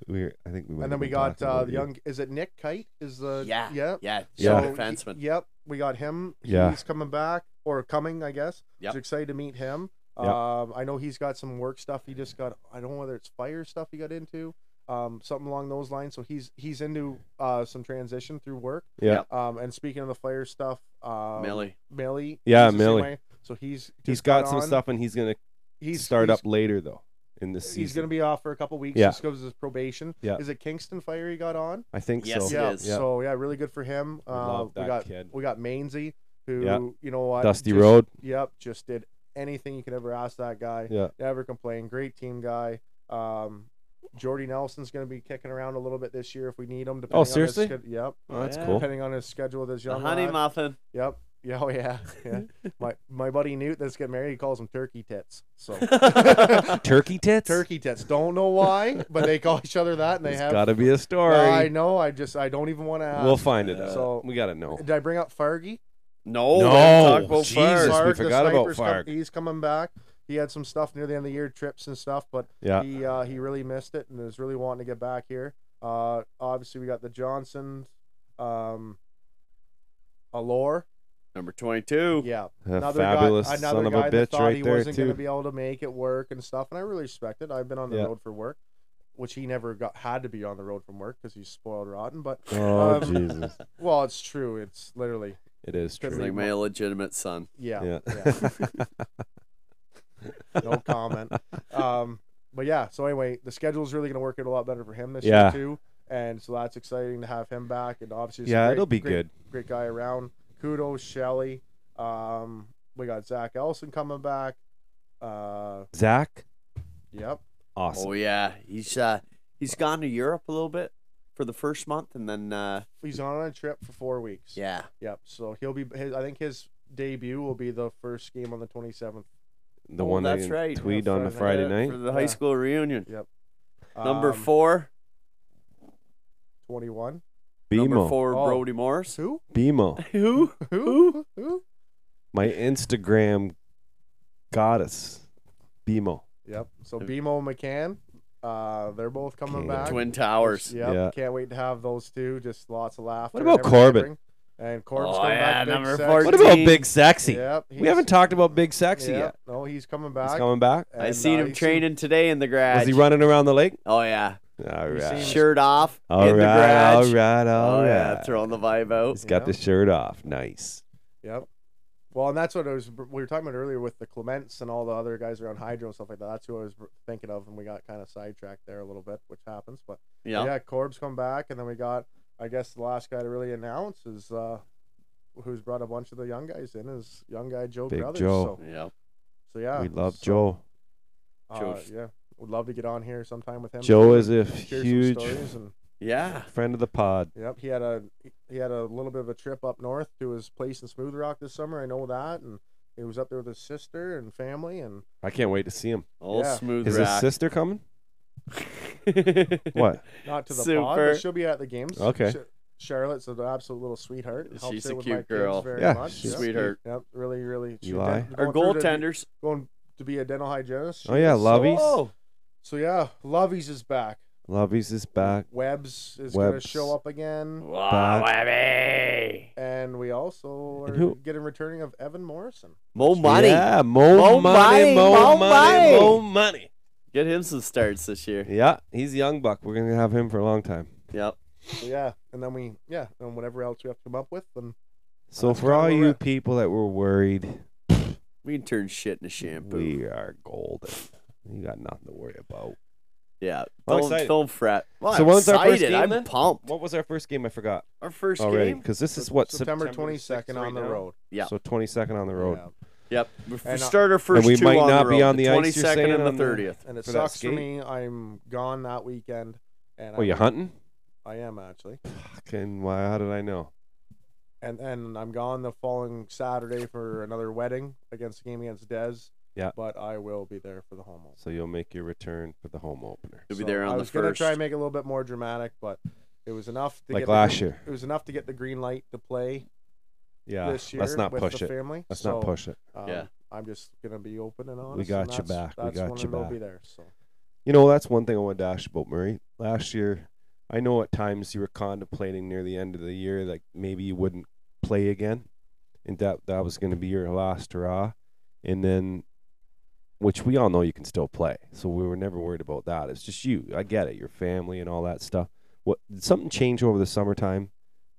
S4: we I think we might
S5: And
S4: have
S5: then we
S4: been
S5: got
S4: talking
S5: uh,
S4: about
S5: the
S4: you.
S5: young. Is it Nick Kite? Is the
S3: Yeah.
S5: yeah
S3: Yeah.
S4: Yeah.
S3: So,
S5: So,
S3: defenseman.
S5: y- Yep, we got him.
S4: Yeah.
S5: he's coming back or coming, I guess.
S3: Yep.
S5: Just excited to meet him.
S4: Yep.
S5: Um, I know he's got some work stuff. He just got. I don't know whether it's fire stuff he got into, um, something along those lines. So he's he's into uh, some transition through work.
S4: Yeah.
S3: Yep.
S5: Um, and speaking of the fire stuff, um,
S3: Millie.
S5: Millie,
S4: Yeah,
S5: he's the same
S4: Millie.
S5: way. So he's
S4: He's
S5: just
S4: got some
S5: on.
S4: stuff and he's gonna
S5: He's
S4: start
S5: he's-
S4: up later though. in this
S5: He's going
S4: season.
S5: to be off for a couple weeks
S4: Yeah.
S5: just because of his probation.
S4: Yeah.
S5: Is it Kingston Fire he got on?
S4: I think
S3: Yes,
S4: so.
S3: it
S5: yeah.
S3: is.
S4: Yeah.
S5: So yeah, really good for him. Uh,
S4: love that
S5: we got
S4: kid.
S5: we got Mainsy, who
S4: Yeah.
S5: you know what,
S4: Dusty
S5: just-
S4: Road.
S5: Yep, just did anything you could ever ask that guy.
S4: Yeah.
S5: Never complained. Great team guy. Um, Jordy Nelson's going to be kicking around a little bit this year if we need him. Depending
S4: Oh, seriously?
S5: On his, sched- yep.
S4: Oh, that's
S3: Yeah.
S4: cool.
S5: Depending on his schedule with his
S3: The
S5: young
S3: honey
S5: lad.
S3: muffin.
S5: Yep. Yeah, oh yeah, yeah. my my buddy Newt that's getting married, he calls them turkey tits. So
S4: Turkey tits.
S5: turkey tits. Don't know why, but they call each other that, and they
S4: There's
S5: have.
S4: got to be a story.
S5: I know. I just I don't even want to.
S4: We'll find it out.
S5: so-
S4: we got to know.
S5: Did I bring up Fargy?
S3: No,
S4: No,
S3: we haven't talked about
S4: Jesus.
S3: fire.
S4: we
S5: Farg, the
S4: forgot about
S5: sniper's come-
S4: Farg.
S5: he's coming back. He had some stuff near the end of the year, trips and stuff, but
S4: Yeah.
S5: he uh, he really missed it and is really wanting to get back here. Uh, obviously, we got the Johnsons, um, Allure.
S3: Number 22.
S5: Yeah,
S4: A
S5: another
S4: fabulous
S5: guy, another
S4: son of
S5: guy
S4: a
S5: that
S4: bitch
S5: thought he
S4: right there
S5: wasn't
S4: too.
S5: to be able to make it work and stuff, and I really respect it. I've been on the
S4: Yeah.
S5: road for work, which he never got had to be on the road from work because he's spoiled rotten. But
S4: oh
S5: um,
S4: Jesus!
S5: well, it's true. It's literally
S4: It is
S5: Couldn't
S4: true.
S3: It's like my illegitimate son.
S5: yeah.
S4: yeah.
S5: yeah. no comment. Um, but yeah, so anyway, the schedule is really going to work out a lot better for him this
S4: Yeah.
S5: year too, and so that's exciting to have him back. And obviously, it's a
S4: Yeah,
S5: great-
S4: it'll be
S5: great-
S4: good.
S5: Great guy around. Kudos, Shelly. Um, we got Zach Ellison coming back. Uh,
S4: Zach,
S5: yep.
S4: awesome.
S3: Oh yeah, he's uh he's gone to Europe a little bit for the first month, and then uh
S5: He's on a trip for four weeks.
S3: yeah,
S5: Yep. So he'll be. His, I think his debut will be the first game on the twenty seventh.
S4: the
S3: Oh,
S4: one
S3: that's
S4: that
S3: right.
S4: tweet
S5: Yeah,
S4: on the
S5: Friday
S4: Friday
S5: night.
S3: for
S4: night.
S3: the high
S5: Yeah.
S3: school reunion. Number
S5: um,
S3: four,
S5: Twenty one.
S3: number
S4: Bemo,
S3: four,
S5: Oh.
S3: Brody Morris.
S5: Who?
S4: Bemo,
S3: Who?
S5: Who? Who?
S4: my Instagram goddess, Bemo.
S5: Yep. So BMO McCann. Uh, they're both coming
S4: Okay.
S5: back.
S3: Twin Towers.
S5: Yep.
S4: Yeah.
S5: Can't wait to have those two. Just lots of laughter.
S4: about
S5: and everything.
S4: Corbin?
S5: And Corbin's
S3: Oh,
S5: coming
S3: yeah,
S5: back. big
S3: number
S5: sexy.
S3: 14.
S4: What about
S3: Fourteen.
S4: Big Sexy?
S5: Yep,
S4: we
S5: he's-
S4: haven't talked about Big Sexy
S5: yep.
S4: yet.
S5: No, he's coming back.
S4: He's coming back.
S5: and,
S3: I seen
S5: uh,
S3: him
S5: he's
S3: training today in the garage.
S4: Was he running around the lake?
S3: Oh yeah,
S4: All right.
S5: seems-
S3: shirt off
S4: All
S3: in the
S4: right.
S3: garage.
S4: All right. All
S3: oh
S4: right.
S3: yeah, throwing the vibe out.
S4: He's got the
S5: Yeah.
S4: shirt off. Nice.
S5: Yep. Well, and that's what I was. We were talking about earlier with the Clements and all the other guys around Hydro and stuff like that. That's who I was thinking of, and we got kind of sidetracked there a little bit, which happens. But
S3: Yeah.
S5: yeah, Corb's come back, and then we got. I guess the last guy to really announce is uh, who's brought a bunch of the young guys in is young guy Joe
S4: Big
S5: Brothers.
S4: Joe.
S5: So,
S3: yeah,
S5: so yeah,
S4: we love
S5: so,
S4: Joe.
S5: Uh,
S3: Joe's-
S5: yeah, would love to get on here sometime with him.
S4: Joe is a
S5: Share some
S4: huge
S5: stories and
S3: yeah.
S4: friend of the pod.
S5: Yep, he had a he had a little bit of a trip up north to his place in Smooth Rock this summer. I know that, and he was up there with his sister and family, and
S4: I can't wait to see him.
S3: Old
S5: Yeah.
S3: smooth
S4: Is his
S3: rock.
S4: sister coming? What?
S5: not to the pod,
S3: Super.
S5: but she'll be at the games.
S4: Okay.
S5: Sh- Charlotte's an absolute little sweetheart. and helps
S3: She's
S5: out
S3: a
S5: with
S3: cute
S5: my kids
S3: girl.
S5: very
S4: Yeah,
S5: much.
S4: she's
S5: yep.
S3: Sweetheart.
S5: Yep, really, really. she
S4: Eli?
S5: did-
S3: Our
S5: going through to-
S3: goaltenders.
S5: going to be a dental hygienist.
S4: Oh
S5: she
S4: yeah,
S5: is, so-
S4: Lovies.
S5: So yeah, Lovey's is back.
S4: Lovies is back.
S5: Webbs is going to
S4: Webbs.
S5: show up again,
S3: Wow, Abby.
S5: and we also
S4: And
S5: are
S4: who-
S5: getting returning of Evan Morrison.
S3: Mo money.
S4: Yeah, mo,
S3: Mo
S4: money,
S3: money,
S4: mo,
S3: mo
S4: money,
S3: money.
S4: mo money.
S3: Get him some starts this year.
S4: Yeah, he's a young buck. We're gonna have him for a long time.
S3: Yep.
S5: So yeah, and then we yeah, and whatever else we have to come up with, then
S4: So
S5: That's
S4: for
S5: kinda
S4: all
S5: where
S4: you
S5: we're at.
S4: people that were worried,
S3: We can turn shit into shampoo.
S4: we are golden. You got nothing to worry about.
S3: Yeah.
S4: I'm
S3: Don't,
S4: excited.
S3: don't fret. Well,
S4: So
S3: I'm
S4: when's our first
S3: excited.
S4: game
S3: I'm
S4: then?
S3: pumped.
S4: What was our first game? I forgot
S3: Our first
S4: already
S3: game.
S4: because this is what
S5: September twenty second
S4: 6th
S5: on the
S4: right now?
S5: road.
S3: Yeah.
S4: So twenty second on the road.
S5: Yeah.
S3: Yep. We f-
S5: And, uh,
S3: start our first
S4: we
S3: two
S4: might
S3: on
S4: not
S3: the
S4: be
S3: road,
S4: on the ice, you're
S3: 22nd
S4: saying,
S3: and
S4: on the-
S3: the 30th.
S5: And it
S4: For that
S5: sucks for
S4: skate?
S5: me. I'm gone that weekend. And
S4: Oh, you
S5: I'm-
S4: hunting?
S5: I am actually,
S4: Fucking why? How did I know?
S5: and and I'm gone the following Saturday for another wedding against the game against Dez.
S4: Yeah.
S5: but I will be there for the home opener.
S4: So you'll make your return for the home opener,
S3: You'll be
S5: So
S3: there on
S5: I
S3: the
S5: was gonna
S3: first.
S5: try and make it a little bit more dramatic, but it was enough to
S4: like
S5: get the
S4: last
S5: green-
S4: year.
S5: It was enough to get the green light to play
S4: Yeah,
S5: this year.
S4: let's not
S5: with
S4: push
S5: the
S4: it.
S5: Family.
S4: Let's
S5: So,
S4: not push it.
S5: um,
S3: Yeah.
S5: I'm just gonna be open and honest.
S4: got
S5: and
S4: you
S5: that's-
S4: back. We
S5: That's
S4: got
S5: when
S4: you
S5: I will
S4: back.
S5: Be there. So
S4: You know, that's one thing I wanted to ask you about, Murray. Last year, I know at times you were contemplating near the end of the year, like maybe you wouldn't play again, and that that was going to be your last hurrah. And then, which we all know you can still play, so we were never worried about that. It's just you. I get it, your family and all that stuff. What did something change over the summertime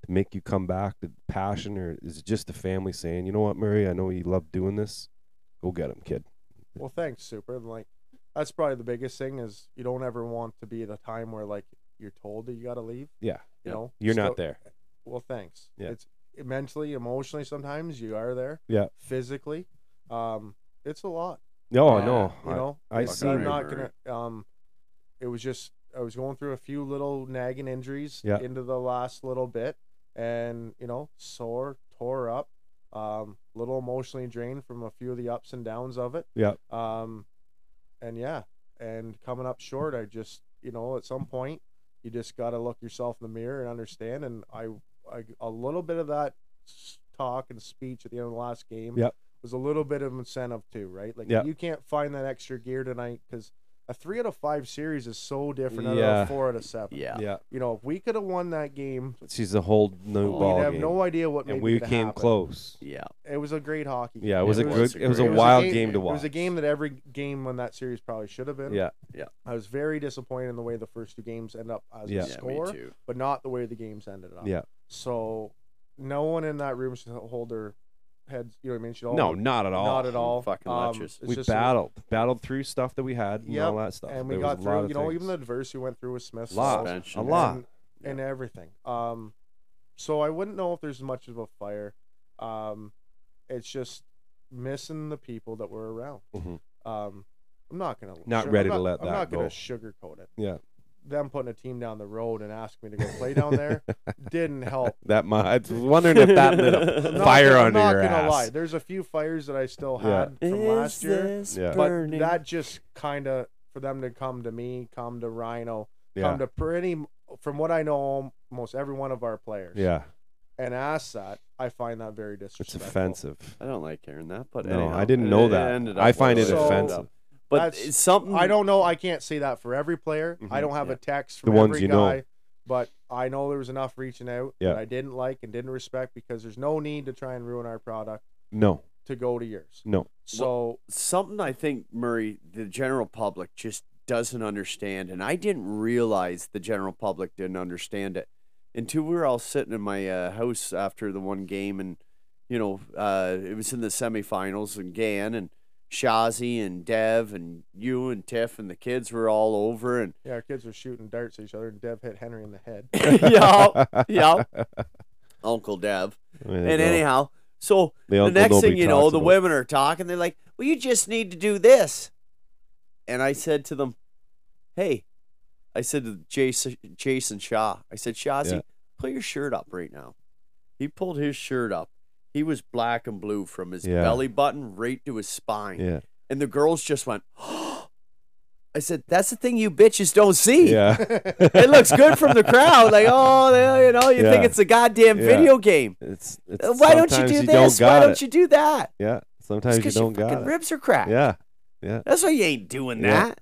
S4: to make you come back? The passion, or is it just the family saying, you know what, Murray, I know you love doing this. Go get him, kid.
S5: Well, thanks, Super. And like, that's probably the biggest thing is you don't ever want to be at a time where like you're told that you got to leave.
S4: Yeah.
S5: You know,
S4: You're
S5: So-
S4: not there.
S5: Well, thanks.
S4: Yeah.
S5: It's mentally, emotionally. Sometimes you are there.
S4: Yeah.
S5: Physically, um, it's a lot.
S4: No,
S5: Yeah,
S4: no.
S5: You know,
S4: Oh, I
S5: It's-
S4: see.
S5: I'm not gonna. Um, it was just I was going through a few little nagging injuries
S4: Yeah.
S5: into the last little bit, and you know, sore, tore up, um, little emotionally drained from a few of the ups and downs of it.
S4: Yeah.
S5: Um, and yeah, and coming up short, I just you know at some point you just got to look yourself in the mirror and understand. And I, I a little bit of that s- talk and speech at the end of the last game
S4: Yep.
S5: was a little bit of incentive too, right? Like
S4: Yep.
S5: you can't find that extra gear tonight because a three out of five series is so different out
S4: Yeah.
S5: of a four out of seven.
S3: Yeah.
S4: yeah.
S5: You know, if we could have won that game,
S4: She's a whole new
S3: We'd
S4: ball
S5: we'd have
S4: game.
S5: no idea what
S4: and
S5: maybe
S4: we
S5: could've
S4: came
S5: happened.
S4: close.
S3: Yeah.
S5: It was a great hockey. game.
S4: Yeah, it was a
S3: It was
S4: good.
S3: a
S4: It was a
S3: great-
S4: wild game to watch.
S5: It was a game that every game when that series probably should have been.
S4: Yeah,
S5: I was very disappointed in the way the first two games end up as
S4: Yeah.
S5: a
S4: Yeah,
S5: score,
S3: too.
S5: but not the way the games ended up.
S4: yeah.
S5: So no one in that room should hold their heads. You know what I mean? Should all
S4: No, not at all.
S5: Not at all. Um,
S3: Fucking lectures.
S5: it's
S4: we
S5: just-
S4: battled, battled through stuff that we had and
S5: Yep,
S4: all that stuff.
S5: and we
S4: There was
S5: got
S4: a lot
S5: through.
S4: of
S5: You know, even the
S4: things.
S5: adversity we went through with Smith.
S4: lot,
S5: Saul,
S4: a
S3: suspension.
S4: lot.
S5: and, and everything. Um, so I wouldn't know if there's much of a fire. Um, it's just missing the people that were around.
S4: Mhm.
S5: Um, I'm not gonna
S4: Not
S5: sure,
S4: ready
S5: I'm
S4: to
S5: not,
S4: let
S5: I'm
S4: that
S5: not gonna
S4: go.
S5: sugarcoat it.
S4: Yeah.
S5: Them putting a team down the road and asking me to go play down there didn't help.
S4: That might, I was wondering if that lit a
S5: I'm not
S4: fire
S5: gonna-
S4: under
S5: I'm not
S4: your
S5: gonna
S4: ass.
S5: lie. There's a few fires that I still
S4: Yeah.
S5: had from last year.
S4: Yeah.
S5: but that just kind of for them to come to me, come to Rhino,
S4: Yeah,
S5: come to pretty m- from what I know, almost every one of our players.
S4: yeah.
S5: and ask that, I find that very
S4: It's
S5: disrespectful.
S4: offensive.
S3: I don't like hearing that, but
S4: No,
S3: anyhow,
S4: I didn't
S3: it-
S4: know
S3: it
S4: that.
S3: ended
S4: I
S3: up
S4: find
S3: what
S5: it
S3: ended
S5: offensive.
S3: up. But
S5: That's-
S3: it's something
S5: I don't know. I can't say that for every player. I
S4: Mhm.
S5: don't have
S3: Yeah.
S5: a text
S4: The
S5: from
S4: ones
S5: every
S4: you know.
S5: guy, but I know there was enough reaching out
S4: Yeah.
S5: that I didn't like and didn't respect because there's no need to try and ruin our product
S4: No,
S5: to go to yours.
S4: no.
S5: So
S3: something I think Murray, the general public just doesn't understand, and I didn't realize the general public didn't understand it until we were all sitting in my uh, house after the one game, and you know, uh, it was in the semifinals, and Gan and Shazi and Dev and you and Tiff and the kids were all over, and
S5: yeah, our kids were shooting darts at each other, and Dev hit Henry in the head.
S3: yeah, yeah, Uncle Dev, and anyhow, so
S4: the,
S3: the
S4: uncle
S3: next thing
S4: nobody
S3: you know,
S4: talks
S3: the
S4: about.
S3: women are talking. They're like, "Well, you just need to do this." And I said to them, "Hey," I said to Jason, Jason Shaw. I said, "Shazzy,
S4: Yeah.
S3: pull your shirt up right now." He pulled his shirt up. He was black and blue from his
S4: Yeah.
S3: belly button right to his spine.
S4: Yeah,
S3: And the girls just went, I said, "That's the thing you bitches don't see."
S4: yeah.
S3: It looks good from the crowd. Like, oh, they- you know, you
S4: Yeah.
S3: think it's a goddamn
S4: Yeah.
S3: video game.
S4: It's, it's
S3: Uh, Why don't you
S4: sometimes
S3: do
S4: don't
S3: this? Why
S4: got
S3: don't
S4: it.
S3: you do that?
S4: Yeah, sometimes you
S3: because
S4: don't
S3: your
S4: got
S3: fucking
S4: it.
S3: ribs are cracked.
S4: Yeah,
S3: That's why you ain't doing
S4: Yeah.
S3: that.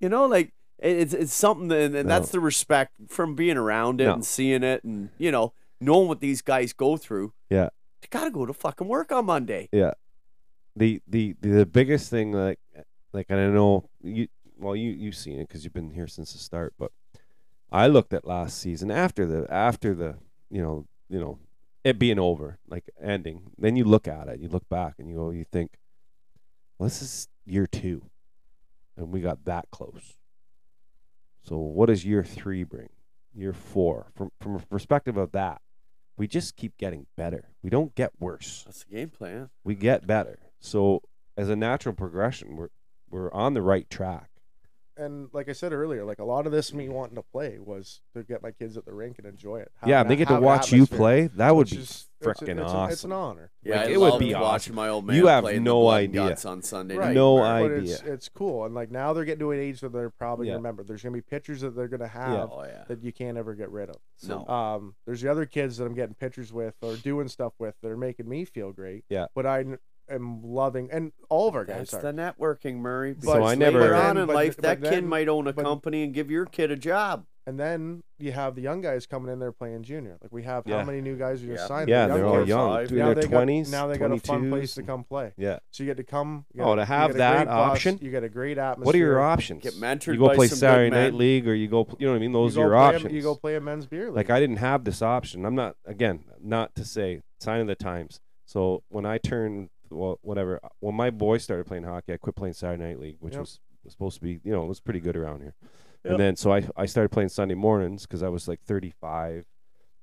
S3: You know, like it- it's it's something, that, and and that's the respect from being around it
S4: No.
S3: and seeing it, and you know, knowing what these guys go through.
S4: Yeah.
S3: they gotta go to fucking work on Monday.
S4: the the the biggest thing like like and I know you well you you've seen it because you've been here since the start but I looked at last season after the after the you know you know it being over like ending then you look at it you look back and you go you think well, this is year two and we got that close so what does year three bring year four from from a perspective of that we just keep getting better we don't get worse
S3: That's the game plan.
S4: we get better. So as a natural progression, we're we're on the right track.
S5: and like I said earlier, like a lot of this me wanting to play was to get my kids at the rink and enjoy it. Have
S4: yeah,
S5: an-
S4: and they get to
S5: have an
S4: watch you
S5: atmosphere,
S4: play. That would
S5: which
S4: be
S5: is- it's a-
S4: freaking
S5: it's a-
S4: awesome.
S5: It's an honor.
S3: Yeah,
S4: Like,
S3: I
S4: it would
S3: loved
S4: be
S3: watching
S4: awesome.
S3: my old man.
S4: You have
S3: play in the
S4: no
S3: Blood and
S4: idea.
S3: Guts on Sunday.
S5: Right.
S3: night.
S4: No
S3: Where-
S4: idea.
S5: but it's it's cool and like now they're getting to an age that they're probably
S4: Yeah.
S5: gonna remember there's gonna be pictures that they're gonna have
S3: Oh yeah.
S5: that you can't ever get rid of
S3: No.
S5: um there's the other kids that i'm getting pictures with or doing stuff with that are making me feel great
S4: Yeah.
S5: but i n- am loving and all of our guys
S3: That's the
S5: are
S3: networking, Murray.
S5: So
S3: because
S4: I
S3: later
S4: never-
S3: on
S5: But
S3: in
S5: then-
S3: life,
S5: but
S3: that kid
S5: then-
S3: might own a
S5: but-
S3: company and give your kid a job.
S5: and then you have the young guys coming in there playing junior like we have
S4: Yeah.
S5: how many new guys we just
S3: Yeah.
S5: signed
S4: yeah,
S5: the
S4: they're all
S5: kids.
S4: young,
S3: Five.
S4: Dude,
S5: now
S4: they're
S5: they
S4: twenties,
S5: got now they got a fun
S4: 22s.
S5: place to come play
S4: Yeah,
S5: so you get to come you
S4: Oh,
S5: get-
S4: to
S5: you
S4: have
S5: get a
S4: that
S5: great boss,
S4: option?
S5: you get a great atmosphere
S4: what are your options?
S3: Get mentored
S4: You go
S3: by
S4: play
S3: some good
S4: Saturday Night
S3: men.
S4: League, or you go. pl- You know what I mean?
S5: You
S4: Those
S5: go
S4: are your
S5: play a-
S4: options.
S5: you go play a men's beer league
S4: Like I didn't have this option. I'm not again not to say sign of the times. uh, So when I turned well whatever when my boys started playing hockey, I quit playing Saturday Night League, which
S5: Yep.
S4: was was supposed to be, you know, it was pretty good around here.
S1: Yep.
S4: And then so I, I started playing Sunday mornings because I was like 35,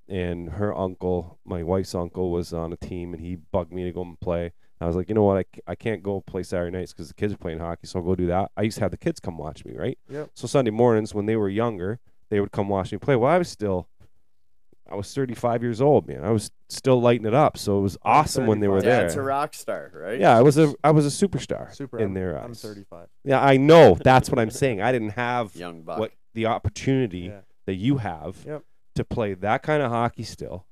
S4: and her uncle, my wife's uncle, was on a team, and he bugged me to go and play. I was like, you know what, I, c- I can't go play Saturday nights because the kids are playing hockey, so I'll go do that. I used to have the kids come watch me, right?
S5: Yep.
S4: So Sunday mornings when they were younger, they would come watch me play. Well, I was still, I was 35 years old, man. I was still lighting it up, so it was awesome when they were
S5: 35.
S4: there.
S3: Dad's a rock star, right?
S4: Yeah, I was a I was a superstar
S5: Super.
S4: in
S5: I'm,
S4: their eyes.
S5: I'm 35.
S4: Yeah, I know. That's what I'm saying. I didn't have
S3: Young buck.
S4: what the opportunity
S5: Yeah.
S4: that you have
S5: Yep.
S4: to play that kind of hockey still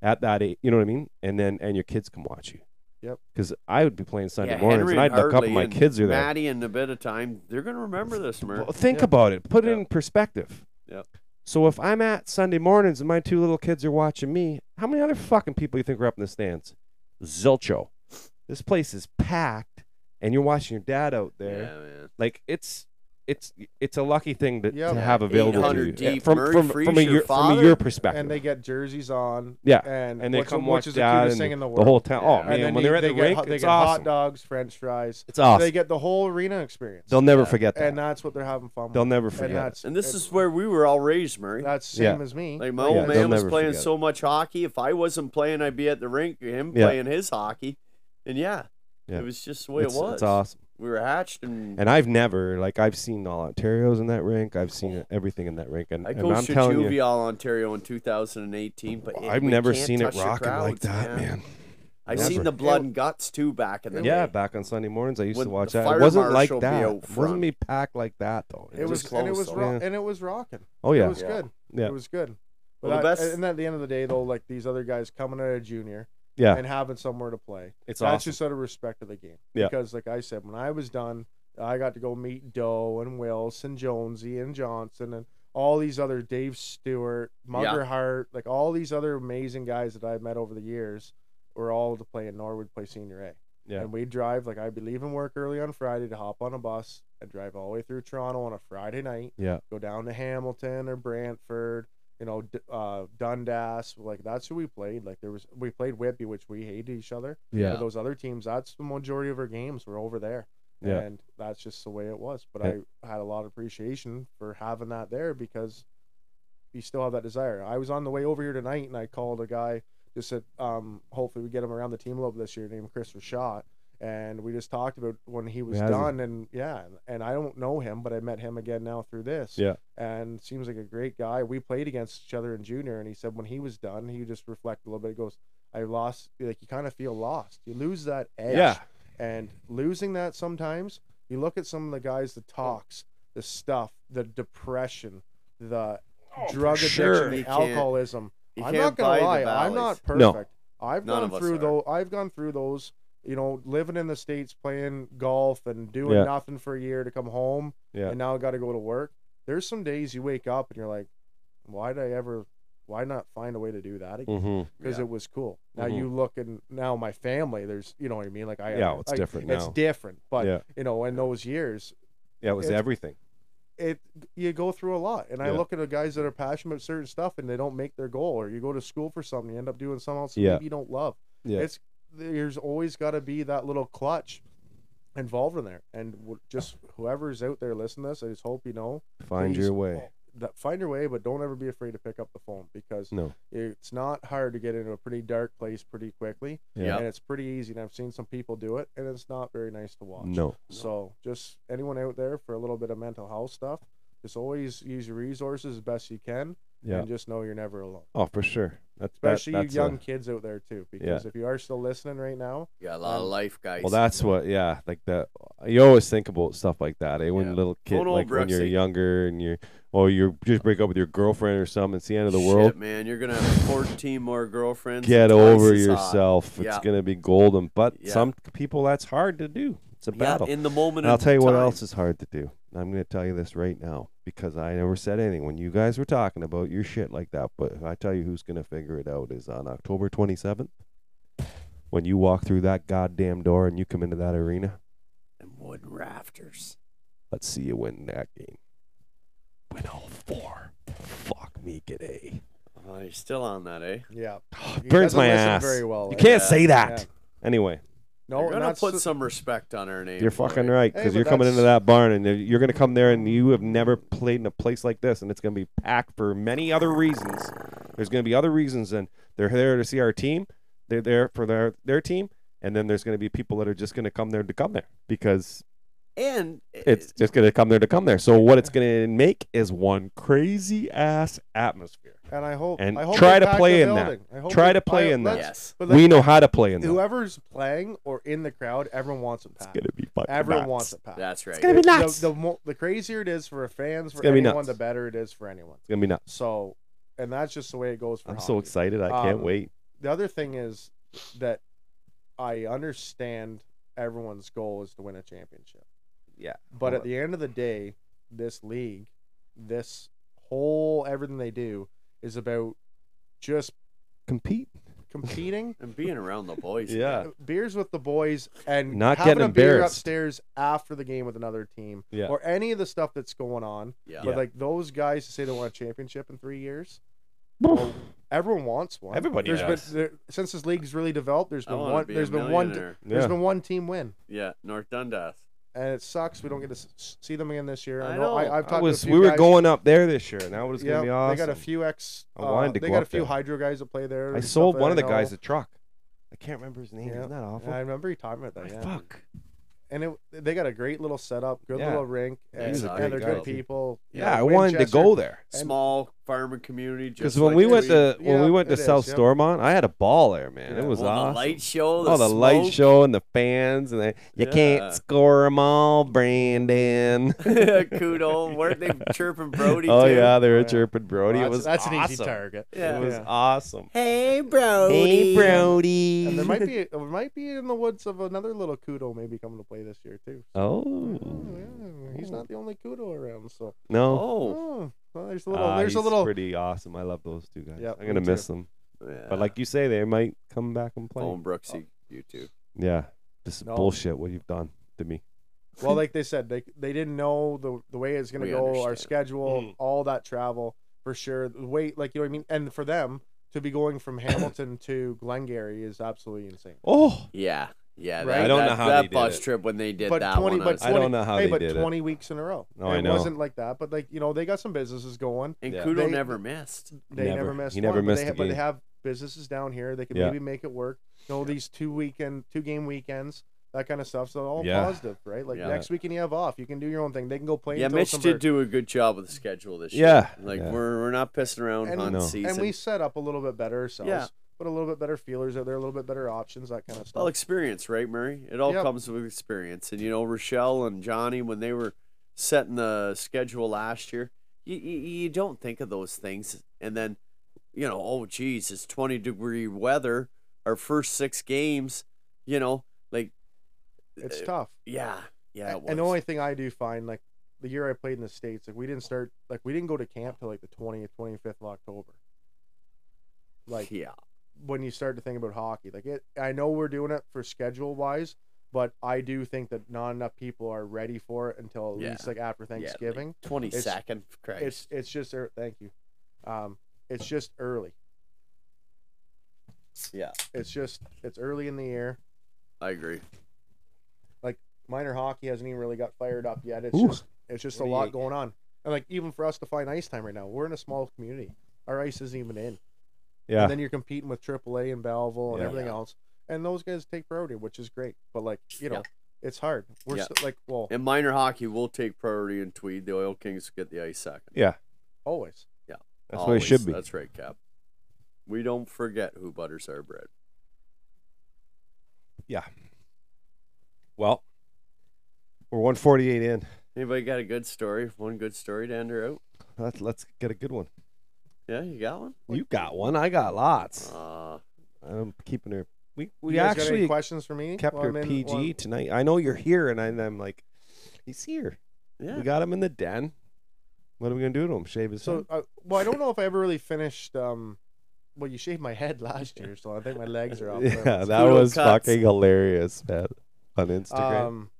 S4: at that age. You know what I mean? And then and your kids come watch you.
S5: Yep.
S4: Because I would be playing Sunday
S3: Yeah,
S4: mornings
S3: Henry
S4: and I'd look up
S3: Hartley
S4: and my
S3: and
S4: kids are there.
S3: Maddie in a bit of time, they're gonna remember this, Mer.
S4: Well, think
S5: Yeah.
S4: about it. Put it
S3: Yeah.
S4: in perspective.
S3: Yep.
S4: So if I'm at Sunday mornings and my two little kids are watching me, how many other fucking people you think are up in the stands? Zilcho. This place is packed, and you're watching your dad out
S3: Yeah,
S4: there.
S3: man.
S4: Like it's it's it's a lucky thing to,
S5: Yep.
S4: to have available to you
S3: 800
S4: Yeah,
S3: deep,
S4: from
S3: Murray
S4: from,
S3: Freeze,
S4: from, a
S3: your
S4: your, from
S3: father,
S4: a your perspective.
S5: And they get jerseys on.
S4: Yeah,
S5: And,
S4: and they
S5: what's-
S4: come
S5: which
S4: watch
S5: is the
S4: dad
S5: cutest
S4: and
S5: thing in the
S4: the
S5: world.
S4: whole town.
S3: Yeah.
S4: Oh
S5: And
S4: man,
S5: then
S4: when
S5: you-
S4: they're at
S5: they
S4: the
S5: get,
S4: rink,
S5: hot- they
S4: it's
S5: get
S4: awesome.
S5: hot dogs, French fries.
S4: It's awesome.
S5: They get the whole arena experience.
S4: They'll never forget that.
S5: and that's what they're having fun.
S4: They'll
S5: with.
S4: never
S5: And
S4: forget.
S5: that's
S3: And this
S5: and
S3: is where we were all raised, Murray.
S5: that's
S4: Yeah.
S5: same as me.
S3: Like my
S4: Yeah,
S3: old
S4: they'll
S3: man was
S4: never
S3: playing
S4: forget
S3: so much hockey. If I wasn't playing, I'd be at the rink. Him
S4: Yeah.
S3: playing his hockey, and yeah,
S4: Yeah.
S3: it was just the way
S4: it's,
S3: it was.
S4: it's awesome.
S3: We were hatched, and,
S4: And I've never like I've seen all Ontario's in that rink. I've seen everything in that rink, and,
S3: I
S4: and I'm
S3: coached at
S4: telling
S3: Juvial,
S4: you,
S3: Ontario in 2018. But it-
S4: I've
S3: we
S4: never
S3: can't
S4: seen it
S3: touch the
S4: rocking like
S3: crowds,
S4: that, man.
S3: I
S4: Never.
S3: seen the blood and guts too back in the
S4: Yeah,
S3: day.
S4: back on Sunday mornings I used to
S3: Would
S4: watch
S3: the
S4: that.
S3: fire
S4: It wasn't like
S3: marshal be
S4: that.
S3: out
S4: It
S3: front?
S4: wasn't be packed like that though.
S5: It was
S3: just
S5: and it
S3: close
S5: was
S3: though.
S5: ro-
S4: Yeah.
S5: and it was rocking.
S4: oh
S5: It
S4: yeah,
S5: was good.
S4: Yeah.
S5: It was good. But
S3: Well, the
S5: that-
S3: best-
S5: and at the end of the day, though, like these other guys coming out of junior
S4: yeah.
S5: and having somewhere to play.
S4: It's
S5: that's
S4: awesome.
S5: just out of respect of the game.
S4: Yeah.
S5: Because, like I said, when I was done, I got to go meet Doe and Wills and Jonesy and Johnson and all these other Dave Stewart, Mugger Hart, like all these other amazing guys that I've met over the years were all to play in Norwood, play senior A.
S4: Yeah.
S5: And we drive, like I'd be leaving work early on Friday to hop on a bus and drive all the way through Toronto on a Friday night
S4: Yeah.
S5: go down to Hamilton or Brantford, you know, D- uh, Dundas. Like that's who we played. Like there was we played Whippy, which we hated each other.
S4: Yeah.
S5: But those other teams, that's the majority of our games were over there.
S4: Yeah.
S5: And that's just the way it was. But
S4: Yeah.
S5: I had a lot of appreciation for having that there because you still have that desire. I was on the way over here tonight and I called a guy just said, um, hopefully we get him around the team a little bit this year, named Chris Rashad. And we just talked about when he was
S4: hasn't.
S5: done and yeah, and, and I don't know him, but I met him again now through this
S4: Yeah.
S5: and seems like a great guy. We played against each other in junior, and he said when he was done, he just reflected a little bit. He goes, "I lost. Like you kind of feel lost. You lose that edge.
S4: Yeah.
S5: And losing that sometimes, you look at some of the guys, the talks, the stuff, the depression, the drug addiction,
S4: sure.
S5: the
S3: You can't-
S5: alcoholism.
S3: You
S5: I'm
S3: can't
S5: not gonna
S3: buy
S5: lie.
S3: the
S5: I'm
S3: valleys.
S5: not
S4: No.
S5: perfect. I've
S3: None
S5: gone
S3: of us
S5: through
S3: are.
S5: those. I've gone through those. You know, living in the states, playing golf, and doing
S4: Yeah.
S5: nothing for a year to come home,
S4: Yeah.
S5: and now I got to go to work. There's some days you wake up and you're like, why did I ever? Why not find a way to do that again?
S4: Mm-hmm.
S5: Because
S3: Yeah.
S5: it was cool. Now
S4: Mhm.
S5: you look and now my family. There's, you know what I mean. Like I,
S4: Yeah, well, it's
S5: like,
S4: different
S5: It's
S4: now.
S5: different, but
S4: Yeah.
S5: you know, in those years,
S4: Yeah, it was
S5: It's-
S4: everything.
S5: it you go through a lot. And I
S4: Yeah.
S5: look at the guys that are passionate about certain stuff and they don't make their goal, or you go to school for something, you end up doing something else that
S4: Yeah.
S5: maybe you don't love.
S4: Yeah.
S5: It's there's always got to be that little clutch involved in there. And w- just whoever's out there listening to this, I just hope you know
S4: Find
S5: please,
S4: your way.
S5: That, find your way, but don't ever be afraid to pick up the phone because
S4: No.
S5: it's not hard to get into a pretty dark place pretty quickly,
S3: Yeah.
S5: and it's pretty easy. And I've seen some people do it, and it's not very nice to watch.
S4: No.
S5: So just anyone out there for a little bit of mental health stuff, just always use your resources as best you can,
S4: Yeah.
S5: and just know you're never alone.
S4: Oh, for sure. That's that-
S5: Especially
S4: that's a-
S5: you young kids out there too, because if you are still listening right now,
S3: Yeah, a lot of
S5: Um,
S3: life guys.
S4: well, that's what. Yeah, like that. You always think about stuff like that. Eh? When
S3: Yeah.
S4: little kid,
S3: Phone old
S4: like when you're
S3: Brooksy.
S4: younger and you're, or you just break up with your girlfriend or something. It's the end of the
S3: Shit,
S4: world.
S3: man. You're gonna have 14 more girlfriends.
S4: Get
S3: and twice
S4: over
S3: as hot.
S4: yourself. It's
S3: Yeah.
S4: gonna be golden. But
S3: Yeah.
S4: some people, that's hard to do. It's a
S3: Yeah,
S4: battle.
S3: in the moment.
S4: And I'll
S3: of
S4: tell you what
S3: time.
S4: else is hard to do. I'm going to tell you this right now because I never said anything when you guys were talking about your shit like that. But if I tell you who's going to figure it out is on October 27th when you walk through that goddamn door and you come into that arena.
S3: And wood rafters.
S4: Let's see you win that game. Win all four. Fuck me, get A.
S3: Oh, you're still on that, eh?
S5: yeah,
S4: Ah, Burns
S5: doesn't
S4: my
S5: listen
S4: ass.
S5: very well,
S4: you
S5: eh?
S4: can't
S3: Yeah.
S4: say that.
S5: Yeah.
S4: Anyway,
S5: No,
S3: We're
S5: and
S3: gonna
S5: that's
S3: put
S5: the-
S3: some respect on our name.
S4: You're
S3: for
S4: fucking
S3: it.
S4: right
S5: Hey,
S4: because
S5: but
S4: you're coming into
S5: that's-
S4: that barn and you're going to come there and you have never played in a place like this and it's going to be packed for many other reasons. There's going to be other reasons and they're there to see our team. They're there for their their team and then there's going to be people that are just going to come there to come there because
S3: And
S4: it's just going to come there to come there. So what it's going to make is one crazy ass atmosphere.
S5: and I hope
S4: and
S5: I hope
S4: try
S5: they
S4: to
S5: pack
S4: play
S5: the
S4: in that.
S5: building. I hope
S4: Try
S5: they-
S4: to play
S5: I-
S4: in that.
S5: let's-
S3: yes.
S5: But
S4: We
S5: let's-
S4: know how to play in that. It's
S5: whoever's playing or in the crowd, everyone wants it packed.
S4: going to be fucking
S5: Everyone
S4: nuts.
S5: wants it packed.
S3: That's right.
S4: gonna be
S5: The-
S4: nuts.
S5: The, the, mo- the crazier it is for fans, for
S4: gonna be
S5: anyone,
S4: nuts.
S5: the better it is for anyone.
S4: It's going to be nuts.
S5: So, and that's just the way it goes for
S4: I'm
S5: hockey.
S4: so excited. I can't
S5: Um,
S4: wait.
S5: The other thing is that I understand everyone's goal is to win a championship.
S4: Yeah.
S5: But at the end of the day, this league, this whole everything they do is about just
S4: Compete.
S5: competing,
S3: and being around the boys.
S4: Yeah.
S5: beers with the boys, and
S4: Not
S5: having
S4: getting
S5: a beer
S4: embarrassed.
S5: upstairs after the game with another team,
S4: Yeah.
S5: or any of the stuff that's going on.
S3: Yeah.
S5: But like those guys to say they want a championship in three years, well, everyone wants one.
S4: Everybody
S5: There's
S4: does.
S5: been there, since this league's really developed. There's
S3: I
S5: been
S3: wanna
S5: one.
S3: be a
S5: There's been one.
S3: millionaire.
S5: There's
S4: Yeah.
S5: been one team win,
S3: Yeah. North Dundas.
S5: and it sucks. We don't get to s- s- see them again this year. I
S3: I
S5: know.
S3: know.
S5: I, I've
S4: I
S5: talked
S4: was,
S5: to a few
S4: we were
S5: guys-
S4: going up there this year, and that was
S5: Yeah,
S4: gonna be awesome.
S5: they got a few ex.
S4: I
S5: uh,
S4: wanted to
S5: they
S4: go
S5: got a
S4: up
S5: few
S4: there.
S5: hydro guys that play there.
S4: I
S5: and stuff
S4: sold
S5: that
S4: one
S5: I
S4: of the
S5: know.
S4: guys a truck. I can't remember his name.
S5: Yeah.
S4: Isn't that awful?
S5: And I remember you talking about that. Yeah.
S4: Fuck.
S5: And it, they got a great little setup, good
S4: Yeah.
S5: little rink,
S3: Yeah,
S5: and,
S3: he's a
S5: and
S3: great
S5: they're
S3: guy.
S5: good people. you
S4: Yeah,
S5: know,
S4: I wanted to
S5: Winchester.
S4: go there
S5: And-
S3: Small farming community.
S4: because
S3: Because
S4: when we went to when
S5: yeah,
S4: we went to
S5: it is,
S4: South
S5: yeah.
S4: Stormont, I had a ball there, man.
S5: Yeah.
S4: It was
S3: well,
S4: awesome.
S3: Oh, the light show, the
S4: oh, the light
S3: smoke.
S4: show and the fans, and they, you
S3: Yeah.
S4: can't score them all, Brandon.
S3: Kudo, weren't they chirping Brody?
S4: oh
S3: too?
S4: yeah, they were
S5: Yeah.
S4: chirping Brody. it
S5: Well,
S4: was
S5: that's, that's an easy
S4: awesome.
S5: target.
S3: Yeah.
S4: It was
S5: Yeah.
S4: awesome.
S3: Hey, Brody.
S4: Hey, Brody.
S5: And there might be there might be in the woods of another little kudo maybe coming to play this year too.
S4: Oh
S5: Oh, yeah, He's not the only kudo around, so
S4: no.
S3: Oh.
S5: oh, well, there's a little
S4: Ah,
S5: there's a
S4: he's
S5: little
S4: pretty awesome. I love those two guys.
S5: Yep,
S4: I'm
S5: me
S4: gonna
S5: too.
S4: miss them.
S3: Yeah.
S4: But like you say, they might come back and play.
S3: Owen Brooksy, you too.
S4: Yeah. This is
S5: No.
S4: bullshit what you've done to me.
S5: well, like they said, they they didn't know the the way it's gonna
S3: We
S5: go, our
S3: understand. Mm.
S5: schedule, all that travel for sure. The wait, like you know what I mean, and for them to be going from Hamilton to Glengarry is absolutely insane.
S4: Oh,
S3: Yeah. Yeah.
S5: Right?
S3: That,
S5: I
S4: don't know
S3: that-
S4: how
S3: that
S4: they did
S3: bus
S4: it.
S3: trip when they did
S5: but
S3: that
S5: twenty,
S3: one.
S5: but
S3: on-
S5: 20,
S4: I don't know how
S5: hey,
S4: they
S5: but
S4: did it.
S5: twenty weeks in a row.
S4: No,
S5: it
S4: I know.
S5: wasn't like that, but like you know, they got some businesses going.
S3: and
S4: Yeah.
S3: Kudo
S5: They-
S3: never missed.
S5: They never,
S4: Never.
S5: missed.
S4: He never
S5: one,
S4: missed
S5: But
S4: a
S5: they, but they
S4: game.
S5: have businesses down here. They could
S4: Yeah.
S5: maybe make it work. You know, these two weekend, two game weekends, that kind of stuff. So all
S4: Yeah.
S5: positive, right? Like
S3: Yeah.
S5: next weekend you have off. You can do your own thing. They can go play.
S3: Yeah,
S5: until
S3: Mitch
S5: December.
S3: did do a good job with the schedule this
S4: Yeah.
S3: year. Like
S4: Yeah.
S3: we're we're not pissing around
S5: And-
S3: on
S4: No.
S3: season.
S5: And we set up a little bit better ourselves. Put a little bit better feelers out there, a little bit better options, that kind of stuff.
S3: Well, experience, right, Murray? It all
S5: Yep.
S3: comes with experience. And you know, Rochelle and Johnny, when they were setting the schedule last year, you you, you don't think of those things. And then, you know, oh geez, it's twenty degree weather. Our first six games, you know, like
S5: it's
S3: uh,
S5: tough.
S3: Yeah, yeah. It was.
S5: and the only thing I do find, like the year I played in the states, like we didn't start, like we didn't go to camp till like the twentieth, twenty fifth of October. Like
S3: yeah,
S5: when you start to think about hockey. Like it, I know we're doing it for schedule wise, but I do think that not enough people are ready for it until at
S3: Yeah.
S5: least like after Thanksgiving.
S3: twenty
S5: it's-
S3: second. Christ.
S5: it's it's just ear- thank you. Um, it's just early.
S3: Yeah.
S5: it's just it's early in the year.
S3: I agree.
S5: Minor hockey hasn't even really got fired up yet. It's
S4: Ooh.
S5: just it's just a lot going on, and like even for us to find ice time right now, we're in a small community. Our ice isn't even in.
S4: yeah.
S5: And then you're competing with AAA and Belleville and
S4: Yeah.
S5: everything else. And those guys take priority, which is great. But like, you know,
S3: Yeah.
S5: it's hard. We're
S3: Yeah.
S5: st- like, well,
S3: And minor hockey will take priority in Tweed. The Oil Kings get the ice second.
S4: yeah.
S5: always.
S4: That's what it should be.
S3: That's right, Cap. We don't forget who butters our bread.
S4: Yeah. Well, we're 148 in.
S3: Anybody got a good story? One good story to end her out?
S4: Let's let's get a good one.
S3: Yeah, you got one?
S4: You got one. I got lots.
S3: Uh,
S4: I'm keeping her. We
S5: You
S4: we
S5: guys got any
S4: actually
S5: questions for me?
S4: kept
S5: while
S4: her
S5: I'm in-
S4: PG
S5: while I'm-
S4: tonight. I know you're here, and I, and I'm like, he's here.
S3: yeah.
S4: We got him in the den. What are we gonna do to him? Shave his
S5: So,
S4: head?
S5: uh, well, I don't know if I ever really finished. Um, well, you shaved my head last year, so I think my legs are off.
S4: Yeah,
S5: limits.
S4: that
S3: Kudo
S4: was
S3: cuts.
S4: fucking hilarious, man. On Instagram.
S5: Um,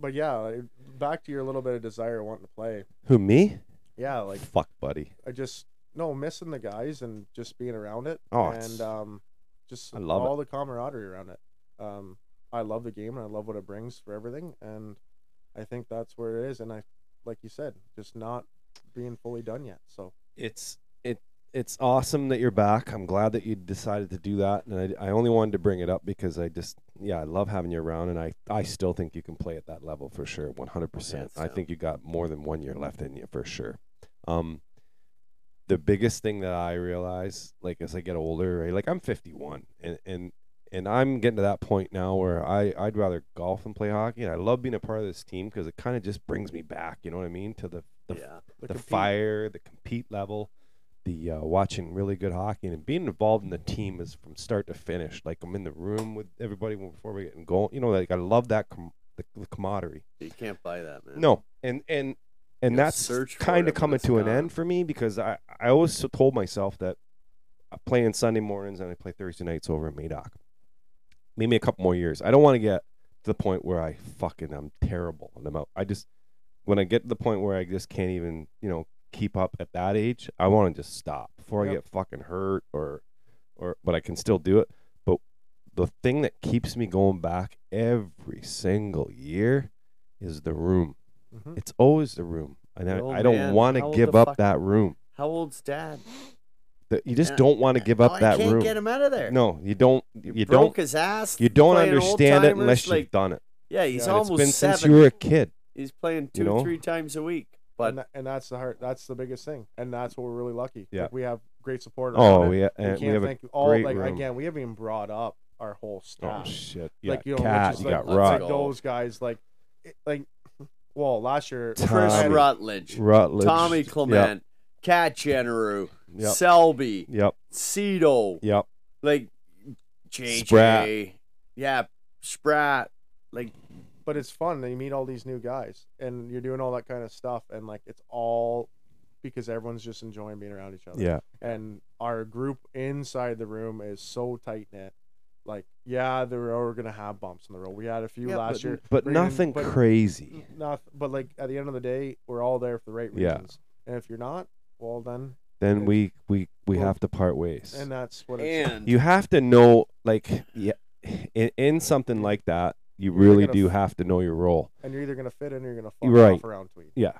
S5: but yeah, like, back to your little bit of desire wanting to play.
S4: Who me?
S5: Yeah, like
S4: Fuck, buddy.
S5: I just no missing the guys and just being around it.
S4: Oh, it's-
S5: and um, just
S4: I love it.
S5: all the camaraderie around it. Um, I love the game and I love what it brings for everything, and I think that's where it is. And I, like you said, just not being fully done yet. So
S4: It's it it's awesome that you're back. I'm glad that you decided to do that, and I, I only wanted to bring it up because I just yeah I love having you around, and I I still think you can play at that level for sure, 100. percent I think you got more than one year left in you for sure. Um, the biggest thing that I realize, like as I get older, right, like I'm 51, and and and I'm getting to that point now where I I'd rather golf and play hockey, and I love being a part of this team because it kind of just brings me back, you know what I mean, to the the
S3: Yeah.
S4: the
S5: the compete-
S4: fire, the compete level, the uh, watching really good hockey, and being involved in the team is from start to finish. Like I'm in the room with everybody before we get going. You know, like I love that com- the, the camaraderie.
S3: You can't buy that, man.
S4: No, and and and
S3: You'll
S4: that's
S3: search for
S4: kind
S3: it,
S4: of
S3: but
S4: coming
S3: it's
S4: to an
S3: gone.
S4: end for me because I I always so- told myself that I play in Sunday mornings and I play Thursday nights over in Madoc. Maybe a couple more years. I don't want to get to the point where I fucking I'm terrible and I'm out. I just when I get to the point where I just can't even you know keep up at that age, I want to just stop before I
S5: Yep.
S4: get fucking hurt or or but I can still do it. But the thing that keeps me going back every single year is the room.
S5: mhm.
S4: It's always the room, and I,
S3: The old
S4: I don't
S3: Mm-hmm. Oh, man.
S4: want
S3: How
S4: to
S3: old
S4: give
S3: the
S4: up
S3: fuck-
S4: that room.
S3: How old's Dad?
S4: The- You just
S3: And I-
S4: don't want to give up
S3: I
S4: that
S3: can't
S4: room.
S3: get him out of there.
S4: No, you don't. You, you
S3: broke
S4: don't.
S3: his ass.
S4: You don't
S3: playing
S4: understand it
S3: old-timers,
S4: unless
S3: like,
S4: you've done it.
S3: Yeah, he's
S5: Yeah,
S4: And it's
S3: almost
S4: been
S3: seven.
S4: since you were a kid.
S3: he's playing two,
S4: you know?
S3: three times a week.
S5: and,
S3: But
S5: that, and that's the heart. That's the biggest thing, and that's what we're really lucky.
S4: Yeah.
S5: Like, we have great support. around
S4: Oh,
S5: it.
S4: yeah,
S5: we
S4: and
S5: can't
S4: we have a
S5: thank all.
S4: great
S5: like
S4: room.
S5: again, we haven't even brought up our whole
S4: oh
S5: staff.
S4: shit. Yeah,
S5: like you know, which
S4: cat.
S5: is
S4: You
S5: like,
S4: got
S5: it's
S4: Rod,
S5: like those guys. Like, it- like, well, last year,
S4: Tom-
S5: Chris
S3: Chris
S4: Tommy.
S3: Rutledge,
S4: Rutledge,
S3: Tommy
S4: Yep,
S3: Clement, Cat Jenneru,
S4: Yep.
S3: Selby,
S4: Yep.
S3: Cito,
S4: Yep.
S3: like JJ.
S4: Sprat.
S3: Yeah, Sprat. Like
S5: but it's fun that you meet all these new guys and you're doing all that kind of stuff and like it's all because everyone's just enjoying being around each other
S4: Yeah.
S5: and our group inside the room is so tight knit like yeah there are gonna have bumps in the road we had a few
S3: Yeah,
S5: last
S3: but-
S5: year
S4: But
S5: Braden,
S4: nothing
S5: but-
S4: crazy.
S5: not, but like at the end of the day we're all there for the right
S4: Yeah.
S5: reasons and if you're not well then
S4: Then
S5: Yeah.
S4: we we we
S5: Well,
S4: have to part ways.
S5: and that's what it's
S3: and
S4: you have to know like yeah, in, in something like that, you
S5: either
S4: really
S5: gonna
S4: do
S5: f-
S4: have to know your role.
S5: and you're either gonna fit in or you're gonna fuck
S4: You're right.
S5: off around tweet
S4: Yeah.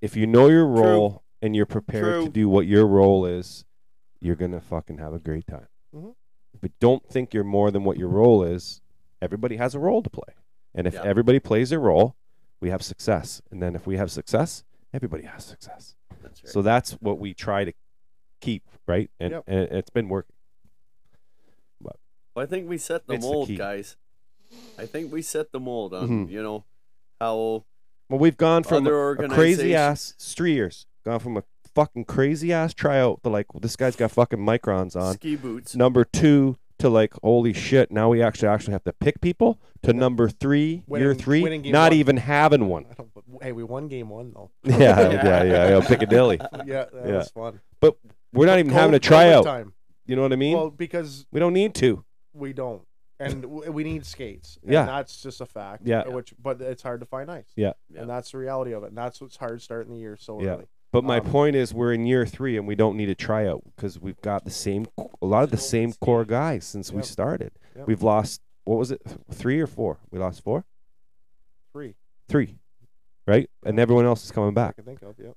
S4: If you know your
S3: True.
S4: role and you're prepared
S3: True.
S4: to do what your role is, you're gonna fucking have a great time.
S3: Mm-hmm.
S5: Mhm.
S4: But don't think you're more than what your role is. Everybody has a role to play, and if
S3: Yeah.
S4: everybody plays their role, we have success. And then if we have success, everybody has success.
S3: that's right.
S4: So that's what we try to keep right, and,
S5: Yep.
S4: and it's been working.
S3: Well, I think we set the
S4: It's the
S3: mold,
S4: key.
S3: guys. I think we set the mold on
S4: Mhm.
S3: you know how
S4: Well, we've gone from
S3: Other
S4: a- a crazy
S3: organization-
S4: ass Streers, gone from a fucking crazy ass tryout to like well, this guy's got fucking microns on.
S3: ski boots.
S4: number two to like holy shit now we actually actually have to pick people to number three year
S5: Winning-
S4: three
S5: winning game
S4: not
S5: one.
S4: even having one
S5: I don't, but, hey we won game one though
S4: yeah yeah yeah, yeah piccadilly
S5: yeah that
S4: Yeah.
S5: was fun
S4: we're not even having a tryout
S5: time
S4: you know what i mean
S5: well because
S4: we don't need to
S5: we don't and w- we need skates and
S4: Yeah.
S5: that's just a fact
S4: Yeah.
S5: which but it's hard to find ice
S4: Yeah.
S3: Yeah.
S5: and that's the reality of it and that's what's hard starting the year so
S4: Yeah.
S5: early
S4: but my
S5: um,
S4: point is we're in year three and we don't need a tryout because we've got the same a lot of the same core guys since we
S5: Yep.
S4: started
S5: Yep.
S4: we've lost what was it three or four we lost four
S5: three
S4: three right and everyone else is coming
S5: i
S4: back
S5: can think of yeah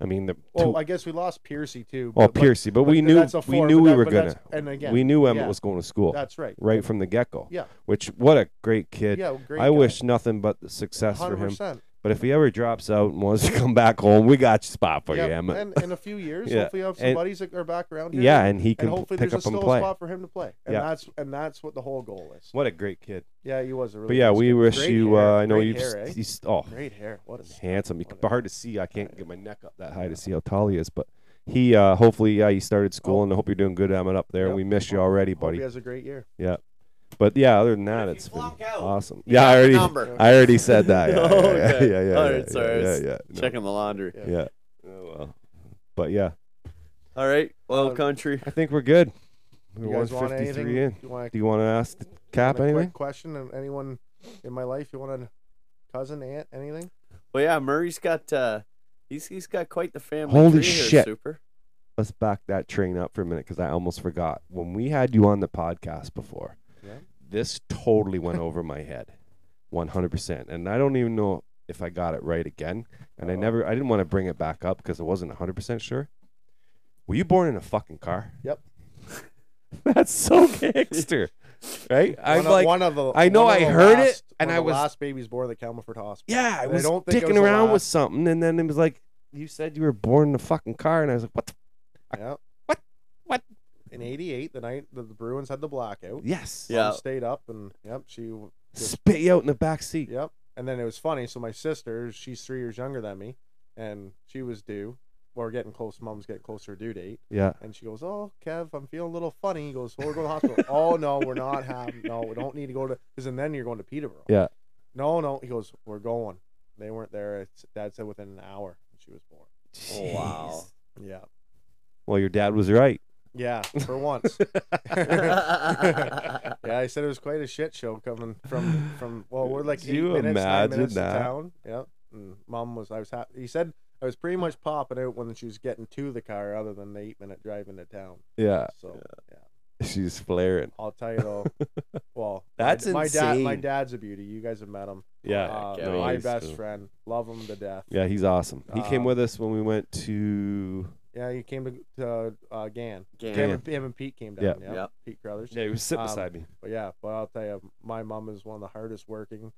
S4: i mean the
S5: well
S4: two,
S5: i guess we lost piercy too
S4: oh
S5: but- but-
S4: piercy but, we
S5: but
S4: knew
S5: that's a
S4: we
S5: four,
S4: knew
S5: but
S4: we
S5: that-
S4: were
S5: but
S4: gonna
S5: that's- and again
S4: we knew Emmett
S5: yeah.
S4: was going to school
S5: that's right
S4: right from the get go.
S5: yeah
S4: Which what a great kid.
S5: yeah great
S4: I
S5: guy.
S4: wish nothing but the success for him.
S5: 100%
S4: But if he ever drops out and wants to come back home, we got your spot for
S5: yeah
S4: you, Emmett.
S5: and in a few years
S4: Yeah.
S5: hopefully you have some
S4: And-
S5: buddies that are back around here
S4: yeah, and he
S5: and
S4: can
S5: hopefully
S4: pick
S5: there's
S4: up
S5: a
S4: and
S5: still
S4: play.
S5: spot for him to play and
S4: Yeah.
S5: that's and that's what the whole goal is
S4: What a great kid.
S5: yeah he was a really
S4: But yeah,
S5: good
S4: we
S5: skater.
S4: wish
S5: Great
S4: you.
S5: hair,
S4: Uh, I know
S5: great
S4: you.
S5: hair, eh?
S4: He's oh,
S5: great hair what a
S4: he's handsome. You,
S5: What
S4: c-
S5: a-
S4: hard to see. I can't get my neck up that high to see how tall he is. But he uh, hopefully yeah he started school and I hope you're doing good, Emmett, up there.
S5: Oh. Yep.
S4: We miss you already,
S5: hope
S4: buddy.
S5: he has a great year
S4: But yeah, other than that,
S3: if you
S4: it's been
S3: flunk out,
S4: awesome.
S3: you
S4: Yeah, I
S3: got the
S4: already.
S3: number.
S4: I already said that. Yeah,
S3: Oh,
S4: yeah,
S3: okay.
S4: yeah, yeah, yeah,
S3: All
S4: yeah,
S3: right, sorry, I
S4: yeah,
S3: was
S4: yeah, no.
S3: Checking the laundry.
S5: Yeah.
S4: Yeah. But yeah,
S3: All right. Well,
S5: Uh,
S3: country.
S4: I think we're good.
S5: you
S4: We're
S5: guys want anything
S4: 153 in.
S5: you want
S4: Do you want to ask the
S5: And
S4: Cap
S5: a
S4: anything?
S5: Quick question: and Anyone in my life you want a cousin, aunt, anything?
S3: Well, yeah, Murray's got uh, he's he's got quite the family.
S4: Holy
S3: tree here,
S4: shit.
S3: Super.
S4: Let's back that train up for a minute because I almost forgot. When we had you on the podcast before,
S5: Yeah.
S4: this totally went over my head, 100%. And I don't even know if I got it right again. And I never, I didn't want to bring it back up because I wasn't 100% sure. Were you born in a fucking car?
S5: Yep.
S4: That's so gangster, right? I'm
S5: one of,
S4: like,
S5: one of the.
S4: I know
S5: one of
S4: I
S5: the
S4: heard it,
S5: last-
S4: and
S5: one
S4: I
S5: of the
S4: was-
S5: last babies born at the Camelford Hospital.
S4: yeah, I
S5: And I
S4: was
S5: don't think it
S4: dicking
S5: was the
S4: around with
S5: last-
S4: something, and then it was like, you said you were born in a fucking car, and I was like, what? The?
S5: Yep.
S4: What? What?
S5: In '88, the night that the Bruins had the blackout,
S4: Yes.
S3: Yeah.
S5: Mom stayed up, and yep, she,
S4: Spit you out in the back seat.
S5: yep. And then it was funny. So my sister, she's three years younger than me, and she was due. We're getting close. Mom's getting closer due date.
S4: Yeah.
S5: And she goes, "Oh, Kev, I'm feeling a little funny." He goes, "Well, we're going to the hospital." oh no, we're not having. No, we don't need to go to. Because and then you're going to Peterborough.
S4: Yeah.
S5: No, no. He goes, "We're going." They weren't there. It's, Dad said within an hour she was born.
S3: Oh, wow.
S5: Yeah.
S4: Well, your dad was right.
S5: Yeah. For once. Yeah, I said it was quite a shit show coming from from. Well, we're like
S4: Do
S5: eight
S4: you
S5: minutes, nine
S4: imagine
S5: minutes
S4: that?
S5: to town. Yep. And mom was. I was happy. He said I was pretty much popping out when she was getting to the car, other than the eight minute drive into town.
S4: Yeah.
S5: So yeah,
S4: She's flaring.
S5: I'll tell you though. well,
S4: That's
S5: my, My dad, my
S4: insane.
S5: dad's a beauty. You guys have met him.
S4: Yeah.
S5: Uh,
S3: yeah,
S5: my
S4: he's
S5: best
S4: cool.
S5: friend. Love him to death.
S4: Yeah, he's awesome. He came
S5: Um,
S4: with us when we went to.
S5: Yeah, he came to, to uh, Gan. Him
S3: Damn.
S5: and, him and Pete came down.
S4: Yeah.
S5: Yep.
S3: Yep.
S5: Pete Crothers.
S4: Yeah, he was sitting
S5: Um,
S4: beside me.
S5: But yeah, but I'll tell you, my mom is one of the hardest working,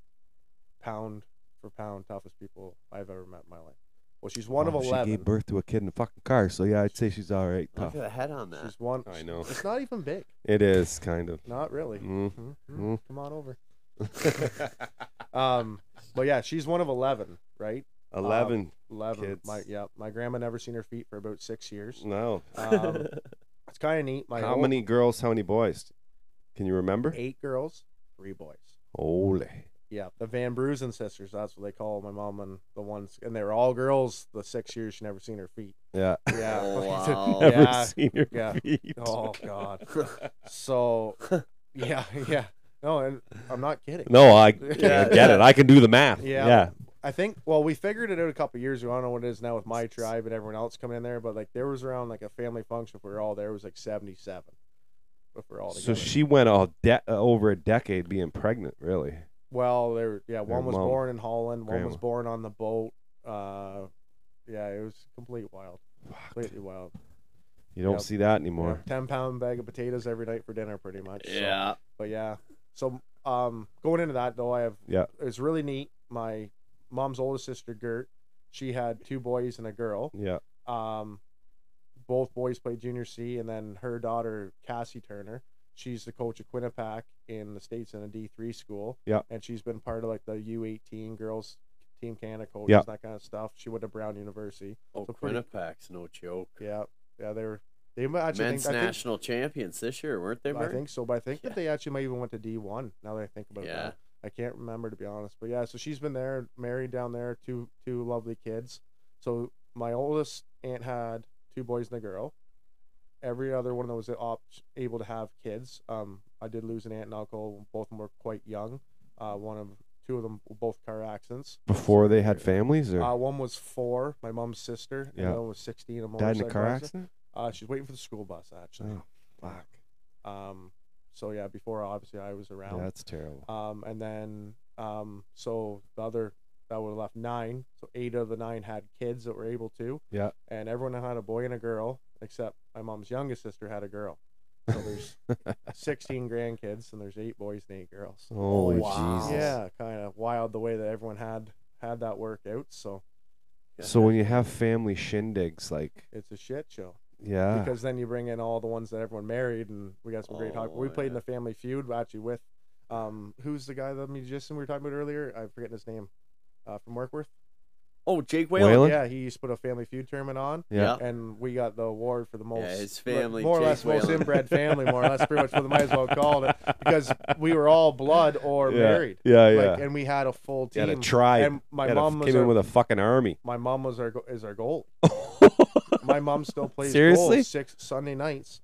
S5: pound for pound, toughest people I've ever met in my life. Well, she's one
S4: Wow,
S5: of
S4: Oh, She
S5: eleven.
S4: gave birth to a kid in a fucking car, so yeah, I'd say she's all right.
S3: Look
S4: Tough.
S3: at the head on that.
S5: she's one.
S4: I know.
S5: It's not even big.
S4: It is kind of.
S5: Not really.
S4: Mm.
S5: Mhm.
S4: Mm.
S5: Come on over. um, but yeah, she's one of eleven, right?
S4: Eleven.
S5: Eleven.
S4: Kids.
S5: My yeah, my grandma never seen her feet for about six years.
S4: no.
S5: Um, it's kind of neat. My
S4: how
S5: whole-
S4: many girls? How many boys? Can you remember?
S5: Eight girls, three boys.
S4: Holy.
S5: Yeah, the Van Brusen sisters. That's what they call my mom and the ones, and they were all girls. The six years she never seen her feet.
S4: Yeah.
S5: Yeah.
S3: Oh, wow.
S4: Ever
S5: Yeah.
S4: seen your
S5: yeah.
S4: feet?
S5: Oh God. So, yeah, yeah. No, and I'm not kidding.
S4: No, I, I
S5: Yeah.
S4: get it. I can do the math.
S5: Yeah.
S4: Yeah.
S5: I think well, we figured it out a couple years ago. I don't know what it is now with my tribe and everyone else coming in there, but like there was around like a family function. If we were all there, it was like 77. If we're all
S4: So
S5: together.
S4: she went all de- uh, over a decade being pregnant, really.
S5: Well, there. Yeah, one was
S4: mom.
S5: born in Holland. One was
S4: Grandma.
S5: born on the boat. Uh, yeah, it was complete wild. Completely wild.
S4: You don't
S5: Yep.
S4: see that
S5: Yeah,
S4: anymore.
S5: Ten pound bag of potatoes every night for dinner, pretty much. so-
S3: Yeah.
S5: but yeah, so um, going into that though, I have
S4: Yeah.
S5: it was really neat. My mom's oldest sister Gert, she had two boys and a girl.
S4: Yeah.
S5: Um, both boys played junior C, and then her daughter Cassie Turner, she's the coach of Quinnipiac in the states in a D three school.
S4: Yeah.
S5: and she's been part of like the U eighteen girls team Canada coaches
S4: Yeah.
S5: that kind of stuff. She went to Brown University.
S3: Oh,
S5: So pretty-
S3: Quinnipiac's no joke.
S5: Yeah, yeah, they were they might actually
S3: Men's
S5: think, I think
S3: national champions this year, weren't they,
S5: I
S3: Murray?
S5: think so, but I think
S3: Yeah.
S5: that they actually might even went to D one. Now that I think about
S3: Yeah.
S5: that, I can't remember to be honest. But yeah, so she's been there, married down there, two two lovely kids. So my oldest aunt had two boys and a girl. Every other one that was op- able to have kids. Um, I did lose an aunt and uncle. Both of them were quite young. Uh, one of two of them were both car accidents.
S4: Before they had families or
S5: Uh, one was four, my mom's sister.
S4: Yeah.
S5: And the other was sixteen. A
S4: died in a
S5: motorcycle
S4: car accident?
S5: Uh, she's waiting for the school bus actually.
S4: Oh, fuck.
S5: Um, so yeah, before obviously I was around.
S4: That's terrible.
S5: Um, and then um, so the other that would have left nine. So eight of the nine had kids that were able to.
S4: Yeah.
S5: And everyone had a boy and a girl, except my mom's youngest sister had a girl. So there's 16 grandkids, and there's eight boys and eight girls.
S4: Holy
S3: wow.
S4: Jesus.
S5: Oh, Yeah, kind of wild the way that everyone had had that worked out. So
S4: So when you have family shindigs, like,
S5: it's a shit show.
S4: yeah.
S5: because then you bring in all the ones that everyone married, and we got some great talk.
S3: Oh,
S5: We played in
S3: yeah.
S5: the Family Feud actually with, um, who's the guy, the musician we were talking about earlier? I'm forgetting his name, uh, from Workworth.
S3: Oh, Jake Whalen.
S4: Whalen?
S5: Yeah, he used to put a Family Feud tournament on,
S4: Yeah.
S5: and we got the award for the most.
S3: his family,
S5: more or
S3: Jake
S5: less, most
S3: Whalen.
S5: inbred family, more or less, pretty much what they might as well call it, because we were all blood or
S4: Yeah.
S5: married.
S4: Yeah, yeah.
S5: Like, and we had a full
S4: You
S5: team.
S4: had a tribe.
S5: And my
S4: You had a-
S5: mom was
S4: came in
S5: our,
S4: with a fucking army.
S5: my mom was our go- is our goalie. my mom still plays
S4: Seriously?
S5: goal six Sunday nights.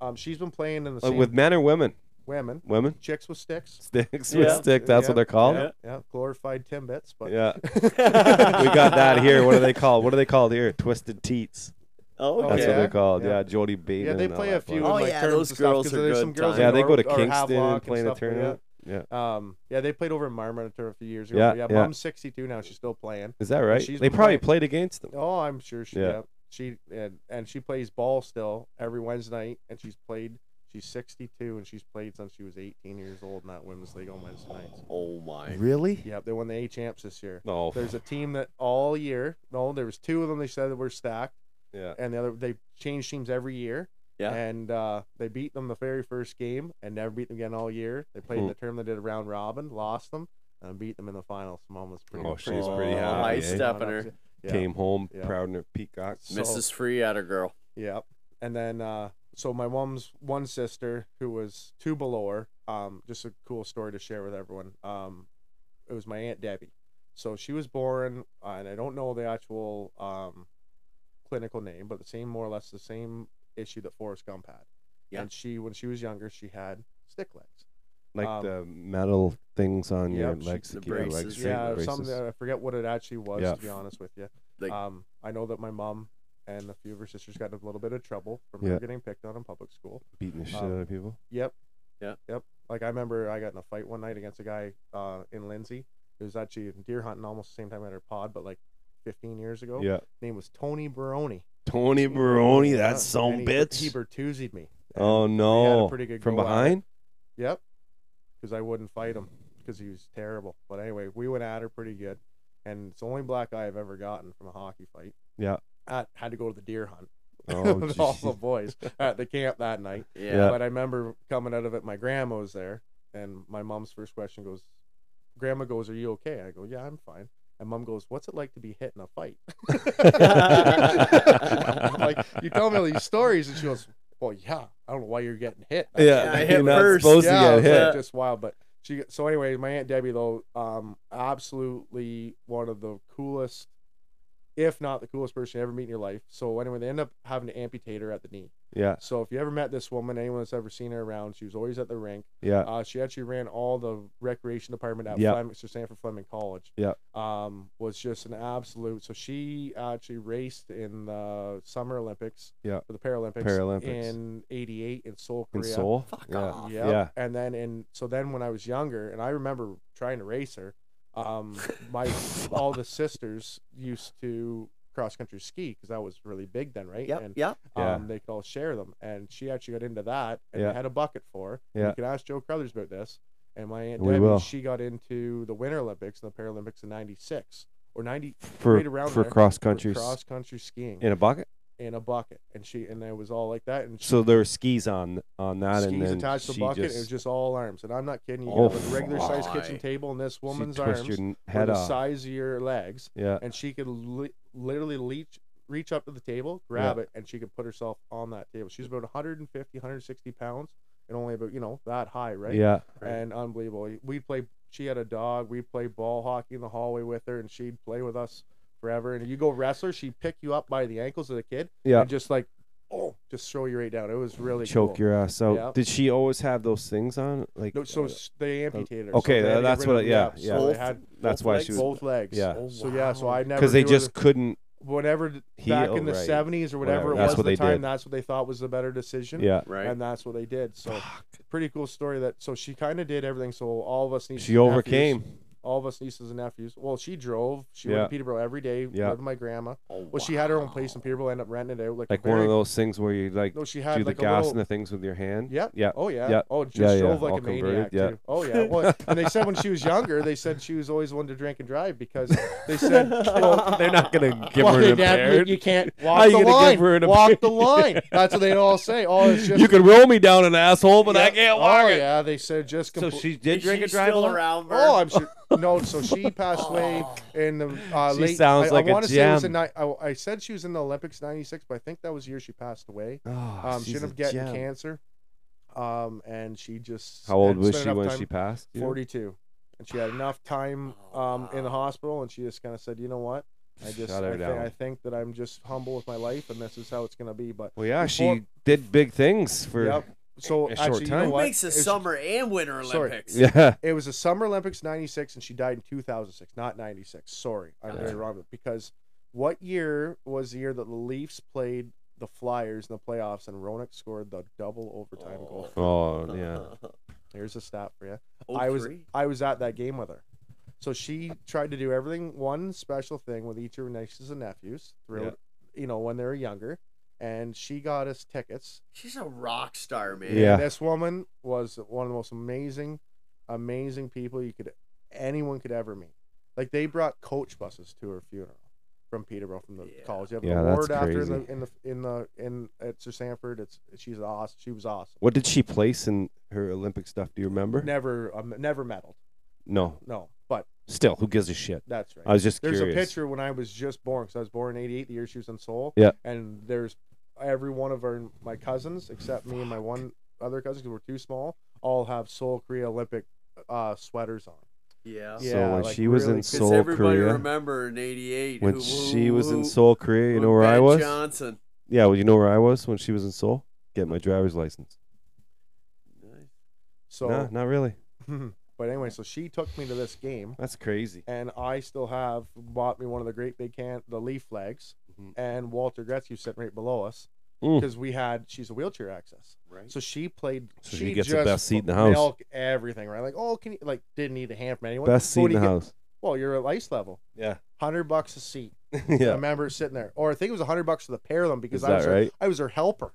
S5: Um, she's been playing in the
S4: Like,
S5: same
S4: with men or women?
S5: women,
S4: Women?
S5: chicks with sticks.
S4: Sticks with
S3: Yeah.
S4: stick. That's what they're called?
S5: Yeah, yeah, glorified timbits, but
S4: Yeah. we got that here. What are they called? What are they called here? Twisted teats.
S3: Oh, okay.
S4: That's what
S5: Yeah.
S4: they're called.
S5: Yeah.
S4: Yeah, Jody Bateman.
S5: Yeah, they
S4: and all
S5: play a
S4: that
S5: few.
S4: bunch.
S5: in,
S3: Oh,
S5: like,
S3: yeah,
S5: tournaments
S3: those
S5: and stuff,
S3: girls
S5: 'cause
S3: are
S5: there's some
S3: good
S5: girls
S3: times.
S5: in
S4: Yeah, they go to
S5: Nor- or
S4: Kingston
S5: Havelock
S4: and play in a
S5: stuff like that.
S4: tournament. Yeah.
S5: Um, yeah, they played over in Marmator a few years ago.
S4: Yeah,
S5: but yeah,
S4: yeah.
S5: mom's 62 now. She's still playing.
S4: Is that right?
S5: she's
S4: They
S5: been
S4: probably
S5: playing-
S4: played against them.
S5: Oh, I'm sure she.
S4: Yeah.
S5: Yeah. She and, and she plays ball still every Wednesday night, and she's played. She's 62 and she's played since she was 18 years old in that women's league on Wednesday nights.
S3: Oh my.
S4: Really?
S5: Yep, they won the A champs this year.
S4: No.
S5: There's a team that all year. No, there was two of them. They said that were stacked,
S4: Yeah.
S5: and the other they change teams every year.
S3: Yeah.
S5: And uh, they beat them the very first game and never beat them again all year. They played in
S4: Hmm.
S5: the tournament, did a round robin, lost them, and beat them in the finals. Mom was pretty.
S4: Oh, she's
S3: Oh,
S4: pretty
S3: my
S4: happy. eh?
S3: stuff. stepping her.
S5: Yeah.
S4: Came home
S5: Yeah.
S4: proud in her peacock.
S5: So-
S3: Mrs. Free at her girl.
S5: Yep. And then uh so my mom's one sister who was two below her, um, just a cool story to share with everyone. Um it was my Aunt Debbie. So she was born uh, and I don't know the actual um clinical name, but the same more or less the same issue that Forrest Gump had.
S3: Yeah.
S5: And she when she was younger, she had stick legs.
S4: Like
S5: um,
S4: the metal things on your
S5: Yep, she-
S4: legs to
S3: the
S4: keep your
S3: braces.
S4: legs straight.
S5: Yeah,
S4: braces.
S5: something I forget what it actually was
S4: Yeah.
S5: to be honest with you.
S3: Like-
S5: um, I know that my mom and a few of her sisters got in a little bit of trouble from
S4: Yeah.
S5: her getting picked on in public school.
S4: Beating the shit
S5: um,
S4: out of people.
S5: Yep.
S3: Yeah.
S5: Yep. Like I remember I got in a fight one night against a guy uh, in Lindsay. It was actually deer hunting almost the same time I had her pod, but like 15 years ago.
S4: Yeah.
S5: Name was Tony Baroni.
S4: Tony Baroni,
S5: Yeah,
S4: that some
S5: and he,
S4: bitch.
S5: He bertuzzied me. and
S4: oh
S5: we had a
S4: no.
S5: pretty good
S4: From
S5: go at it.
S4: behind?
S5: Yep. Because I wouldn't fight him because he was terrible. But anyway, we went at her pretty good, and it's the only black eye I've ever gotten from a hockey fight.
S4: Yeah.
S5: I had to go to the deer hunt
S4: Oh,
S5: with all the
S4: jeez.
S5: boys at the camp that night.
S3: Yeah.
S5: But I remember coming out of it, my grandma was there, and my mom's first question goes, Grandma goes, Are you okay? I go, Yeah, I'm fine. And mom goes, What's it like to be hit in a fight? I'm like, you tell me all these stories, and she goes, Well, yeah, I don't know why you're getting hit.
S4: yeah,
S3: I hit
S4: you're not
S3: first.
S4: supposed
S5: yeah,
S4: to
S5: it
S4: get
S5: was,
S4: hit.
S5: like, just wild. But she, so anyway, my aunt Debbie though, um, absolutely one of the coolest, if not the coolest person you ever meet in your life. So anyway, they end up having to amputate her at the knee.
S4: Yeah,
S5: So if you ever met this woman, anyone that's ever seen her around, she was always at the rink.
S4: yeah.
S5: Uh, she actually ran all the recreation department at
S4: Yeah.
S5: Fleming, Sir Sanford Fleming College.
S4: Yeah.
S5: Um, was just an absolute. So she actually raced in the Summer Olympics.
S4: Yeah.
S5: For the Paralympics.
S4: Paralympics.
S5: In '88 in Seoul,
S4: In
S5: Korea.
S4: Seoul? yeah.
S3: off.
S5: Yep.
S4: Yeah.
S5: And then in so then when I was younger, and I remember trying to race her, um, my all the sisters used to cross country ski because that was really big then, right?
S3: Yep.
S5: And
S3: Yep.
S4: Yeah.
S5: um, they could all share them. And she actually got into that, and
S4: Yeah.
S5: they had a bucket for. her. And
S4: Yeah.
S5: You can ask Joe Crothers about this. And my aunt
S4: We
S5: Debbie,
S4: will.
S5: she got into the Winter Olympics and the Paralympics in '96 or '90
S4: For
S5: right around
S4: for
S5: there,
S4: cross country
S5: cross country skiing
S4: in a bucket.
S5: in a bucket, and she and it was all like that. And she,
S4: So there were skis on on that,
S5: skis
S4: and then
S5: attached to
S4: she
S5: the bucket.
S4: just,
S5: it was just all arms, and I'm not kidding. You
S4: Oh,
S5: got a regular sized kitchen
S3: my.
S5: table, and this woman's
S4: she
S5: arms
S4: twist your n-
S5: were
S4: head
S5: the
S4: off.
S5: size of your legs,
S4: Yeah,
S5: and she could li- literally reach reach up to the table, grab it, and she could put herself on that table. She's about 150, 160 pounds, and only about you know that high, right?
S4: yeah.
S5: and unbelievable. We'd play. She had a dog. We'd play ball hockey in the hallway with her, and she'd play with us forever. And you go wrestler, she'd pick you up by the ankles as a kid,
S4: Yeah.
S5: and just like, oh, just throw you right down. It was really
S4: Choke
S5: cool.
S4: your ass out.
S5: Yeah.
S4: Did she always have those things on? Like,
S5: No, so s- they amputated her. so
S4: Okay,
S5: they had
S4: tha-
S5: to get
S4: that's
S5: rid
S4: what
S5: of-
S4: I- yeah, yeah.
S5: So
S3: Both-
S5: they had
S4: that's
S3: both
S4: why
S3: legs?
S4: she was
S5: both legs.
S4: yeah.
S3: Oh,
S5: So yeah, so I never
S4: because they
S5: knew whether-
S4: just couldn't.
S5: whenever th- back
S4: Heal,
S5: in the
S4: right.
S5: 70s or whatever,
S4: Whatever,
S5: it
S4: that's
S5: was
S4: what
S5: at the
S4: they
S5: time.
S4: did.
S5: That's what they thought was the better decision.
S4: Yeah,
S3: Right.
S5: and that's what they did. So pretty cool story that. So she kind of did everything. So all of us nieces
S4: she
S5: and nephews-
S4: overcame.
S5: all of us nieces and nephews. Well, she drove. She went to
S4: Yeah.
S5: Peterborough every day.
S4: Yeah.
S5: Lived with my grandma.
S3: Oh,
S5: Well, she had her own place in Peterborough. Ended up renting it out. Like, a
S4: Like one
S5: very-
S4: of those things where you like
S5: No, she
S4: do
S5: had
S4: the
S5: like a
S4: gas
S5: little.
S4: and the things with your hand.
S5: Yep.
S4: Yeah.
S5: Oh yeah.
S4: Yeah.
S5: Oh, just
S4: Yeah, yeah.
S5: drove
S4: All
S5: like a
S4: converted,
S5: maniac
S4: yeah.
S5: too. Oh yeah. Well, and they said when she was younger, they said she was always one to drink and drive because they said well,
S4: They're not gonna give
S5: well,
S4: her an
S5: they dad, you,
S4: impaired.
S5: you can't
S4: How
S5: walk
S4: you
S5: the
S4: gonna give
S5: line.
S4: her an
S5: walk the
S4: impaired?
S5: line. That's what they all say. Oh, it's just.
S4: You can roll me down an asshole, but I
S5: Yeah.
S4: can't walk
S5: Oh
S4: it.
S5: yeah, they said just.
S4: So
S5: Oh, compl-
S4: she did
S3: Is
S4: drink
S3: she
S4: and drive
S3: still
S4: a lot?
S3: around. Vern?
S5: Oh, I'm sure. No, so she passed away in the uh,
S4: She
S5: late.
S4: sounds
S5: I,
S4: like
S5: I
S4: a
S5: wanna Say it was
S4: gem.
S5: in, ni- I, I said she was in the Olympics '96, but I think that was the year she passed away.
S4: Oh,
S5: Um, she
S4: she's
S5: ended
S4: a
S5: up getting
S4: gem.
S5: cancer. Um, and she just
S4: How old
S5: had
S4: was
S5: spent
S4: she
S5: enough
S4: when
S5: time-
S4: she passed? you Oh, know?
S5: 42, and she had enough time um in the hospital, and she just kind of said, you know what. I just
S4: Shut
S5: I,
S4: her
S5: thi-
S4: down.
S5: I think that I'm just humble with my life, and this is how it's gonna be. But
S4: Well, yeah,
S5: Before-
S4: she did big things for.
S5: yep. So
S4: a short
S5: actually, you
S4: time.
S5: know
S4: Who
S5: what?
S3: It makes the
S5: It's-
S3: summer and winter
S5: Sorry.
S3: Olympics.
S4: Yeah.
S5: It was the Summer Olympics '96, and she died in 2006, not '96. Sorry, I'm very wrong. Because what year was the year that the Leafs played the Flyers in the playoffs, and Ronick scored the double overtime goal.
S4: Oh yeah.
S5: Here's a stat for you. I was I was at that game with her. So she tried to do everything one special thing with each of her nieces and nephews throughout you know, when they were younger. And she got us tickets.
S3: She's a rock star, man.
S4: Yeah.
S5: This woman was one of the most amazing, amazing people you could anyone could ever meet. Like they brought coach buses to her funeral from Peterborough from the
S3: Yeah.
S5: college. You have
S4: Yeah,
S5: an
S4: that's
S5: award after in
S4: crazy.
S5: the in the in the in at Sir Sanford. It's she's awesome. She was awesome.
S4: What did she place in her Olympic stuff? Do you remember?
S5: Never um, never medaled.
S4: No.
S5: No, but
S4: Still, who gives a shit?
S5: that's right.
S4: I was just
S5: There's
S4: curious.
S5: a picture when I was just born because I was born in '88, the year she was in Seoul.
S4: Yeah.
S5: And there's every one of our my cousins except me and my one other cousin because we're too small. All have Seoul Korea Olympic uh, sweaters on.
S3: Yeah.
S5: Yeah.
S4: so when
S5: like,
S4: she was
S5: really-
S4: in
S5: 'Cause
S3: Because
S4: Seoul,
S3: everybody
S4: Korea,
S3: remember in '88
S4: when
S3: who-
S4: she was in
S3: who-
S4: Seoul, Korea, you
S3: who
S4: know where I
S3: Ben
S4: was?
S3: Johnson.
S4: Yeah, well, you know where I was when she was in Seoul? Get my driver's license.
S5: So,
S4: no, not really.
S5: but anyway, so she took me to this game,
S4: That's crazy.
S5: and I still have bought me one of the great big can the leaf flags,
S4: Mhm.
S5: and Walter Gretzky sitting right below us
S4: Mm.
S5: because we had she's a wheelchair access.
S3: Right.
S5: So she played.
S4: So she gets the best seat in the
S5: fu-
S4: house.
S5: milked Everything right? Like oh, can you like didn't need a hand from anyone.
S4: Best
S5: But
S4: seat
S5: what
S4: in
S5: do
S4: the
S5: you get?
S4: house.
S5: Well, you're at ice level.
S4: Yeah.
S5: Hundred bucks a seat. I
S4: yeah.
S5: remember sitting there, or I think it was hundred bucks for the pair of them because
S4: Is
S5: I was
S4: that
S5: her,
S4: right?
S5: I was her helper.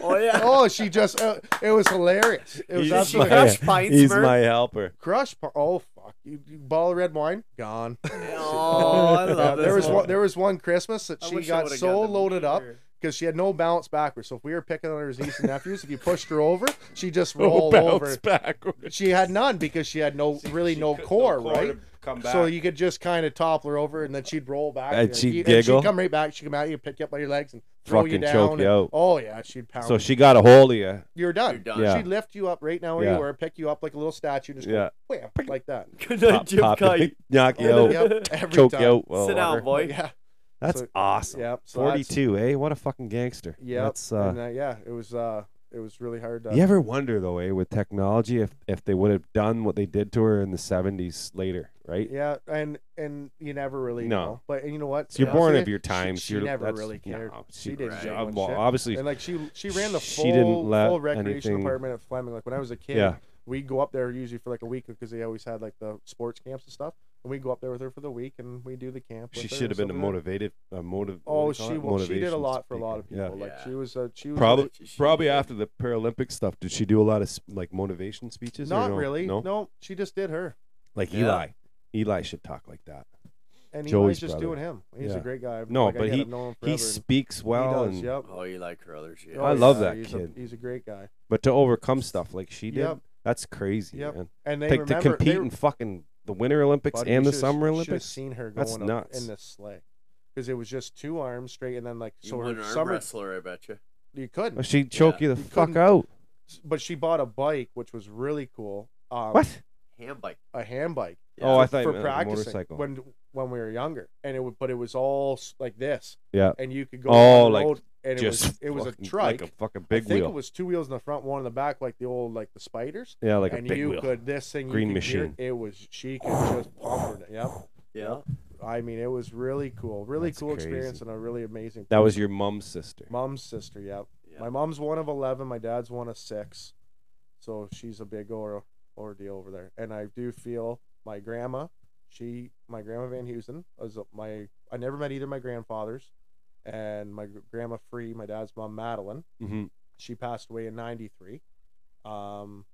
S3: oh yeah.
S5: oh, she just uh, it was hilarious. It was
S4: He's
S5: absolutely
S4: my-
S3: Crush pints,
S4: He's
S3: Mert.
S4: my helper.
S5: crush. par- Oh fuck! You, you bottle of red wine gone.
S3: Oh, I love
S5: Yeah,
S3: this
S5: there was
S3: one.
S5: one. There was one Christmas that
S3: I
S5: she
S3: wish I
S5: got
S3: would've
S5: so
S3: gotten the
S5: loaded up
S3: beer.
S5: because she had no balance backwards. So if we were picking on her niece and nephews, if you pushed her over, she just
S4: Oh,
S5: rolled over.
S4: backwards.
S5: She had none because she had no really no core, right?
S4: Come
S5: So you could just kind of topple her over, and then she'd roll back,
S4: And
S5: there.
S4: she'd
S5: You-
S4: giggle.
S5: she'd come right back. She'd come out, you pick you up by your legs, and throw you
S4: Fucking
S5: down.
S4: choke you
S5: and-
S4: out.
S5: Oh yeah, she'd pound.
S4: So
S5: you.
S4: she got a hold of you.
S5: you're done.
S3: You're done.
S4: Yeah.
S5: She'd lift you up right now where
S4: Yeah.
S5: you were, pick you up like a little statue, and just
S4: Yeah.
S5: go, wham, like that.
S3: Good night,
S4: Pop,
S3: Jim
S4: pop,
S3: Kite.
S4: knock you
S5: And
S4: out.
S5: then, yep, every
S4: Choke
S5: time.
S4: you out. Well,
S3: Sit
S4: whatever.
S3: down, boy.
S5: Yeah.
S4: That's
S5: So-
S4: awesome.
S5: Yep. so that's-
S4: 42, eh? What a fucking gangster.
S5: Yep.
S4: That's, uh,
S5: and, uh, yeah, it was uh, it was really hard. To,
S4: You ever wonder though, eh, with technology, if if they would have done what they did to her in the seventies later, right?
S5: Yeah, and and you never really
S4: No.
S5: know. But and you know what?
S4: So you're
S5: Yeah.
S4: born
S5: She-
S4: of your time.
S5: She, she
S4: you're,
S5: never
S4: that's-
S5: really cared.
S4: no,
S5: she,
S4: she-
S5: didn't.
S3: right.
S5: give
S4: uh,
S5: one
S4: well,
S5: shit.
S4: obviously,
S5: And like she she ran the
S4: she
S5: full,
S4: didn't let
S5: full recreation
S4: anything-
S5: department at Fleming. Like when I was a kid,
S4: Yeah.
S5: we'd go up there usually for like a week because they always had like the sports camps and stuff. And we'd go up there with her for the week and we do the camp. with
S4: she
S5: her
S4: should have
S5: and
S4: been a
S5: stuff like that.
S4: motivated, a motive. what do
S5: Oh,
S4: you call
S5: she
S4: it?
S5: well, she did a
S4: Motivational
S5: lot for a lot of
S4: speaker. Yeah.
S5: people. Like
S3: Yeah.
S5: she was a she was a-
S4: Probably,
S3: She- she-
S4: probably after the Paralympic stuff, did she do a lot of s- like motivation speeches? or
S5: not
S4: no?
S5: really.
S4: No,
S5: she just did her.
S4: like
S3: Yeah.
S4: Eli. Eli should talk like that.
S5: And
S4: Joey's
S5: Eli's just
S4: brother.
S5: doing him. He's
S4: Yeah.
S5: a great guy. I've-
S4: No,
S5: like I
S4: but
S5: said,
S4: he-
S5: I've known him
S4: He
S5: forever, and
S4: speaks well,
S5: he does,
S4: and
S5: yep.
S3: Oh, you like Carruthers, yeah.
S5: Oh,
S4: I love
S5: yeah,
S4: that
S5: he's
S4: kid.
S5: A, he's a great guy.
S4: but to overcome stuff like she did,
S5: Yep.
S4: that's crazy,
S5: Yep.
S4: man.
S5: And they
S4: Like
S5: remember
S4: to compete
S5: they,
S4: in fucking the Winter Olympics
S5: Buddy,
S4: and
S5: you
S4: the
S5: should've-
S4: Summer
S5: should've
S4: Olympics.
S5: Seen her going
S4: That's
S5: up
S4: nuts.
S5: in the sleigh because it was just two arms straight, and then like
S3: You
S5: so
S3: won
S5: her
S3: an arm
S5: summer
S3: wrestler, I bet you.
S5: you couldn't.
S4: Oh, She'd choke
S3: Yeah.
S4: you the
S5: You
S4: fuck
S5: couldn't-
S4: out.
S5: But she bought a bike, which was really cool. Um,
S4: What?
S3: Hand bike.
S5: A hand bike.
S4: Oh, I thought you
S5: for
S4: meant like a
S5: practicing
S4: motorcycle.
S5: when when we were younger, and it would, but it was all s- like this,
S4: yeah,
S5: and you could go.
S4: Oh,
S5: on the
S4: like,
S5: road, and
S4: just
S5: it was it was
S4: fucking-
S5: a trike.
S4: like a fucking big
S5: I think
S4: wheel.
S5: it was two wheels in the front, one in the back, like the old like the spiders.
S4: yeah, like a
S5: and
S4: big
S5: you
S4: wheel.
S5: could this thing you
S4: Green
S5: could gear-
S4: machine.
S5: it was she could just pump her. Yep.
S3: Yeah.
S5: I mean, it was really cool, really
S4: That's
S5: cool experience,
S4: crazy.
S5: and a really amazing.
S4: that was your mom's sister.
S5: mom's sister. Yep.
S3: Yeah.
S5: My mom's one of eleven. My dad's one of six. So she's a big or- ordeal over there. And I do feel my grandma. She, my grandma Van Heusen, was my. I never met either my grandfathers, and my gr- grandma Free, my dad's mom Madeline.
S4: hmm
S5: She passed away in '93. Um,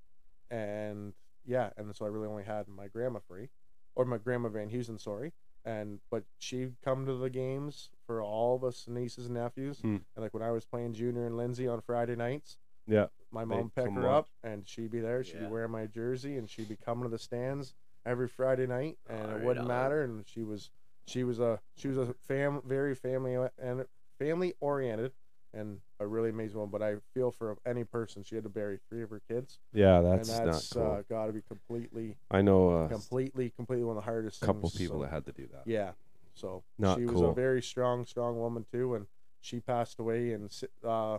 S5: and yeah, and so I really only had my grandma free, or my grandma Van Heusen, sorry. And but she'd come to the games for all of us nieces and nephews.
S4: Hmm.
S5: And like when I was playing junior and Lindsay on Friday nights,
S4: Yeah,
S5: my
S4: They'd
S5: mom would pick
S4: come
S5: her
S4: watch.
S5: up and she'd be there. She'd
S3: Yeah.
S5: be wearing my jersey and she'd be coming to the stands every Friday night, and
S3: Right
S5: it wouldn't
S3: on.
S5: matter. And she was she was a she was a fam very family uh, and family oriented and a really amazing one. But I feel for any person, she had to bury three of her kids,
S4: yeah, that's,
S5: and that's
S4: not cool.
S5: uh, got to be completely,
S4: I know uh,
S5: completely, completely one of the hardest.
S4: a couple
S5: things,
S4: people
S5: so-
S4: that had to do that.
S5: yeah. So
S4: Not
S5: she was
S4: cool.
S5: a very strong, strong woman too, and she passed away in si- uh,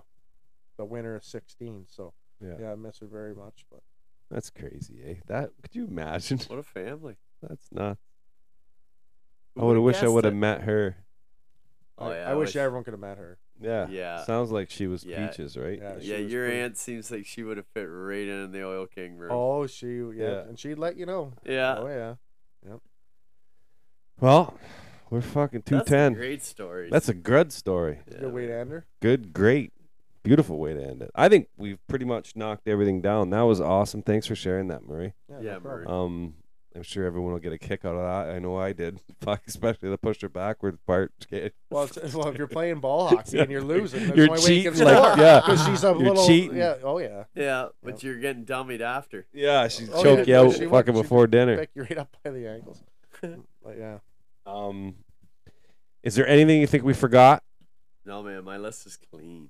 S5: the winter of sixteen. So
S4: Yeah.
S5: yeah, I miss her very much. But
S4: That's crazy, eh? That could you imagine?
S3: What a family.
S4: That's not.
S3: Who
S4: I would have
S3: would've
S4: wished I
S3: guessed
S4: would have
S3: it?
S4: met her.
S3: Oh,
S5: I,
S3: yeah,
S5: I wish everyone could have met her.
S4: Yeah.
S3: Yeah.
S4: Sounds like she was
S3: Yeah.
S4: peaches, right?
S5: Yeah. she
S3: yeah,
S5: was
S3: your
S5: pretty-
S3: aunt seems like she would have fit right in the Oil King room.
S5: Oh, she yeah,
S4: Yeah.
S5: and she'd let you know.
S3: yeah,
S4: Uh,
S5: Oh yeah.
S4: Well, we're fucking two
S3: That's a
S4: ten.
S3: great story.
S4: That's a good story.
S5: It's a
S3: Yeah.
S5: good way to end her.
S4: Good, great, beautiful way to end it. I think we've pretty much knocked everything down. That was awesome. Thanks for sharing that, Murray.
S5: no
S3: Yeah,
S5: problem.
S4: Um, I'm sure everyone will get a kick out of that. I know I did. Fuck, especially the push her backward part.
S5: Well, it's, well, if you're playing ball hockey and you're losing, that's
S4: You're
S5: the only way you
S4: cheating,
S5: can
S4: like, yeah.
S5: Because she's a
S4: You're
S5: little.
S4: cheating.
S5: Yeah. Oh yeah.
S3: yeah, but you're getting dummied after.
S4: Yeah, she
S5: Oh,
S4: choked
S5: yeah,
S4: you out
S5: she would-
S4: fucking
S5: she
S4: before dinner.
S5: Pick you right up by the ankles. but yeah.
S4: Um, is there anything you think we forgot?
S3: No, man, my list is clean.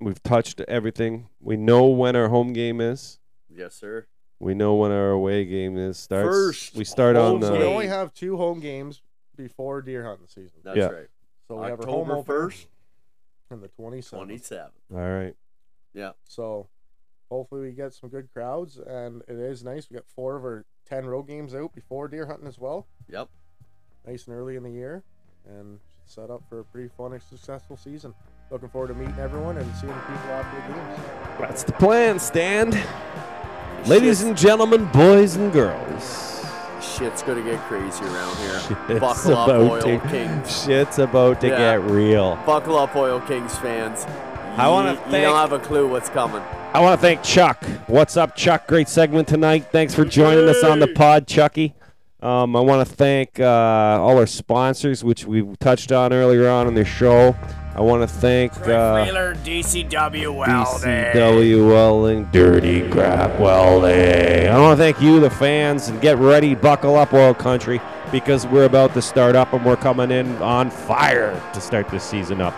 S4: We've touched everything. We know when our home game is.
S3: Yes, sir.
S4: We know when our away game is starts.
S3: First
S4: we start on
S3: home
S4: the
S5: So we
S3: game.
S5: only have two home games before deer hunting season.
S3: That's
S4: Yeah.
S3: right.
S5: So we have our home
S3: October
S5: opener
S3: first,
S5: and the 27th.
S3: twenty seven.
S4: All right.
S5: So hopefully we get some good crowds, and it is nice. We got four of our 10 road games out before deer hunting as well.
S3: Yep.
S5: nice and early in the year and should set up for a pretty fun and successful season. Looking forward to meeting everyone and seeing people after the games.
S4: That's the plan, Stan. Ladies and gentlemen, boys and girls.
S3: Shit's gonna get crazy around here.
S4: It's
S3: Buckle up,
S4: about
S3: Oil
S4: to-
S3: Kings.
S4: Shit's about to
S3: Yeah.
S4: get real.
S3: Buckle up, Oil Kings fans.
S4: I wanna
S3: Ye- You
S4: thank-
S3: don't have a clue what's coming.
S4: I want to thank Chuck. What's up, Chuck? Great segment tonight. Thanks for joining us on the pod, Chucky. Um, I want to thank uh, all our sponsors, which we touched on earlier on in the show. I want to thank uh,
S3: DCW
S4: DCW Welding, Dirty Crap Welding. I want to thank you, the fans, and get ready, buckle up, oil country, because we're about to start up and we're coming in on fire to start this season up.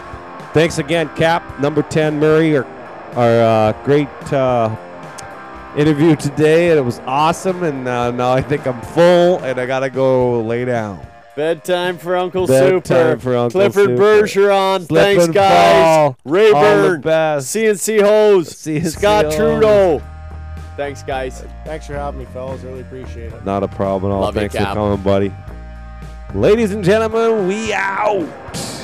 S4: Thanks again, Cap, number 10 Murray, our, our uh, great uh, interview today, and it was awesome. And uh, now I think I'm full, and I gotta go lay down.
S3: Bedtime for Uncle
S4: Bedtime
S3: Super.
S4: for Uncle
S3: Clifford
S4: Super.
S3: Bergeron.
S4: Slip
S3: Thanks,
S4: and
S3: guys.
S4: fall. All the
S3: Rayburn.
S4: best.
S3: CNC Hose.
S4: CNC
S3: Scott
S4: Hose.
S3: Trudeau. Thanks, guys.
S5: Thanks for having me, fellas. Really appreciate it.
S4: Not a problem at all.
S3: Love you,
S4: Thanks for
S3: Cap.
S4: coming, buddy. Ladies and gentlemen, we out.